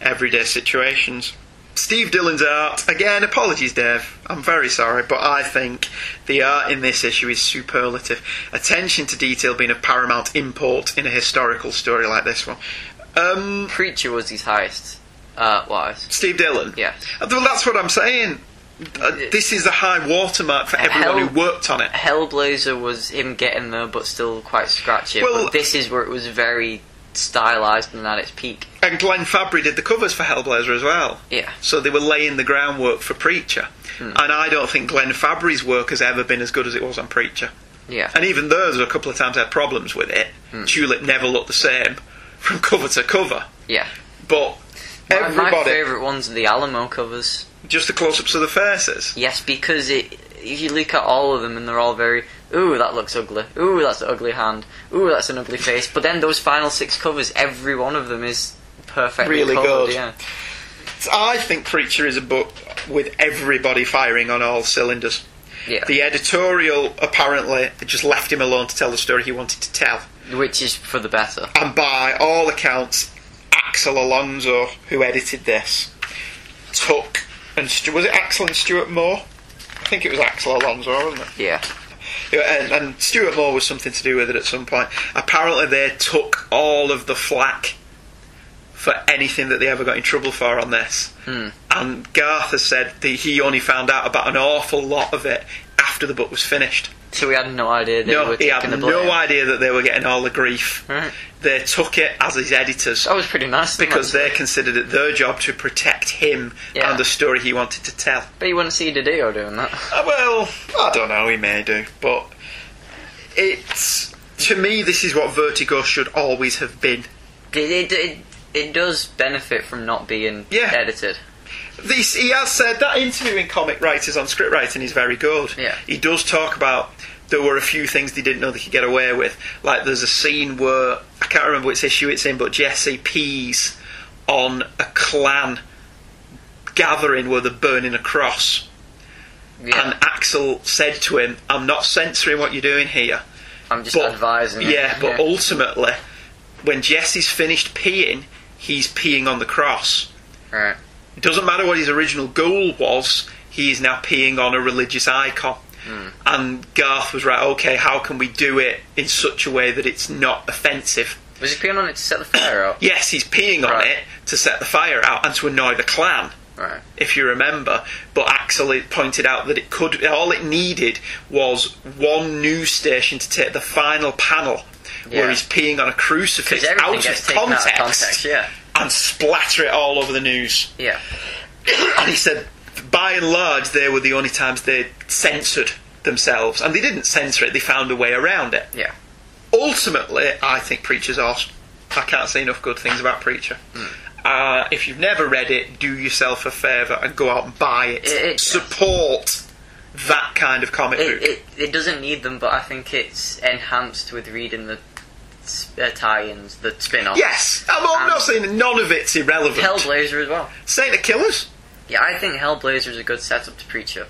S1: everyday situations. Steve Dillon's art, again, apologies, Dave. I'm very sorry, but I think the art in this issue is superlative. Attention to detail being of paramount import in a historical story like this one. Um,
S2: Preacher was his highest uh, wise.
S1: Steve Dillon. Uh,
S2: Yes.
S1: Well, that's what I'm saying. Uh, this is the high watermark for everyone
S2: Hell-
S1: who worked on it.
S2: Hellblazer was him getting there, but still quite scratchy.
S1: Well-
S2: but this is where it was very stylized and at its peak.
S1: And Glenn Fabry did the covers for Hellblazer as well.
S2: Yeah.
S1: So they were laying the groundwork for Preacher.
S2: Hmm.
S1: And I don't think Glenn Fabry's work has ever been as good as it was on Preacher.
S2: Yeah.
S1: And even though there were a couple of times I had problems with it,
S2: Hmm.
S1: Tulip never looked the same from cover to cover.
S2: Yeah.
S1: But
S2: My- My
S1: everybody,
S2: favourite ones are the Alamo covers.
S1: just the close ups of the faces.
S2: Yes, because it. If you look at all of them, and they're all very, ooh, that looks ugly. Ooh, that's an ugly hand. Ooh, that's an ugly face. But then those final six covers, every one of them is perfectly
S1: Really
S2: coloured,
S1: good.
S2: Yeah.
S1: I think Preacher is a book with everybody firing on all cylinders.
S2: Yeah.
S1: The editorial apparently just left him alone to tell the story he wanted to tell.
S2: Which is for the better.
S1: and by all accounts, Axel Alonso, who edited this, took and Stu- was it Axel and Stuart Moore? I think it was Axel Alonso, wasn't it?
S2: Yeah.
S1: Yeah, and, and Stuart Moore was something to do with it at some point. Apparently, they took all of the flack for anything that they ever got in trouble for on this.
S2: Hmm.
S1: And Garth has said that he only found out about an awful lot of it after the book was finished.
S2: So we had no idea they
S1: No,
S2: were
S1: he
S2: taking
S1: had
S2: the
S1: no
S2: blame.
S1: idea that they were getting all the grief.
S2: Right.
S1: They took it as his editors
S2: That was pretty nice. didn't
S1: because
S2: it?
S1: they considered it their job to protect him
S2: Yeah.
S1: and the story he wanted to tell.
S2: But you wouldn't see Didio doing that.
S1: Uh, well, I don't know, he may do, but it's to me this is what Vertigo should always have been.
S2: It, it, it, it does benefit from not being
S1: Yeah.
S2: edited.
S1: This he has said that interviewing comic writers on script writing is very good.
S2: Yeah.
S1: He does talk about there were a few things they didn't know they could get away with. Like there's a scene where I can't remember which issue it's in, but Jesse pees on a clan gathering where they're burning a cross.
S2: Yeah,
S1: And Axel said to him, I'm not censoring what you're doing here.
S2: I'm just
S1: but-
S2: advising. you.
S1: Yeah, but ultimately, when Jesse's finished peeing, he's peeing on the cross.
S2: right.
S1: It doesn't matter what his original goal was, he is now peeing on a religious icon.
S2: Hmm.
S1: And Garth was right, okay, how can we do it in such a way that it's not offensive?
S2: Was he peeing on it to set the fire up?
S1: Yes, he's peeing on
S2: Right.
S1: it to set the fire out and to annoy the clan.
S2: Right.
S1: if you remember. But Axel had pointed out that it could all it needed was one news station to take the final panel where
S2: Yeah.
S1: he's peeing on a crucifix
S2: Because everything
S1: out
S2: gets
S1: of,
S2: taken out of
S1: context
S2: context, yeah.
S1: and splatter it all over the news.
S2: Yeah.
S1: And he said, by and large, they were the only times they censored themselves, and they didn't censor it; they found a way around it.
S2: Yeah.
S1: Ultimately, I think Preacher's awesome. I can't say enough good things about Preacher.
S2: Hmm.
S1: Uh, if you've never read it, do yourself a favour and go out and buy it.
S2: It- it-
S1: Support that kind of comic
S2: It,
S1: book.
S2: it, it doesn't need them, but I think it's enhanced with reading the s- uh, tie-ins, the spin-offs.
S1: yes, I'm, I'm not
S2: Um,
S1: saying that none of it's irrelevant.
S2: Hellblazer as well.
S1: Saint of Killers,
S2: Yeah, I think Hellblazer is a good setup to Preacher.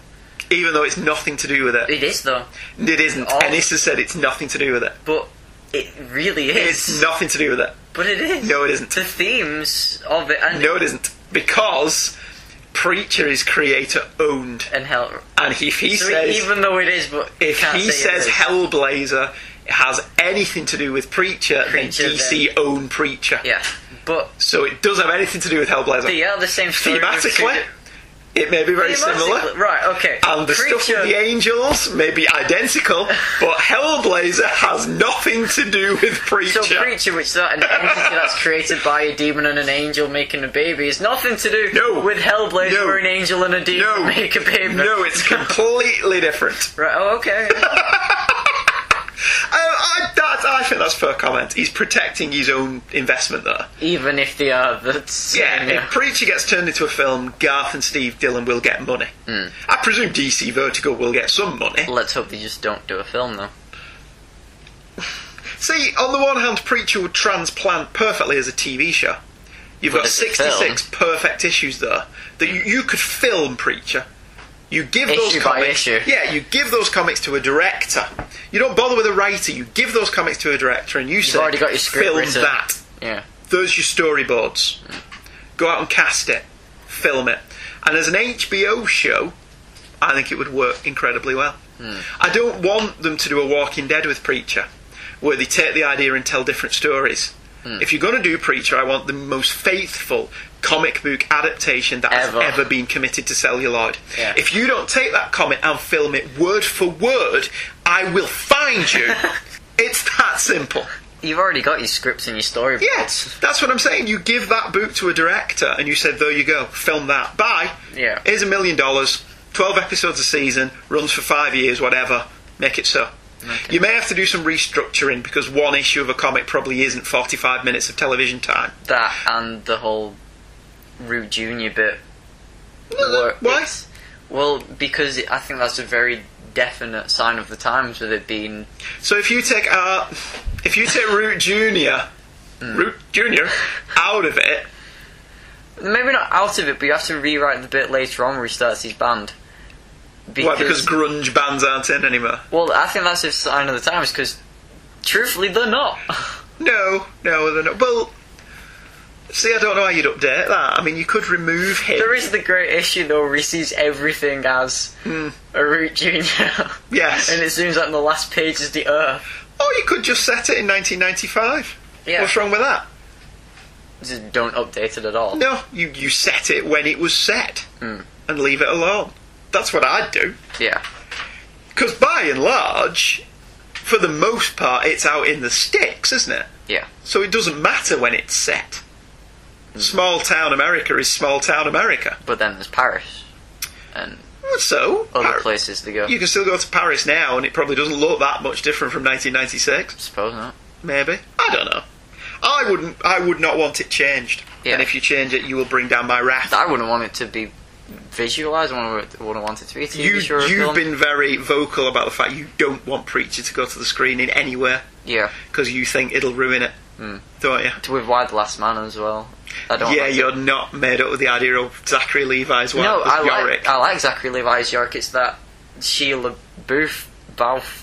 S1: even though it's nothing to do with it,
S2: It is though,
S1: it isn't.
S2: all-
S1: Ennis has said it's nothing to do with it.
S2: but it really is.
S1: It's nothing to do with it.
S2: But it is.
S1: No, it isn't.
S2: The themes of it and
S1: No, it isn't. Because Preacher is creator owned.
S2: and Hell.
S1: And if he
S2: so
S1: says
S2: even though it is, but you
S1: if
S2: can't
S1: he
S2: say it
S1: says
S2: is.
S1: Hellblazer has anything to do with Preacher,
S2: Preacher,
S1: then DC own Preacher.
S2: yeah, but
S1: So it does have anything to do with Hellblazer.
S2: they are the same story. with two
S1: Thematically,
S2: di-
S1: It may be very
S2: Theoretically-
S1: similar.
S2: Right, okay.
S1: And the
S2: Creature,
S1: stuff with the angels may be identical, but Hellblazer has nothing to do with Preacher.
S2: So creature, which is an entity that's created by a demon and an angel making a baby, is nothing to do
S1: No.
S2: with Hellblazer,
S1: No.
S2: where an angel and a demon
S1: no,
S2: make a baby.
S1: no, it's completely different.
S2: right. Oh, okay.
S1: I, I, that, I think that's fair comment. He's protecting his own investment there.
S2: Even if they are the
S1: Yeah,
S2: same,
S1: if Preacher gets turned into a film, Garth and Steve Dillon will get money.
S2: Hmm.
S1: I presume DC Vertigo will get some money.
S2: Let's hope they just don't do a film though.
S1: See, on the one hand, Preacher would transplant perfectly as a TV show. You've
S2: But
S1: got
S2: as a
S1: 66 perfect issues there that you, you could film Preacher. You give those
S2: Issue by
S1: comics,
S2: issue.
S1: yeah, you give those comics to a director. You don't bother with a writer. You give those comics to a director, and you say,
S2: already got your script
S1: "Film
S2: written."
S1: that."
S2: Yeah.
S1: There's your storyboards. Go out and cast it, film it, and as an HBO show, I think it would work incredibly well. I don't want them to do a Walking Dead with Preacher, where they take the idea and tell different stories.
S2: Hmm.
S1: If you're going to do Preacher, I want the most faithful comic book adaptation that
S2: Ever.
S1: has ever been committed to celluloid.
S2: Yeah.
S1: If you don't take that comic and film it word for word, I will find you. it's that simple.
S2: You've already got your scripts and your storyboards.
S1: Yes, that's what I'm saying. You give that book to a director and you said, there you go, film that. Bye.
S2: Yeah.
S1: Here's a million dollars, 12 episodes a season, runs for five years, whatever. Make it so. You may have to do some restructuring because one issue of a comic probably isn't 45 minutes of television time.
S2: That and the whole Rue Junior bit. were-
S1: why?
S2: it's- Well, because I think that's a very definite sign of the times with it being
S1: So if you take uh, if you take Root Junior,
S2: Hmm.
S1: Root Junior, out of it,
S2: Maybe not out of it, but you have to rewrite the bit later on where he starts his band. Because,
S1: why? Because grunge bands aren't in anymore.
S2: well, I think that's a sign of the times. Because truthfully, they're not.
S1: No, no, they're not. Well, see, I don't know how you'd update that. I mean, you could remove him.
S2: there is the great issue though, where he sees everything as
S1: Hmm.
S2: a root junior,
S1: Yes.
S2: and it seems like the last page is the Earth.
S1: Or you could just set it in 1995.
S2: Yeah,
S1: What's wrong with that?
S2: Just don't update it at all.
S1: No, you, you set it when it was set
S2: Mm.
S1: and leave it alone. That's what I'd do.
S2: Yeah,
S1: Because by and large, for the most part, it's out in the sticks, isn't it?
S2: yeah.
S1: So it doesn't matter when it's set.
S2: Hmm.
S1: Small town America is small town America.
S2: But then there's Paris and
S1: So,
S2: other
S1: Par-
S2: places to go.
S1: you can still go to Paris now and it probably doesn't look that much different from 1996.
S2: suppose not.
S1: maybe. I don't know. I wouldn't. I would not want it changed.
S2: Yeah.
S1: And if you change it, you will bring down my wrath.
S2: I wouldn't want it to be visualized. I wouldn't wouldn't want it to be a TV
S1: you,
S2: show or a
S1: you've
S2: film.
S1: been very vocal about the fact you don't want Preacher to go to the screen in anywhere
S2: yeah.
S1: because you think it'll ruin it,
S2: Mm.
S1: don't you?
S2: with Why the Last Man as well. I don't.
S1: Yeah,
S2: like
S1: you're not made up with the idea of Zachary Levi's
S2: it.
S1: wife
S2: No,
S1: as
S2: I
S1: Yorick.
S2: like I like Zachary Levi's York. It's that Sheila Booth Balf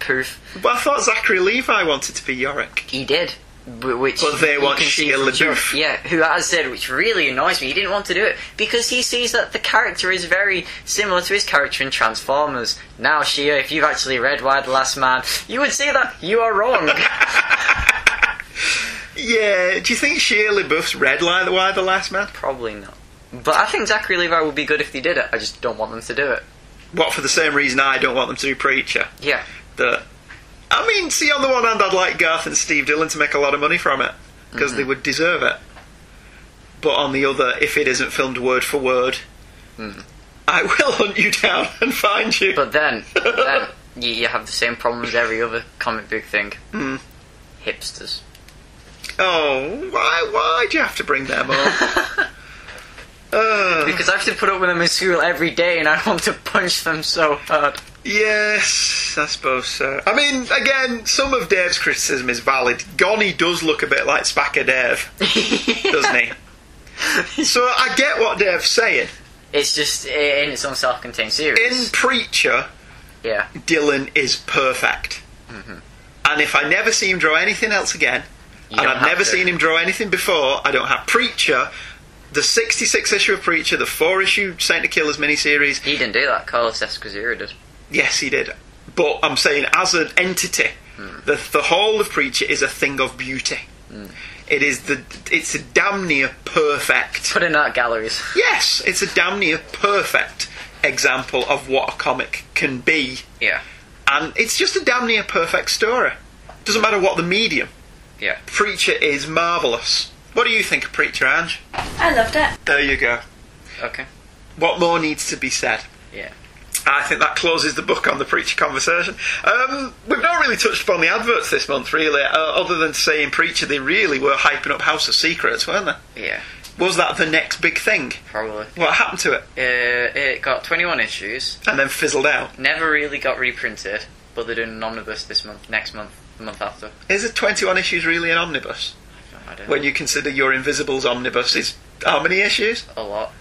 S2: Poof.
S1: But I thought Zachary Levi wanted to be Yorick.
S2: He did. wh- Which
S1: But they
S2: you
S1: want
S2: can see
S1: Shia
S2: from Jor-
S1: LaBeouf.
S2: Yeah, who I said, which really annoys me. He didn't want to do it because he sees that the character is very similar to his character in Transformers. Now, Shia, if you've actually read Why the Last Man, you would say that you are wrong.
S1: Yeah. Do you think Shia LaBeouf's red line why the last man?
S2: Probably not. But I think Zachary Levi would be good if they did it. I just don't want them to do it.
S1: What for the same reason I don't want them to do Preacher.
S2: Yeah.
S1: that I mean, see, on the one hand, I'd like Garth and Steve Dillon to make a lot of money from it because they would deserve it. But on the other, if it isn't filmed word for word, I will hunt you down and find you.
S2: But then, then you, you have the same problem as every other comic book thing. Hipsters.
S1: oh, why? Why do you have to bring them up? uh,
S2: Because I have to put up with them in school every day and I want to punch them so hard.
S1: yes, I suppose so. I mean, again, some of Dave's criticism is valid. Gonny does look a bit like Spacker Dave, doesn't he? So I get what Dave's saying.
S2: It's just i- in its own self contained
S1: In
S2: series.
S1: Preacher,
S2: yeah.
S1: Dylan is perfect. And if I never see him draw anything else again,
S2: Mm-hmm. You
S1: and
S2: don't
S1: I've
S2: have
S1: never
S2: to.
S1: seen him draw anything before, I don't have Preacher, the 66 issue of Preacher, the 4 issue Saint to Killers miniseries.
S2: He didn't do that, Carlos Escazura did.
S1: Yes, he did. But
S2: Hmm.
S1: I'm saying, as an entity, the, the whole of Preacher is a thing of beauty. It is the. It's a damn near perfect.
S2: Put in art galleries.
S1: Yes, it's a damn near perfect example of what a comic can be,
S2: Yeah,
S1: and it's just a damn near perfect story. Doesn't matter what the medium.
S2: yeah.
S1: Preacher is marvelous. What do you think of Preacher, Ange?
S3: I loved it.
S1: There you go.
S2: Okay.
S1: What more needs to be said?
S2: Yeah.
S1: I think that closes the book on the preacher conversation. Um, we've not really touched upon the adverts this month, really, uh, other than saying preacher. They really were hyping up House of Secrets, weren't they?
S2: Yeah.
S1: Was that the next big thing?
S2: Probably.
S1: What happened to it?
S2: Uh, it got 21 issues.
S1: And then fizzled out.
S2: Never really got reprinted, but they're doing an omnibus this month, next month, the month after.
S1: Is it 21 issues really an omnibus?
S2: I don't know.
S1: When you consider your Invisibles omnibus is how many issues?
S2: A lot.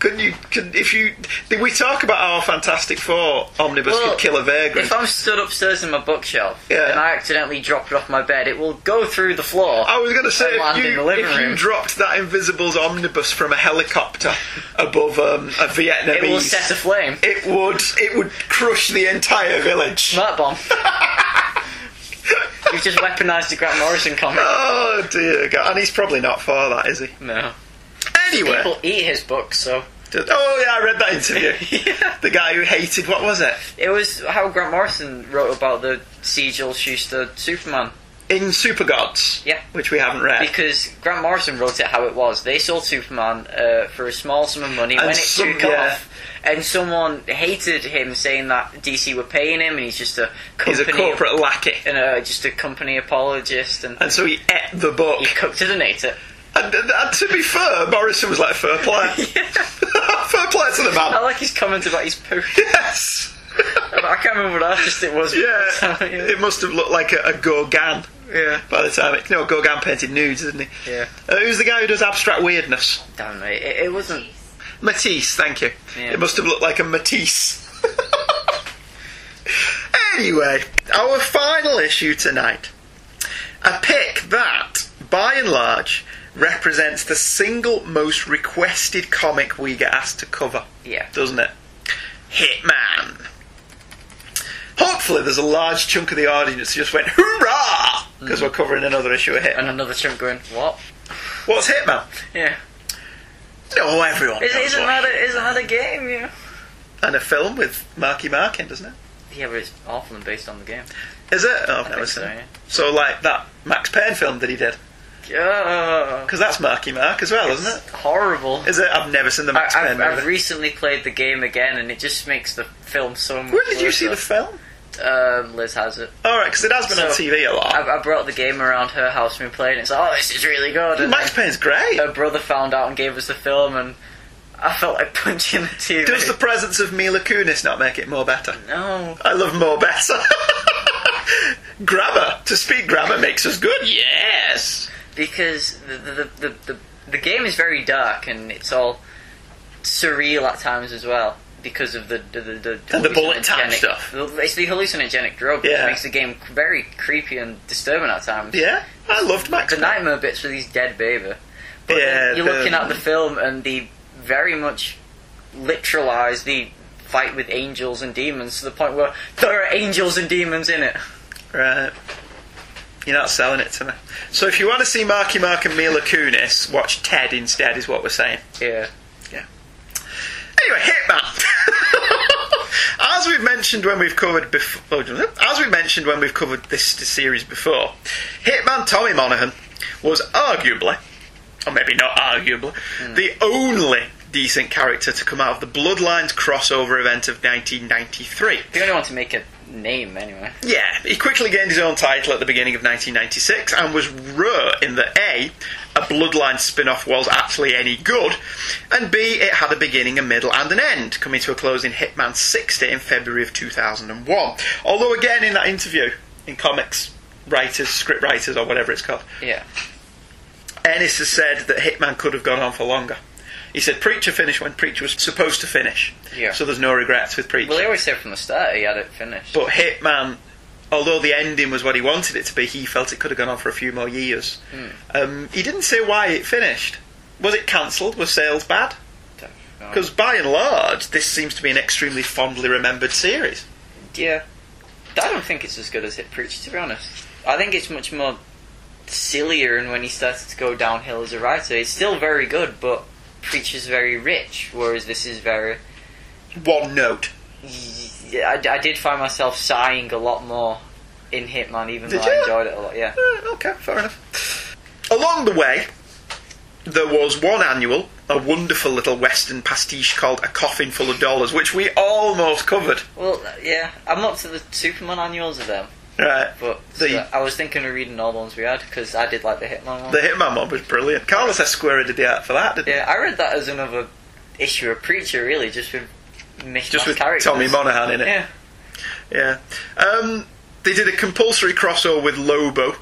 S1: Couldn't you? Could, if you, did we talk about how Fantastic Four omnibus
S2: Well,
S1: could kill a vagrant?
S2: If I'm stood upstairs in my bookshelf
S1: Yeah.
S2: and I accidentally drop it off my bed, it will go through the floor.
S1: I was going to say,
S2: and land
S1: if
S2: in the
S1: you,
S2: living
S1: if you
S2: room.
S1: dropped that Invisibles omnibus from a helicopter above um, a Vietnamese,
S2: it will set aflame.
S1: it would it would crush the entire village.
S2: Smart bomb. You've just weaponised the Grant Morrison comic.
S1: Oh dear God! And he's probably not for that, is he?
S2: No.
S1: Anyway,
S2: People eat his books, so.
S1: oh yeah, I read that interview.
S2: Yeah.
S1: The guy who hated what was it
S2: It was how Grant Morrison wrote about the Siegel Schuster Superman.
S1: in Super Gods?
S2: Yeah.
S1: which we haven't read.
S2: Because Grant Morrison wrote it how it was. They sold Superman uh, for a small sum of money
S1: And
S2: when it
S1: some-
S2: took
S1: yeah.
S2: off. And someone hated him saying that DC were paying him and he's just a
S1: he's
S2: company
S1: a corporate lackey,
S2: and uh, just a company apologist and
S1: and so he ate the book.
S2: he cooked it and ate it.
S1: And, and, and to be fair, Morrison was like fair play. fair play to the
S2: I
S1: man.
S2: like his comment about his poo.
S1: Yes.
S2: I can't remember what artist it was.
S1: Yeah,
S2: but-
S1: it must have looked like a, a Gauguin
S2: yeah.
S1: by the time it. No, Gauguin painted nudes, didn't he?
S2: Yeah.
S1: Uh, who's the guy who does abstract weirdness?
S2: Damn mate, it, it wasn't.
S1: Matisse, thank you.
S2: Yeah.
S1: It must have looked like a Matisse. anyway, our final issue tonight. A pick that, by and large, represents the single most requested comic we get asked to cover
S2: Yeah.
S1: doesn't it? Hitman. Hopefully, there's a large chunk of the audience who just went hoorah because we're covering another issue of
S2: And
S1: Hitman.
S2: another chunk going, what?
S1: What's Hitman?
S2: Yeah.
S1: No, everyone.
S2: Is,
S1: knows
S2: isn't,
S1: what-
S2: that a, isn't that a game, yeah?
S1: And a film with Marky Mark in, doesn't it?
S2: Yeah, but it's awful and based on the game.
S1: Is it? Oh, I've
S2: I
S1: never
S2: think
S1: seen.
S2: so,
S1: it. So, like that Max Payne film that he did,
S2: yeah.
S1: because that's Marky Mark as well, isn't
S2: Oh, horrible.
S1: it? Is it? I've never seen the
S2: I,
S1: Max Payne
S2: I've,
S1: movie.
S2: I've recently played the game again, and it just makes the film so much.
S1: Where did you see the
S2: worse.
S1: film?
S2: Uh, Liz has it.
S1: All right, because it has been on
S2: So-
S1: TV a lot.
S2: I, I brought the game around her house and we played. It's like, oh, this is really good. And
S1: Max
S2: then
S1: Payne's great.
S2: her brother found out and gave us the film, and I felt like punching the TV.
S1: Does the presence of Mila Kunis not make it more better?
S2: no?
S1: I love more better. grammar. To speak grammar makes us good. Yes.
S2: Because the the, the the the game is very dark and it's all surreal at times as well because of the the the, the,
S1: And the bullet time
S2: hallucinogenic-
S1: stuff.
S2: It's the hallucinogenic drug,
S1: Yeah.
S2: which makes the game very creepy and disturbing at times.
S1: Yeah. I loved Max.
S2: the nightmare bits with his dead baby. But
S1: Yeah,
S2: then you're
S1: the-
S2: looking at the film and they very much literalize the fight with angels and demons to the point where there are angels and demons in it.
S1: Right. You're not selling it to me. So if you want to see Marky Mark and Mila Kunis, watch Ted instead, is what we're saying.
S2: Yeah.
S1: Anyway, Hitman. as we've mentioned when we've covered before, as we mentioned when we've covered this series before, Hitman Tommy Monaghan was arguably, or maybe not arguably, the only decent character to come out of the Bloodlines crossover event of 1993.
S2: They only want to make a name anyway.
S1: Yeah, he quickly gained his own title at the beginning of 1996 and was rare in that A, a Bloodline spin off was actually any good, and B, it had a beginning, a middle, and an end, coming to a close in Hitman 60 in February of 2001. Although, again, in that interview, in comics writers, script writers, or whatever it's called,
S2: Yeah.
S1: Ennis has said that Hitman could have gone on for longer. He said Preacher finished when Preacher was supposed to finish,
S2: Yeah.
S1: so there's no regrets with Preacher.
S2: Well, they always said from the start he had it finished.
S1: But Hitman, although the ending was what he wanted it to be, he felt it could have gone on for a few more years. Um, he didn't say why it finished. Was it cancelled? Was sales bad?
S2: Oh.
S1: Because by and large, this seems to be an extremely fondly remembered series.
S2: yeah, I don't think it's as good as Hit Preacher to be honest. I think it's much more sillier and when he started to go downhill as a writer. It's still very good, but Preacher's very rich, whereas this is very.
S1: One note.
S2: I, I did find myself sighing a lot more in Hitman, even
S1: Did
S2: though I
S1: you?
S2: enjoyed it a lot. Yeah.
S1: Eh, okay, fair enough. Along the way, there was one annual, a wonderful little Western pastiche called A Coffin Full of Dollars, which we almost covered.
S2: Well, yeah, I'm up to the Superman annuals of them,
S1: Right.
S2: but
S1: The-
S2: so I was thinking of reading all the ones we had because I did like the Hitman one.
S1: The Hitman one was brilliant. Carlos Esquire did the art for that, didn't he?
S2: yeah, I read that as another issue of Preacher, really, just with
S1: Just
S2: mismatched
S1: with
S2: characters.
S1: Tommy Monaghan in it.
S2: Yeah,
S1: Yeah. Um, they did a compulsory crossover with Lobo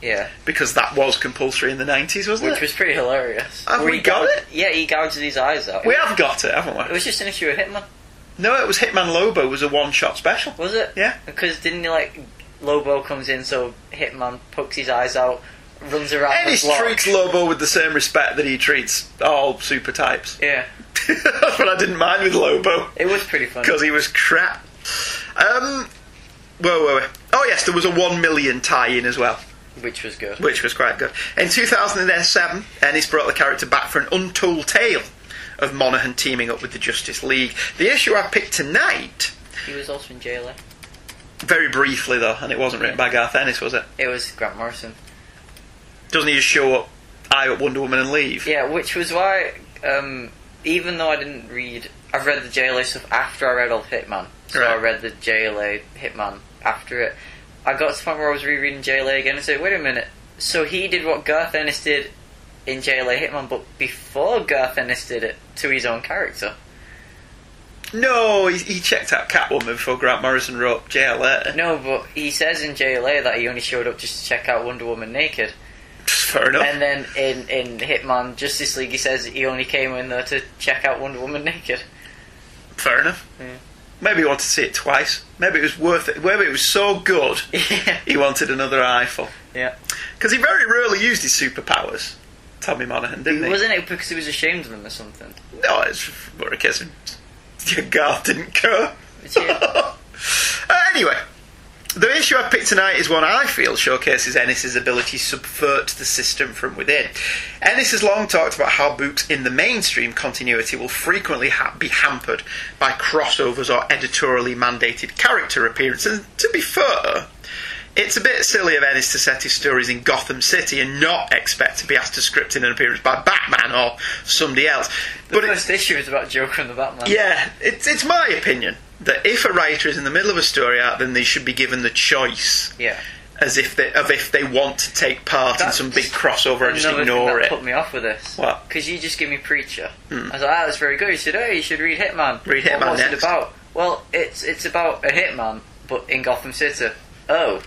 S2: yeah,
S1: because that was compulsory in the 90s, wasn't
S2: which
S1: it?
S2: was pretty hilarious.
S1: Have
S2: Where
S1: we
S2: he
S1: got
S2: gouged-
S1: it?
S2: Yeah, he gouges his eyes out.
S1: We have got it, haven't
S2: It
S1: we?
S2: was just an issue of Hitman,
S1: No, it was Hitman Lobo was a one-shot special.
S2: was it?
S1: Yeah.
S2: Because didn't he like Lobo comes in, so Hitman pokes his eyes out, runs around
S1: And
S2: the
S1: he
S2: block.
S1: treats Lobo with the same respect that he treats all super types.
S2: Yeah,
S1: That's what I didn't mind with Lobo
S2: it was pretty funny.
S1: because he was crap. Um, whoa, whoa, whoa. Oh yes, there was a one million tie-in as well,
S2: which was good.
S1: which was quite good. In 2007, Ennis brought the character back for an untold tale of Monaghan teaming up with the Justice League. The issue I picked tonight,
S2: He was also in jail. eh?
S1: very briefly though, and it wasn't written by Garth Ennis, was it?
S2: It was Grant Morrison.
S1: Doesn't he just show up, eye up Wonder Woman, and leave?
S2: Yeah, which was why, um, even though I didn't read, I've read the JLA stuff after I read all of Hitman. So I
S1: Right.
S2: read the JLA Hitman after it. I got to the point where I was rereading JLA again and said, wait a minute. So he did what Garth Ennis did in JLA Hitman, but before Garth Ennis did it to his own character.
S1: No, he, he checked out Catwoman before Grant Morrison wrote JLA.
S2: No, but he says in JLA that he only showed up just to check out Wonder Woman naked.
S1: Fair enough.
S2: And then in, in Hitman Justice League, he says he only came in there to check out Wonder Woman naked.
S1: Fair enough.
S2: Yeah.
S1: Maybe he wanted to see it twice. Maybe it was worth it. Maybe it was so good
S2: yeah.
S1: he wanted another eyeful.
S2: Yeah.
S1: Because he very rarely used his superpowers. Tommy Monaghan, didn't he?
S2: Wasn't it because he was ashamed of them or something?
S1: No, it's more a case of your Garth didn't care.
S2: It's you.
S1: uh, anyway, the issue I picked tonight is one I feel showcases Ennis's ability to subvert the system from within. Ennis has long talked about how books in the mainstream continuity will frequently ha- be hampered by crossovers or editorially mandated character appearances. And to be fair, it's a bit silly of Ennis to set his stories in Gotham City and not expect to be asked to script in an appearance by Batman or somebody else.
S2: The
S1: but it's
S2: first issue was about Joker and the Batman.
S1: yeah, it's it's my opinion that if a writer is in the middle of a story arc, then they should be given the choice
S2: Yeah.
S1: as if they of if they want to take part in
S2: That's
S1: some big crossover and just
S2: Another thing
S1: ignore
S2: that
S1: it.
S2: put me off with this.
S1: What? Hmm.
S2: Because you just give me Preacher. I was like, ah, that's very good. You said, hey, you should read Hitman.
S1: Read Hitman
S2: What was it
S1: next.
S2: about? Well, it's it's about a Hitman, but in Gotham City. Oh.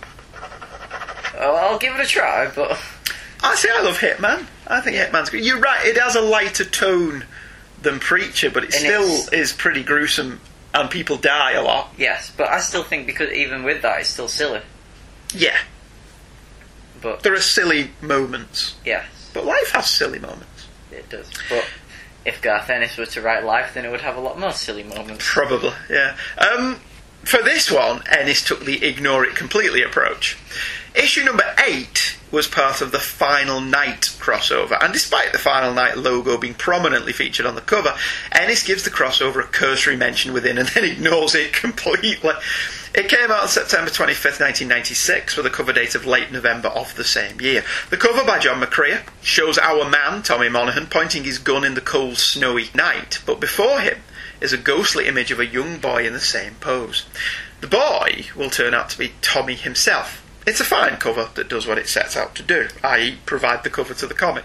S2: Oh, I'll give it a try, but
S1: I say I love Hitman. I think Hitman's good. You're right; it has a lighter tone than Preacher, but it
S2: And
S1: still
S2: it's-
S1: is pretty gruesome, and people die a lot.
S2: yes. But I still think because even with that, it's still silly.
S1: Yeah,
S2: But
S1: there are silly moments,
S2: yes,
S1: but life has silly moments.
S2: it does. But if Garth Ennis were to write Life, then it would have a lot more silly moments.
S1: Probably, yeah. Um, for this one, Ennis took the ignore it completely approach. Issue number eight was part of the Final Night crossover, and despite the Final Night logo being prominently featured on the cover, Ennis gives the crossover a cursory mention within and then ignores it completely. It came out on September 25th, 1996, with a cover date of late November of the same year. The cover by John McCrea shows our man, Tommy Monaghan, pointing his gun in the cold, snowy night, but before him, is a ghostly image of a young boy in the same pose. The boy will turn out to be Tommy himself. It's a fine cover that does what it sets out to do, i.e., provide the cover to the comic.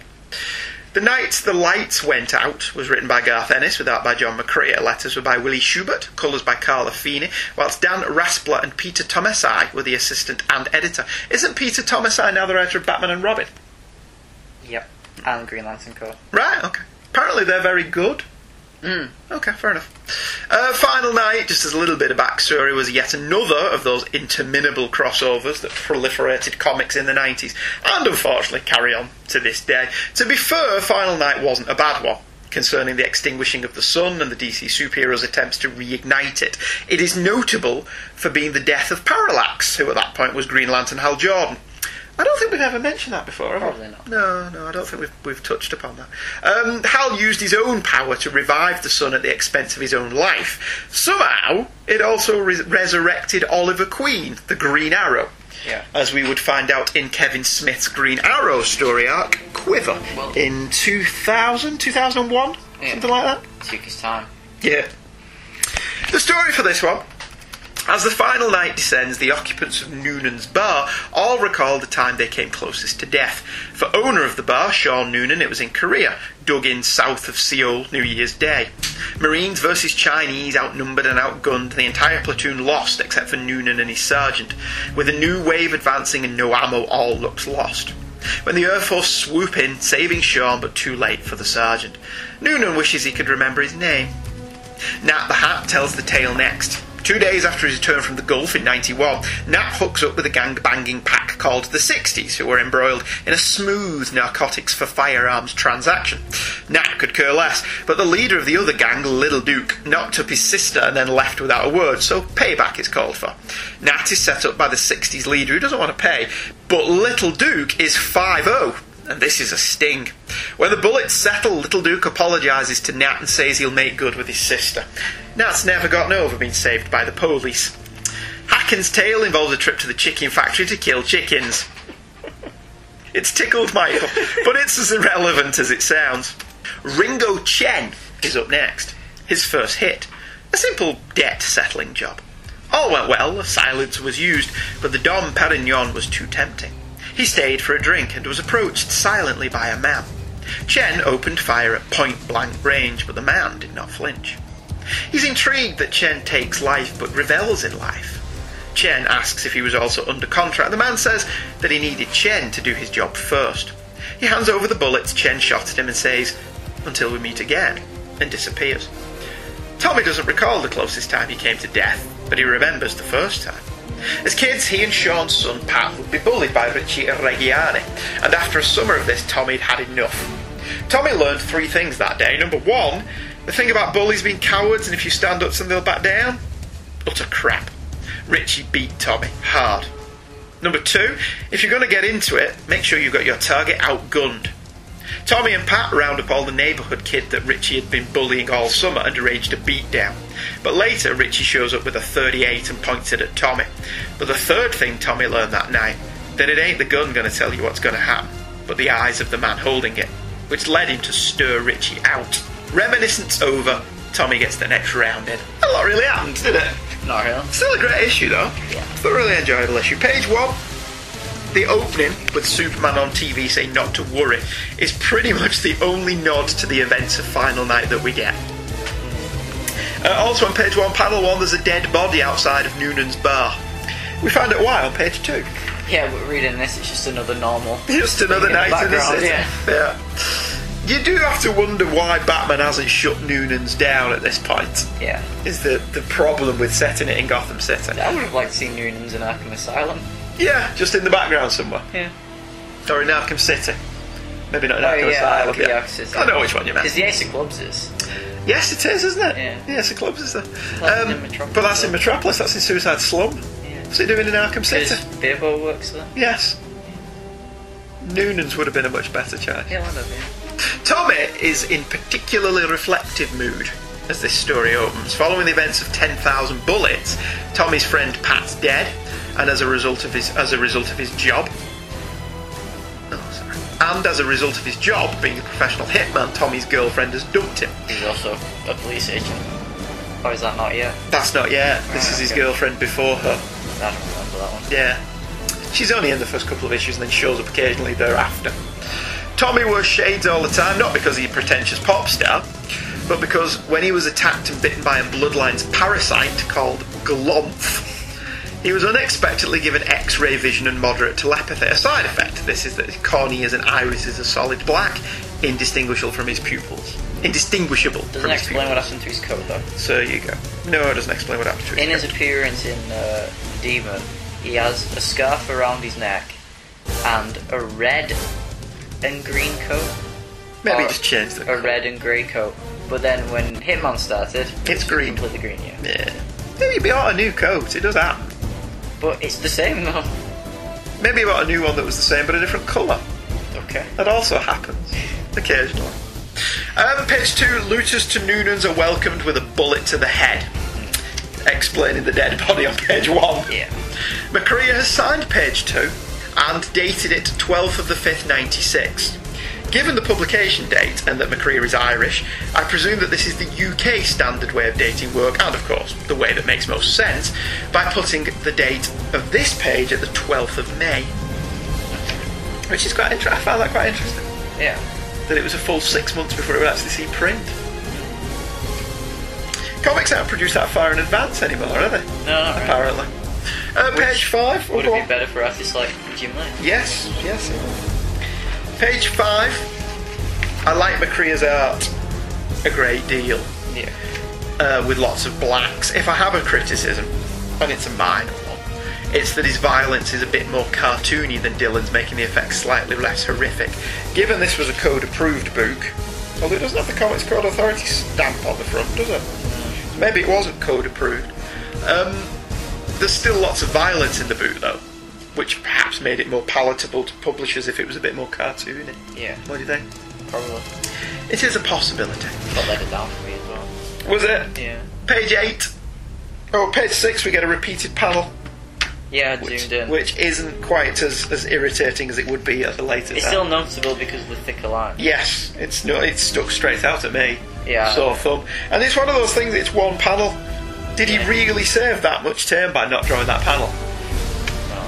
S1: The Night the Lights Went Out was written by Garth Ennis, with art by John McCrea. Letters were by Willie Schubert, colours by Carla Feeney, whilst Dan Raspler and Peter Tomasi were the assistant and editor. Isn't Peter Tomasi now the writer of Batman and Robin?
S2: Yep. And Green Lantern Corps.
S1: Right, okay. Apparently they're very good.
S2: Mm.
S1: Okay, fair enough. Uh, Final Night, just as a little bit of backstory, was yet another of those interminable crossovers that proliferated comics in the 90s, and unfortunately carry on to this day. To be fair, Final Night wasn't a bad one. Concerning the extinguishing of the sun and the DC superheroes' attempts to reignite it, it is notable for being the death of Parallax, who at that point was Green Lantern Hal Jordan. I don't think we've ever mentioned that before, have
S2: Probably
S1: we?
S2: not.
S1: No, no, I don't think we've, we've touched upon that. Um, Hal used his own power to revive the son at the expense of his own life. Somehow, it also res- resurrected Oliver Queen, the Green Arrow.
S2: Yeah.
S1: As we would find out in Kevin Smith's Green Arrow story arc, Quiver,
S2: Well-
S1: in 2000, 2001,
S2: Yeah.
S1: something like that.
S2: Took his time.
S1: Yeah. The story for this one. As the final night descends, the occupants of Noonan's bar all recall the time they came closest to death. For owner of the bar, Sean Noonan, it was in Korea, dug in south of Seoul, New Year's Day. Marines versus Chinese outnumbered and outgunned, the entire platoon lost except for Noonan and his sergeant. With a new wave advancing and no ammo, all looks lost. When the Air Force swoop in, saving Sean, but too late for the sergeant. Noonan wishes he could remember his name. Nat the Hat tells the tale next. Two days after his return from the Gulf in 91, Nat hooks up with a gang-banging pack called the 60s, who were embroiled in a smooth narcotics for firearms transaction. Nat could care less, but the leader of the other gang, Little Duke, knocked up his sister and then left without a word, so payback is called for. Nat is set up by the 60s leader who doesn't want to pay, but Little Duke is 5 and this is a sting. When the bullets settle, Little Duke apologises to Nat and says he'll make good with his sister. Nat's never gotten over being saved by the police. Hacken's tale involves a trip to the chicken factory to kill chickens. It's tickled Michael, but it's as irrelevant as it sounds. Ringo Chen is up next. His first hit. A simple debt settling job. All went well, a silence was used, but the Dom Perignon was too tempting. He stayed for a drink and was approached silently by a man. Chen opened fire at point blank range, but the man did not flinch. He's intrigued that Chen takes life but revels in life. Chen asks if he was also under contract. The man says that he needed Chen to do his job first. He hands over the bullets Chen shot at him and says, Until we meet again, and disappears. Tommy doesn't recall the closest time he came to death, but he remembers the first time. As kids, he and Sean's son Pat would be bullied by Richie Reggiani, and after a summer of this, Tommy'd had enough. Tommy learned three things that day. Number one, the thing about bullies being cowards and if you stand up to them, they'll back down. Utter crap. Richie beat Tommy hard. Number two, if you're going to get into it, make sure you've got your target outgunned. Tommy and Pat round up all the neighbourhood kid that Richie had been bullying all summer and arranged a beatdown. But later, Richie shows up with a 38 and points it at Tommy. But the third thing Tommy learned that night, that it ain't the gun going to tell you what's going to happen, but the eyes of the man holding it, which led him to stir Richie out. Reminiscence over, Tommy gets the next round in. A lot really happened, did it?
S2: Not really.
S1: Still a great issue though. Yeah. But really enjoyable issue. Page one. The opening with Superman on TV saying not to worry is pretty much the only nod to the events of Final Night that we get. Uh, also on page one, panel one, there's a dead body outside of Noonan's bar. We found out why on page two.
S2: Yeah, but reading this, it's just another normal.
S1: Just another
S2: In the
S1: night in the
S2: background,
S1: city.
S2: yeah.
S1: yeah. You do have to wonder why Batman hasn't shut Noonan's down at this point.
S2: Yeah.
S1: Is the, the problem with setting it in Gotham City?
S2: I would have liked to see Noonan's in Arkham Asylum.
S1: Yeah, just in the background somewhere.
S2: Yeah.
S1: Or in Arkham City. Maybe not in
S2: Oh,
S1: Arkham
S2: yeah,
S1: Asylum.
S2: okay, Arkham City.
S1: I know which one you meant.
S2: Because the Ace of Clubs is.
S1: Yes, it is, isn't it?
S2: Yeah.
S1: Yes, the clubs is there.
S2: That's in
S1: Um,
S2: Metropolis.
S1: but that's in Metropolis. That's in Suicide Slum.
S2: Yeah.
S1: What's he doing in Arkham City?
S2: Because Bilbo works there.
S1: Yes. Noonan's would have been a much better choice.
S2: Yeah, I don't know.
S1: Tommy is in particularly reflective mood as this story opens. Following the events of 10,000 Bullets, Tommy's friend Pat's dead, and as a result of his as a result of his job, oh, sorry. and as a result of his job being a professional hitman, Tommy's girlfriend has dumped him.
S2: He's also a police agent. Or is that not yet?
S1: That's not yet. This
S2: Right,
S1: is his
S2: okay.
S1: girlfriend before her.
S2: I don't remember that one.
S1: Yeah. She's only in the first couple of issues and then shows up occasionally thereafter. Tommy wears shades all the time, not because he's a pretentious pop star, but because when he was attacked and bitten by a bloodline's parasite called Glomph, he was unexpectedly given X ray vision and moderate telepathy. A side effect this is that his corneas and irises are solid black, indistinguishable from his pupils. Indistinguishable
S2: Doesn't
S1: from his
S2: explain
S1: pupils.
S2: what happened to his coat though.
S1: So you go. No, it doesn't explain what happened to him.
S2: In his appearance in uh, Demon, he has a scarf around his neck and a red and green coat.
S1: Maybe
S2: or
S1: he just changed the
S2: A red and grey coat. But then when Hitman started, it
S1: It's
S2: was
S1: green.
S2: Completely green, yeah.
S1: Yeah. Maybe you'd be out a new coat. It does happen.
S2: But it's the same though.
S1: Maybe about a new one that was the same but a different colour.
S2: Okay.
S1: That also happens occasionally. Um, page two looters to Noonans are welcomed with a bullet to the head. Explaining the dead body on page one.
S2: Yeah.
S1: Macaria has signed page two and dated it 12th of the 5th, 96. Given the publication date and that Macaria is Irish, I presume that this is the UK standard way of dating work, and of course, the way that makes most sense, by putting the date of this page at the 12th of May. Which is quite interesting. I found that quite interesting.
S2: Yeah.
S1: That it was a full six months before it would actually see print. Comics aren't produced that far in advance anymore, are they?
S2: No, not really.
S1: apparently. Uh, page five.
S2: Would
S1: oh,
S2: it
S1: go
S2: be
S1: on.
S2: better for artists like Jim Lee?
S1: Yes, yes. it would. Page five. I like Macria's art a great deal,
S2: Yeah.
S1: uh, with lots of blacks. If I have a criticism, and it's a minor one, it's that his violence is a bit more cartoony than Dylan's, making the effects slightly less horrific. Given this was a code-approved book, although it doesn't have the Comics Code Authority stamp on the front, does it? Maybe it wasn't code-approved. Um, there's still lots of violence in the book, though, which perhaps made it more palatable to publishers if it was a bit more cartoony.
S2: Yeah.
S1: What do you think?
S2: Probably.
S1: It is a possibility.
S2: Got let it down for me as well.
S1: Was it?
S2: Yeah.
S1: Page 8. Oh, page 6, we get a repeated panel,
S2: Yeah, I
S1: which,
S2: zoomed in.
S1: which isn't quite as, as irritating as it would be at a later
S2: it's
S1: time.
S2: still noticeable because of the thicker line.
S1: Yes, it's no, it stuck straight out at me.
S2: Yeah.
S1: Sore thumb. And it's one of those things, it's one panel. Did
S2: Yeah.
S1: he really save that much term by not drawing that panel?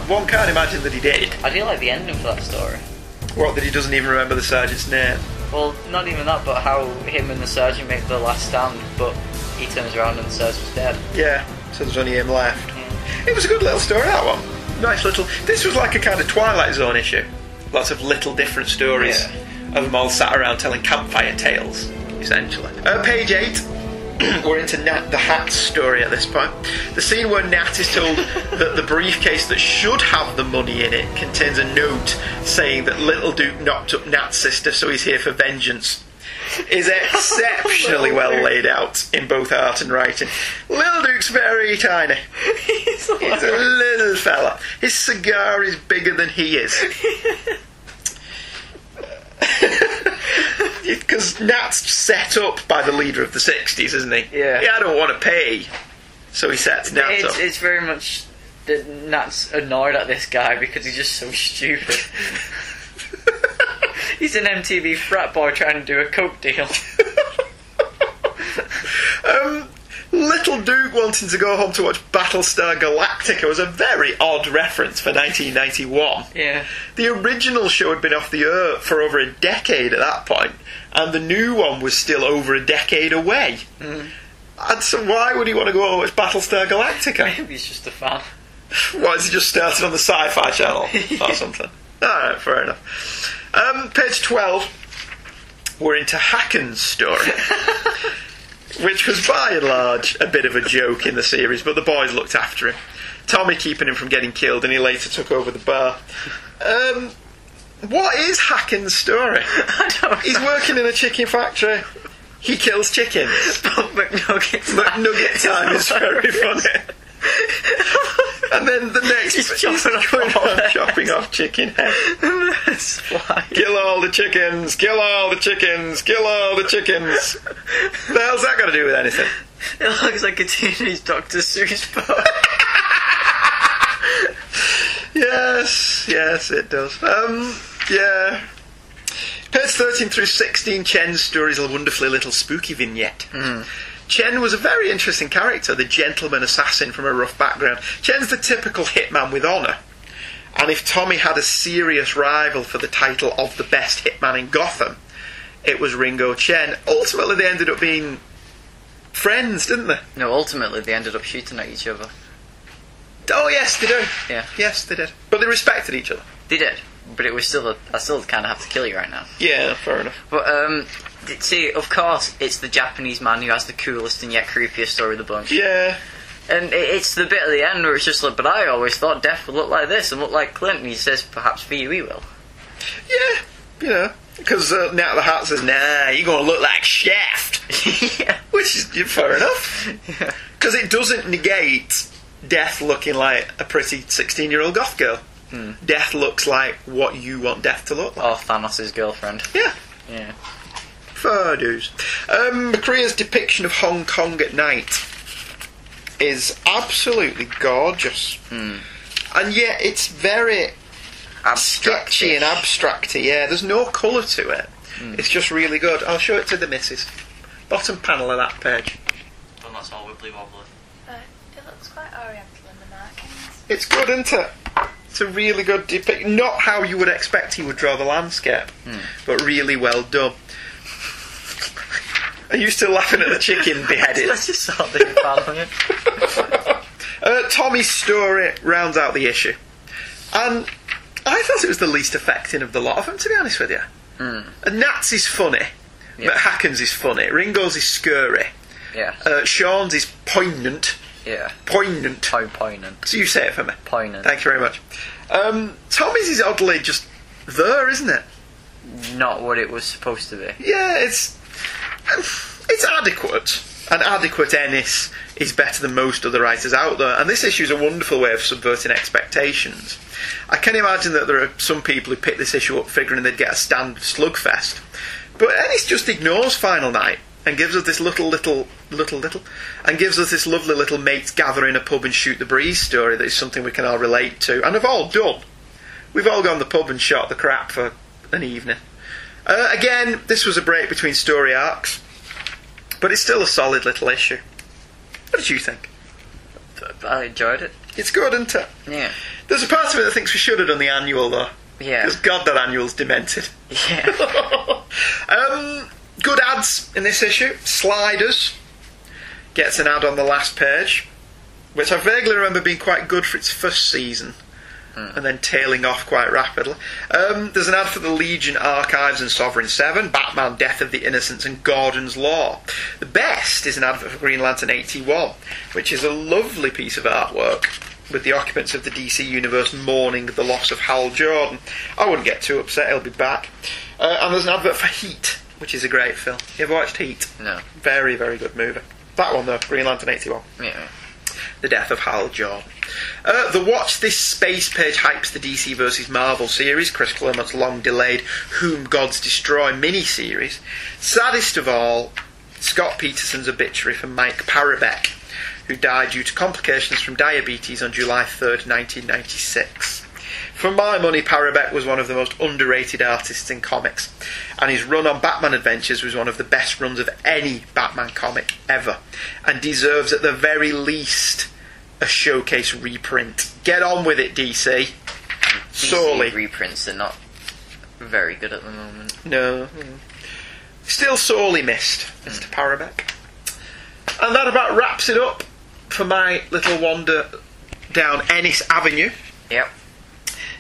S1: One can't imagine that he did.
S2: I do like the ending for that story.
S1: What, that he doesn't even remember the sergeant's name?
S2: Well, not even that, but how him and the surgeon make the last stand, but he turns around and the surgeon's dead.
S1: Yeah, so there's only him left.
S2: Yeah.
S1: It was a good little story, that one. Nice little. This was like a kind of Twilight Zone issue. Lots of little different stories of them all sat around telling campfire tales, essentially. Uh, page eight. We're into Nat the Hat's story at this point. The scene where Nat is told that the briefcase that should have the money in it contains a note saying that Little Duke knocked up Nat's sister, so he's here for vengeance is exceptionally well laid out in both art and writing. Little Duke's very tiny. He's a little fella. His cigar is bigger than he is. Because Nat's set up by the leader of the 60s, isn't he?
S2: Yeah.
S1: I don't want to pay. So he sets Nat up.
S2: It's, it's very much that Nat's annoyed at this guy because he's just so stupid. he's an MTV frat boy trying to do a coke deal.
S1: Um, Little Duke wanting to go home to watch Battlestar Galactica was a very odd reference for 1991.
S2: Yeah.
S1: The original show had been off the air for over a decade at that point, and the new one was still over a decade away. And so, why would he want to go and watch Battlestar Galactica?
S2: Maybe he's just a fan.
S1: why is he just started on the Sci Fi Channel or something? Alright, fair enough. Um, page 12, we're into Hacken's story. Which was by and large a bit of a joke in the series, but the boys looked after him. Tommy keeping him from getting killed, and he later took over the bar. Um, what is Hacken's story?
S2: I don't
S1: He's working in a chicken factory. He kills chickens.
S2: McNuggets.
S1: McNugget time is very funny. And then the next he's
S2: He's chopping off
S1: going
S2: all
S1: off
S2: their
S1: chopping off chicken heads.
S2: That's why.
S1: Kill all the chickens, kill all the chickens, kill all the chickens. What the hell's that got to do with anything?
S2: It looks like a teenage Dr. Seuss book.
S1: Yes, yes, it does. Um, yeah. Page 13 through 16, Chen's story is a wonderfully little spooky vignette. Chen was a very interesting character, the gentleman assassin from a rough background. Chen's the typical hitman with honour. And if Tommy had a serious rival for the title of the best hitman in Gotham, it was Ringo Chen. Ultimately, they ended up being friends, didn't they?
S2: no, ultimately they ended up shooting at each other.
S1: Oh, yes, they do.
S2: Yeah.
S1: Yes, they did. But they respected each other.
S2: They did, but it was still a. I still kind of have to kill you right now.
S1: Yeah, fair enough.
S2: But um, d- see, of course, it's the Japanese man who has the coolest and yet creepiest story of the bunch.
S1: Yeah.
S2: And i- it's the bit at the end where it's just like, but I always thought Death would look like this and look like Clint, and he says, perhaps for you he will.
S1: Yeah, you know, because uh, Nat the Hat says, "Nah, you're gonna look like Shaft,"
S2: yeah.
S1: which is yeah, fair enough, because it doesn't negate Death looking like a pretty sixteen-year-old goth girl. death looks like what you want death to look like.
S2: Or Thanos' girlfriend.
S1: Yeah.
S2: Yeah.
S1: Furdos. Um, Korea's depiction of Hong Kong at night is absolutely gorgeous. And yet it's very sketchy and abstract. Yeah, there's no colour to it. It's just really good. I'll show it to the missus. Bottom panel of that page.
S2: Well, that's all wibbly wobbly.
S3: But it looks quite oriental in the markings.
S1: It's good, isn't it? It's a really good depict. Not how you would expect he would draw the landscape, but really well done. Are you still laughing at the chicken beheaded?
S2: just something family.
S1: Uh, Tommy's story rounds out the issue. And I thought it was the least affecting of the lot of them, to be honest with you. And Nats is funny.
S2: Yeah.
S1: But Hackens is funny. Ringo's is scurry.
S2: Yeah.
S1: Uh, Sean's is poignant.
S2: yeah.
S1: Poignant.
S2: Po poignant.
S1: So you say it for me.
S2: Poignant.
S1: Thank you very much. Um, Tommy's is oddly just there, isn't it?
S2: Not what it was supposed to be.
S1: Yeah, it's it's adequate. An adequate Ennis is better than most other writers out there, and this issue is a wonderful way of subverting expectations. I can imagine that there are some people who pick this issue up figuring they'd get a standard slugfest, but Ennis just ignores Final Night and gives us this little, little, little, little, and gives us this lovely little mates gather in a pub and shoot the breeze story that is something we can all relate to and have all done. We've all gone to the pub and shot the crap for an evening. Uh, again, this was a break between story arcs, but it's still a solid little issue. What did you think?
S2: But I enjoyed it.
S1: It's good, isn't it?
S2: Yeah.
S1: There's a part of it that thinks we should have done the annual, though.
S2: Yeah.
S1: Because God, that annual's demented.
S2: Yeah.
S1: um, good ads in this issue. Sliders gets an ad on the last page, which I vaguely remember being quite good for its first season, and then tailing off quite rapidly. Um, there's an ad for the Legion Archives and Sovereign Seven, Batman: Death of the Innocents, and Gordon's Law. The best is an advert for Green Lantern 81, which is a lovely piece of artwork. With the occupants of the DC Universe mourning the loss of Hal Jordan. I wouldn't get too upset, he'll be back. Uh, and there's an advert for Heat, which is a great film. You ever watched Heat?
S2: No.
S1: Very, very good movie. That one, though, Green Lantern 81.
S2: Yeah.
S1: The Death of Hal Jordan. Uh, the Watch This Space page hypes the DC versus Marvel series, Chris Claremont long delayed Whom Gods Destroy miniseries. Saddest of all, Scott Peterson's obituary for Mike Parabek, who died due to complications from diabetes on July 3rd, 1996. For my money, Parabek was one of the most underrated artists in comics, and his run on Batman Adventures was one of the best runs of any Batman comic ever, and deserves at the very least a showcase reprint. Get on with it, DC.
S2: DC
S1: Sorely.
S2: reprints are not very good at the moment.
S1: No. Still sorely missed, Mr. Parabek. And that about wraps it up for my little wander down Ennis Avenue.
S2: Yep.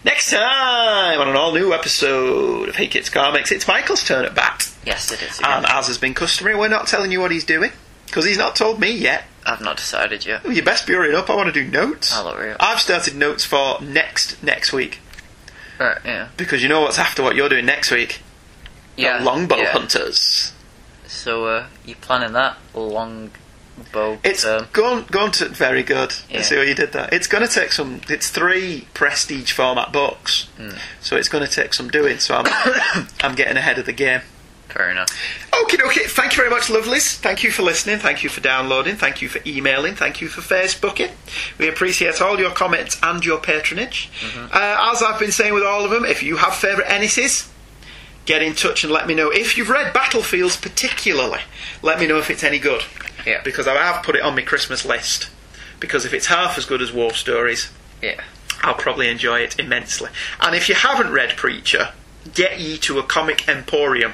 S1: Next time on an all new episode of Hey Kids Comics, it's Michael's turn at bat.
S2: Yes, it is. Again.
S1: And as has been customary, we're not telling you what he's doing because he's not told me yet.
S2: I've not decided yet.
S1: You best be hurrying up. I want to do notes.
S2: I'll hurry up.
S1: I've started notes for next next week
S2: Right. Yeah.
S1: because you know what's after what you're doing next week.
S2: Yeah.
S1: The longbow
S2: yeah.
S1: hunters.
S2: So uh, you planning that long bow?
S1: It's
S2: term?
S1: gone gone to very good.
S2: Yeah.
S1: I see what you did there. It's going to take some. It's three prestige format books,
S2: Hmm.
S1: so it's going to take some doing. So I'm I'm getting ahead of the game.
S2: fair enough.
S1: Okay, okay. Thank you very much, lovelies. Thank you for listening. Thank you for downloading. Thank you for emailing. Thank you for Facebooking. We appreciate all your comments and your patronage. Uh, as I've been saying with all of them, if you have favourite Ennises, get in touch and let me know. If you've read Battlefields particularly, let me know if it's any good.
S2: Yeah.
S1: Because I have put it on my Christmas list. Because if it's half as good as War Stories,
S2: Yeah.
S1: I'll probably enjoy it immensely. And if you haven't read Preacher, get ye to a comic emporium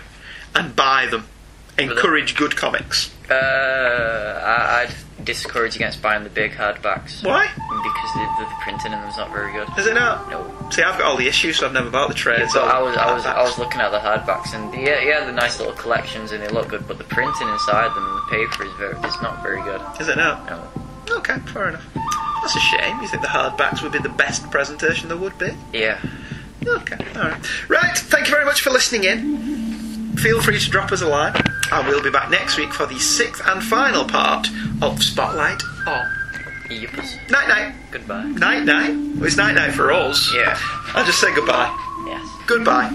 S1: and buy them. Encourage good comics.
S2: Uh, I, I'd discourage against buying the big hardbacks
S1: Why?
S2: because the, the, the printing in them's not very good.
S1: Is it not?
S2: No.
S1: See, I've got all the issues, so I've never bought the trades.
S2: So
S1: or
S2: I was, I was, I
S1: hardbacks.
S2: was looking at the hardbacks, and the, yeah, yeah, the nice little collections, and they look good. But the printing inside them, and the paper is very, it's not very good.
S1: Is it not?
S2: No.
S1: Okay, fair enough. That's a shame. You think the hardbacks would be the best presentation there would be?
S2: Yeah.
S1: Okay, alright. Right, thank you very much for listening in. Feel free to drop us a line, and we'll be back next week for the sixth and final part of Spotlight on.
S2: Yep.
S8: Night night.
S2: Goodbye.
S8: Night night. Well, it's night night for us.
S2: Yeah.
S8: I'll just say goodbye.
S2: Yes.
S8: Goodbye.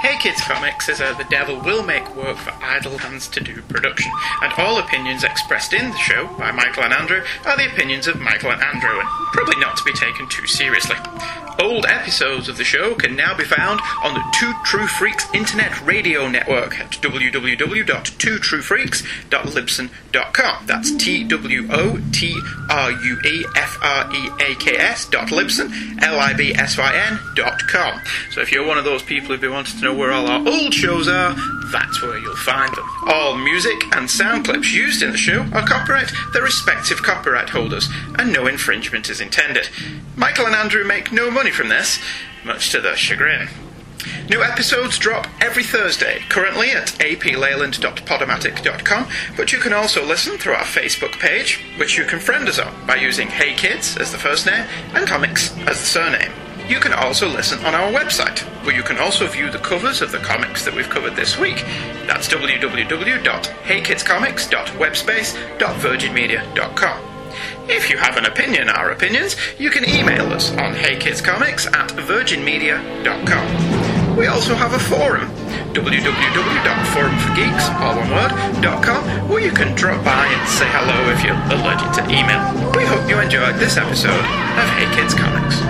S1: Hey Kids Comics is a The Devil Will Make Work for Idle Hands to Do production, and all opinions expressed in the show by Michael and Andrew are the opinions of Michael and Andrew, and probably not to be taken too seriously. Old episodes of the show can now be found on the Two True Freaks Internet Radio Network at www.twotruefreaks.libsen.com. That's T W O T R U E F R E A K S dot Libsyn, L I B S Y N dot com. So if you're one of those people who've been wanting to know where all our old shows are, that's where you'll find them. All music and sound clips used in the show are copyright their respective copyright holders, and no infringement is intended. Michael and Andrew make no money from this, much to their chagrin. New episodes drop every Thursday, currently at aplayland.podomatic.com, but you can also listen through our Facebook page, which you can friend us on by using Hey Kids as the first name and Comics as the surname. You can also listen on our website, where you can also view the covers of the comics that we've covered this week. That's www.heykidscomics.webspace.virginmedia.com. If you have an opinion, our opinions, you can email us on heykidscomics at virginmedia.com. We also have a forum, www.forumforgeeks, all one word, dot com, where you can drop by and say hello if you're allergic to email. We hope you enjoyed this episode of Hey Kids Comics.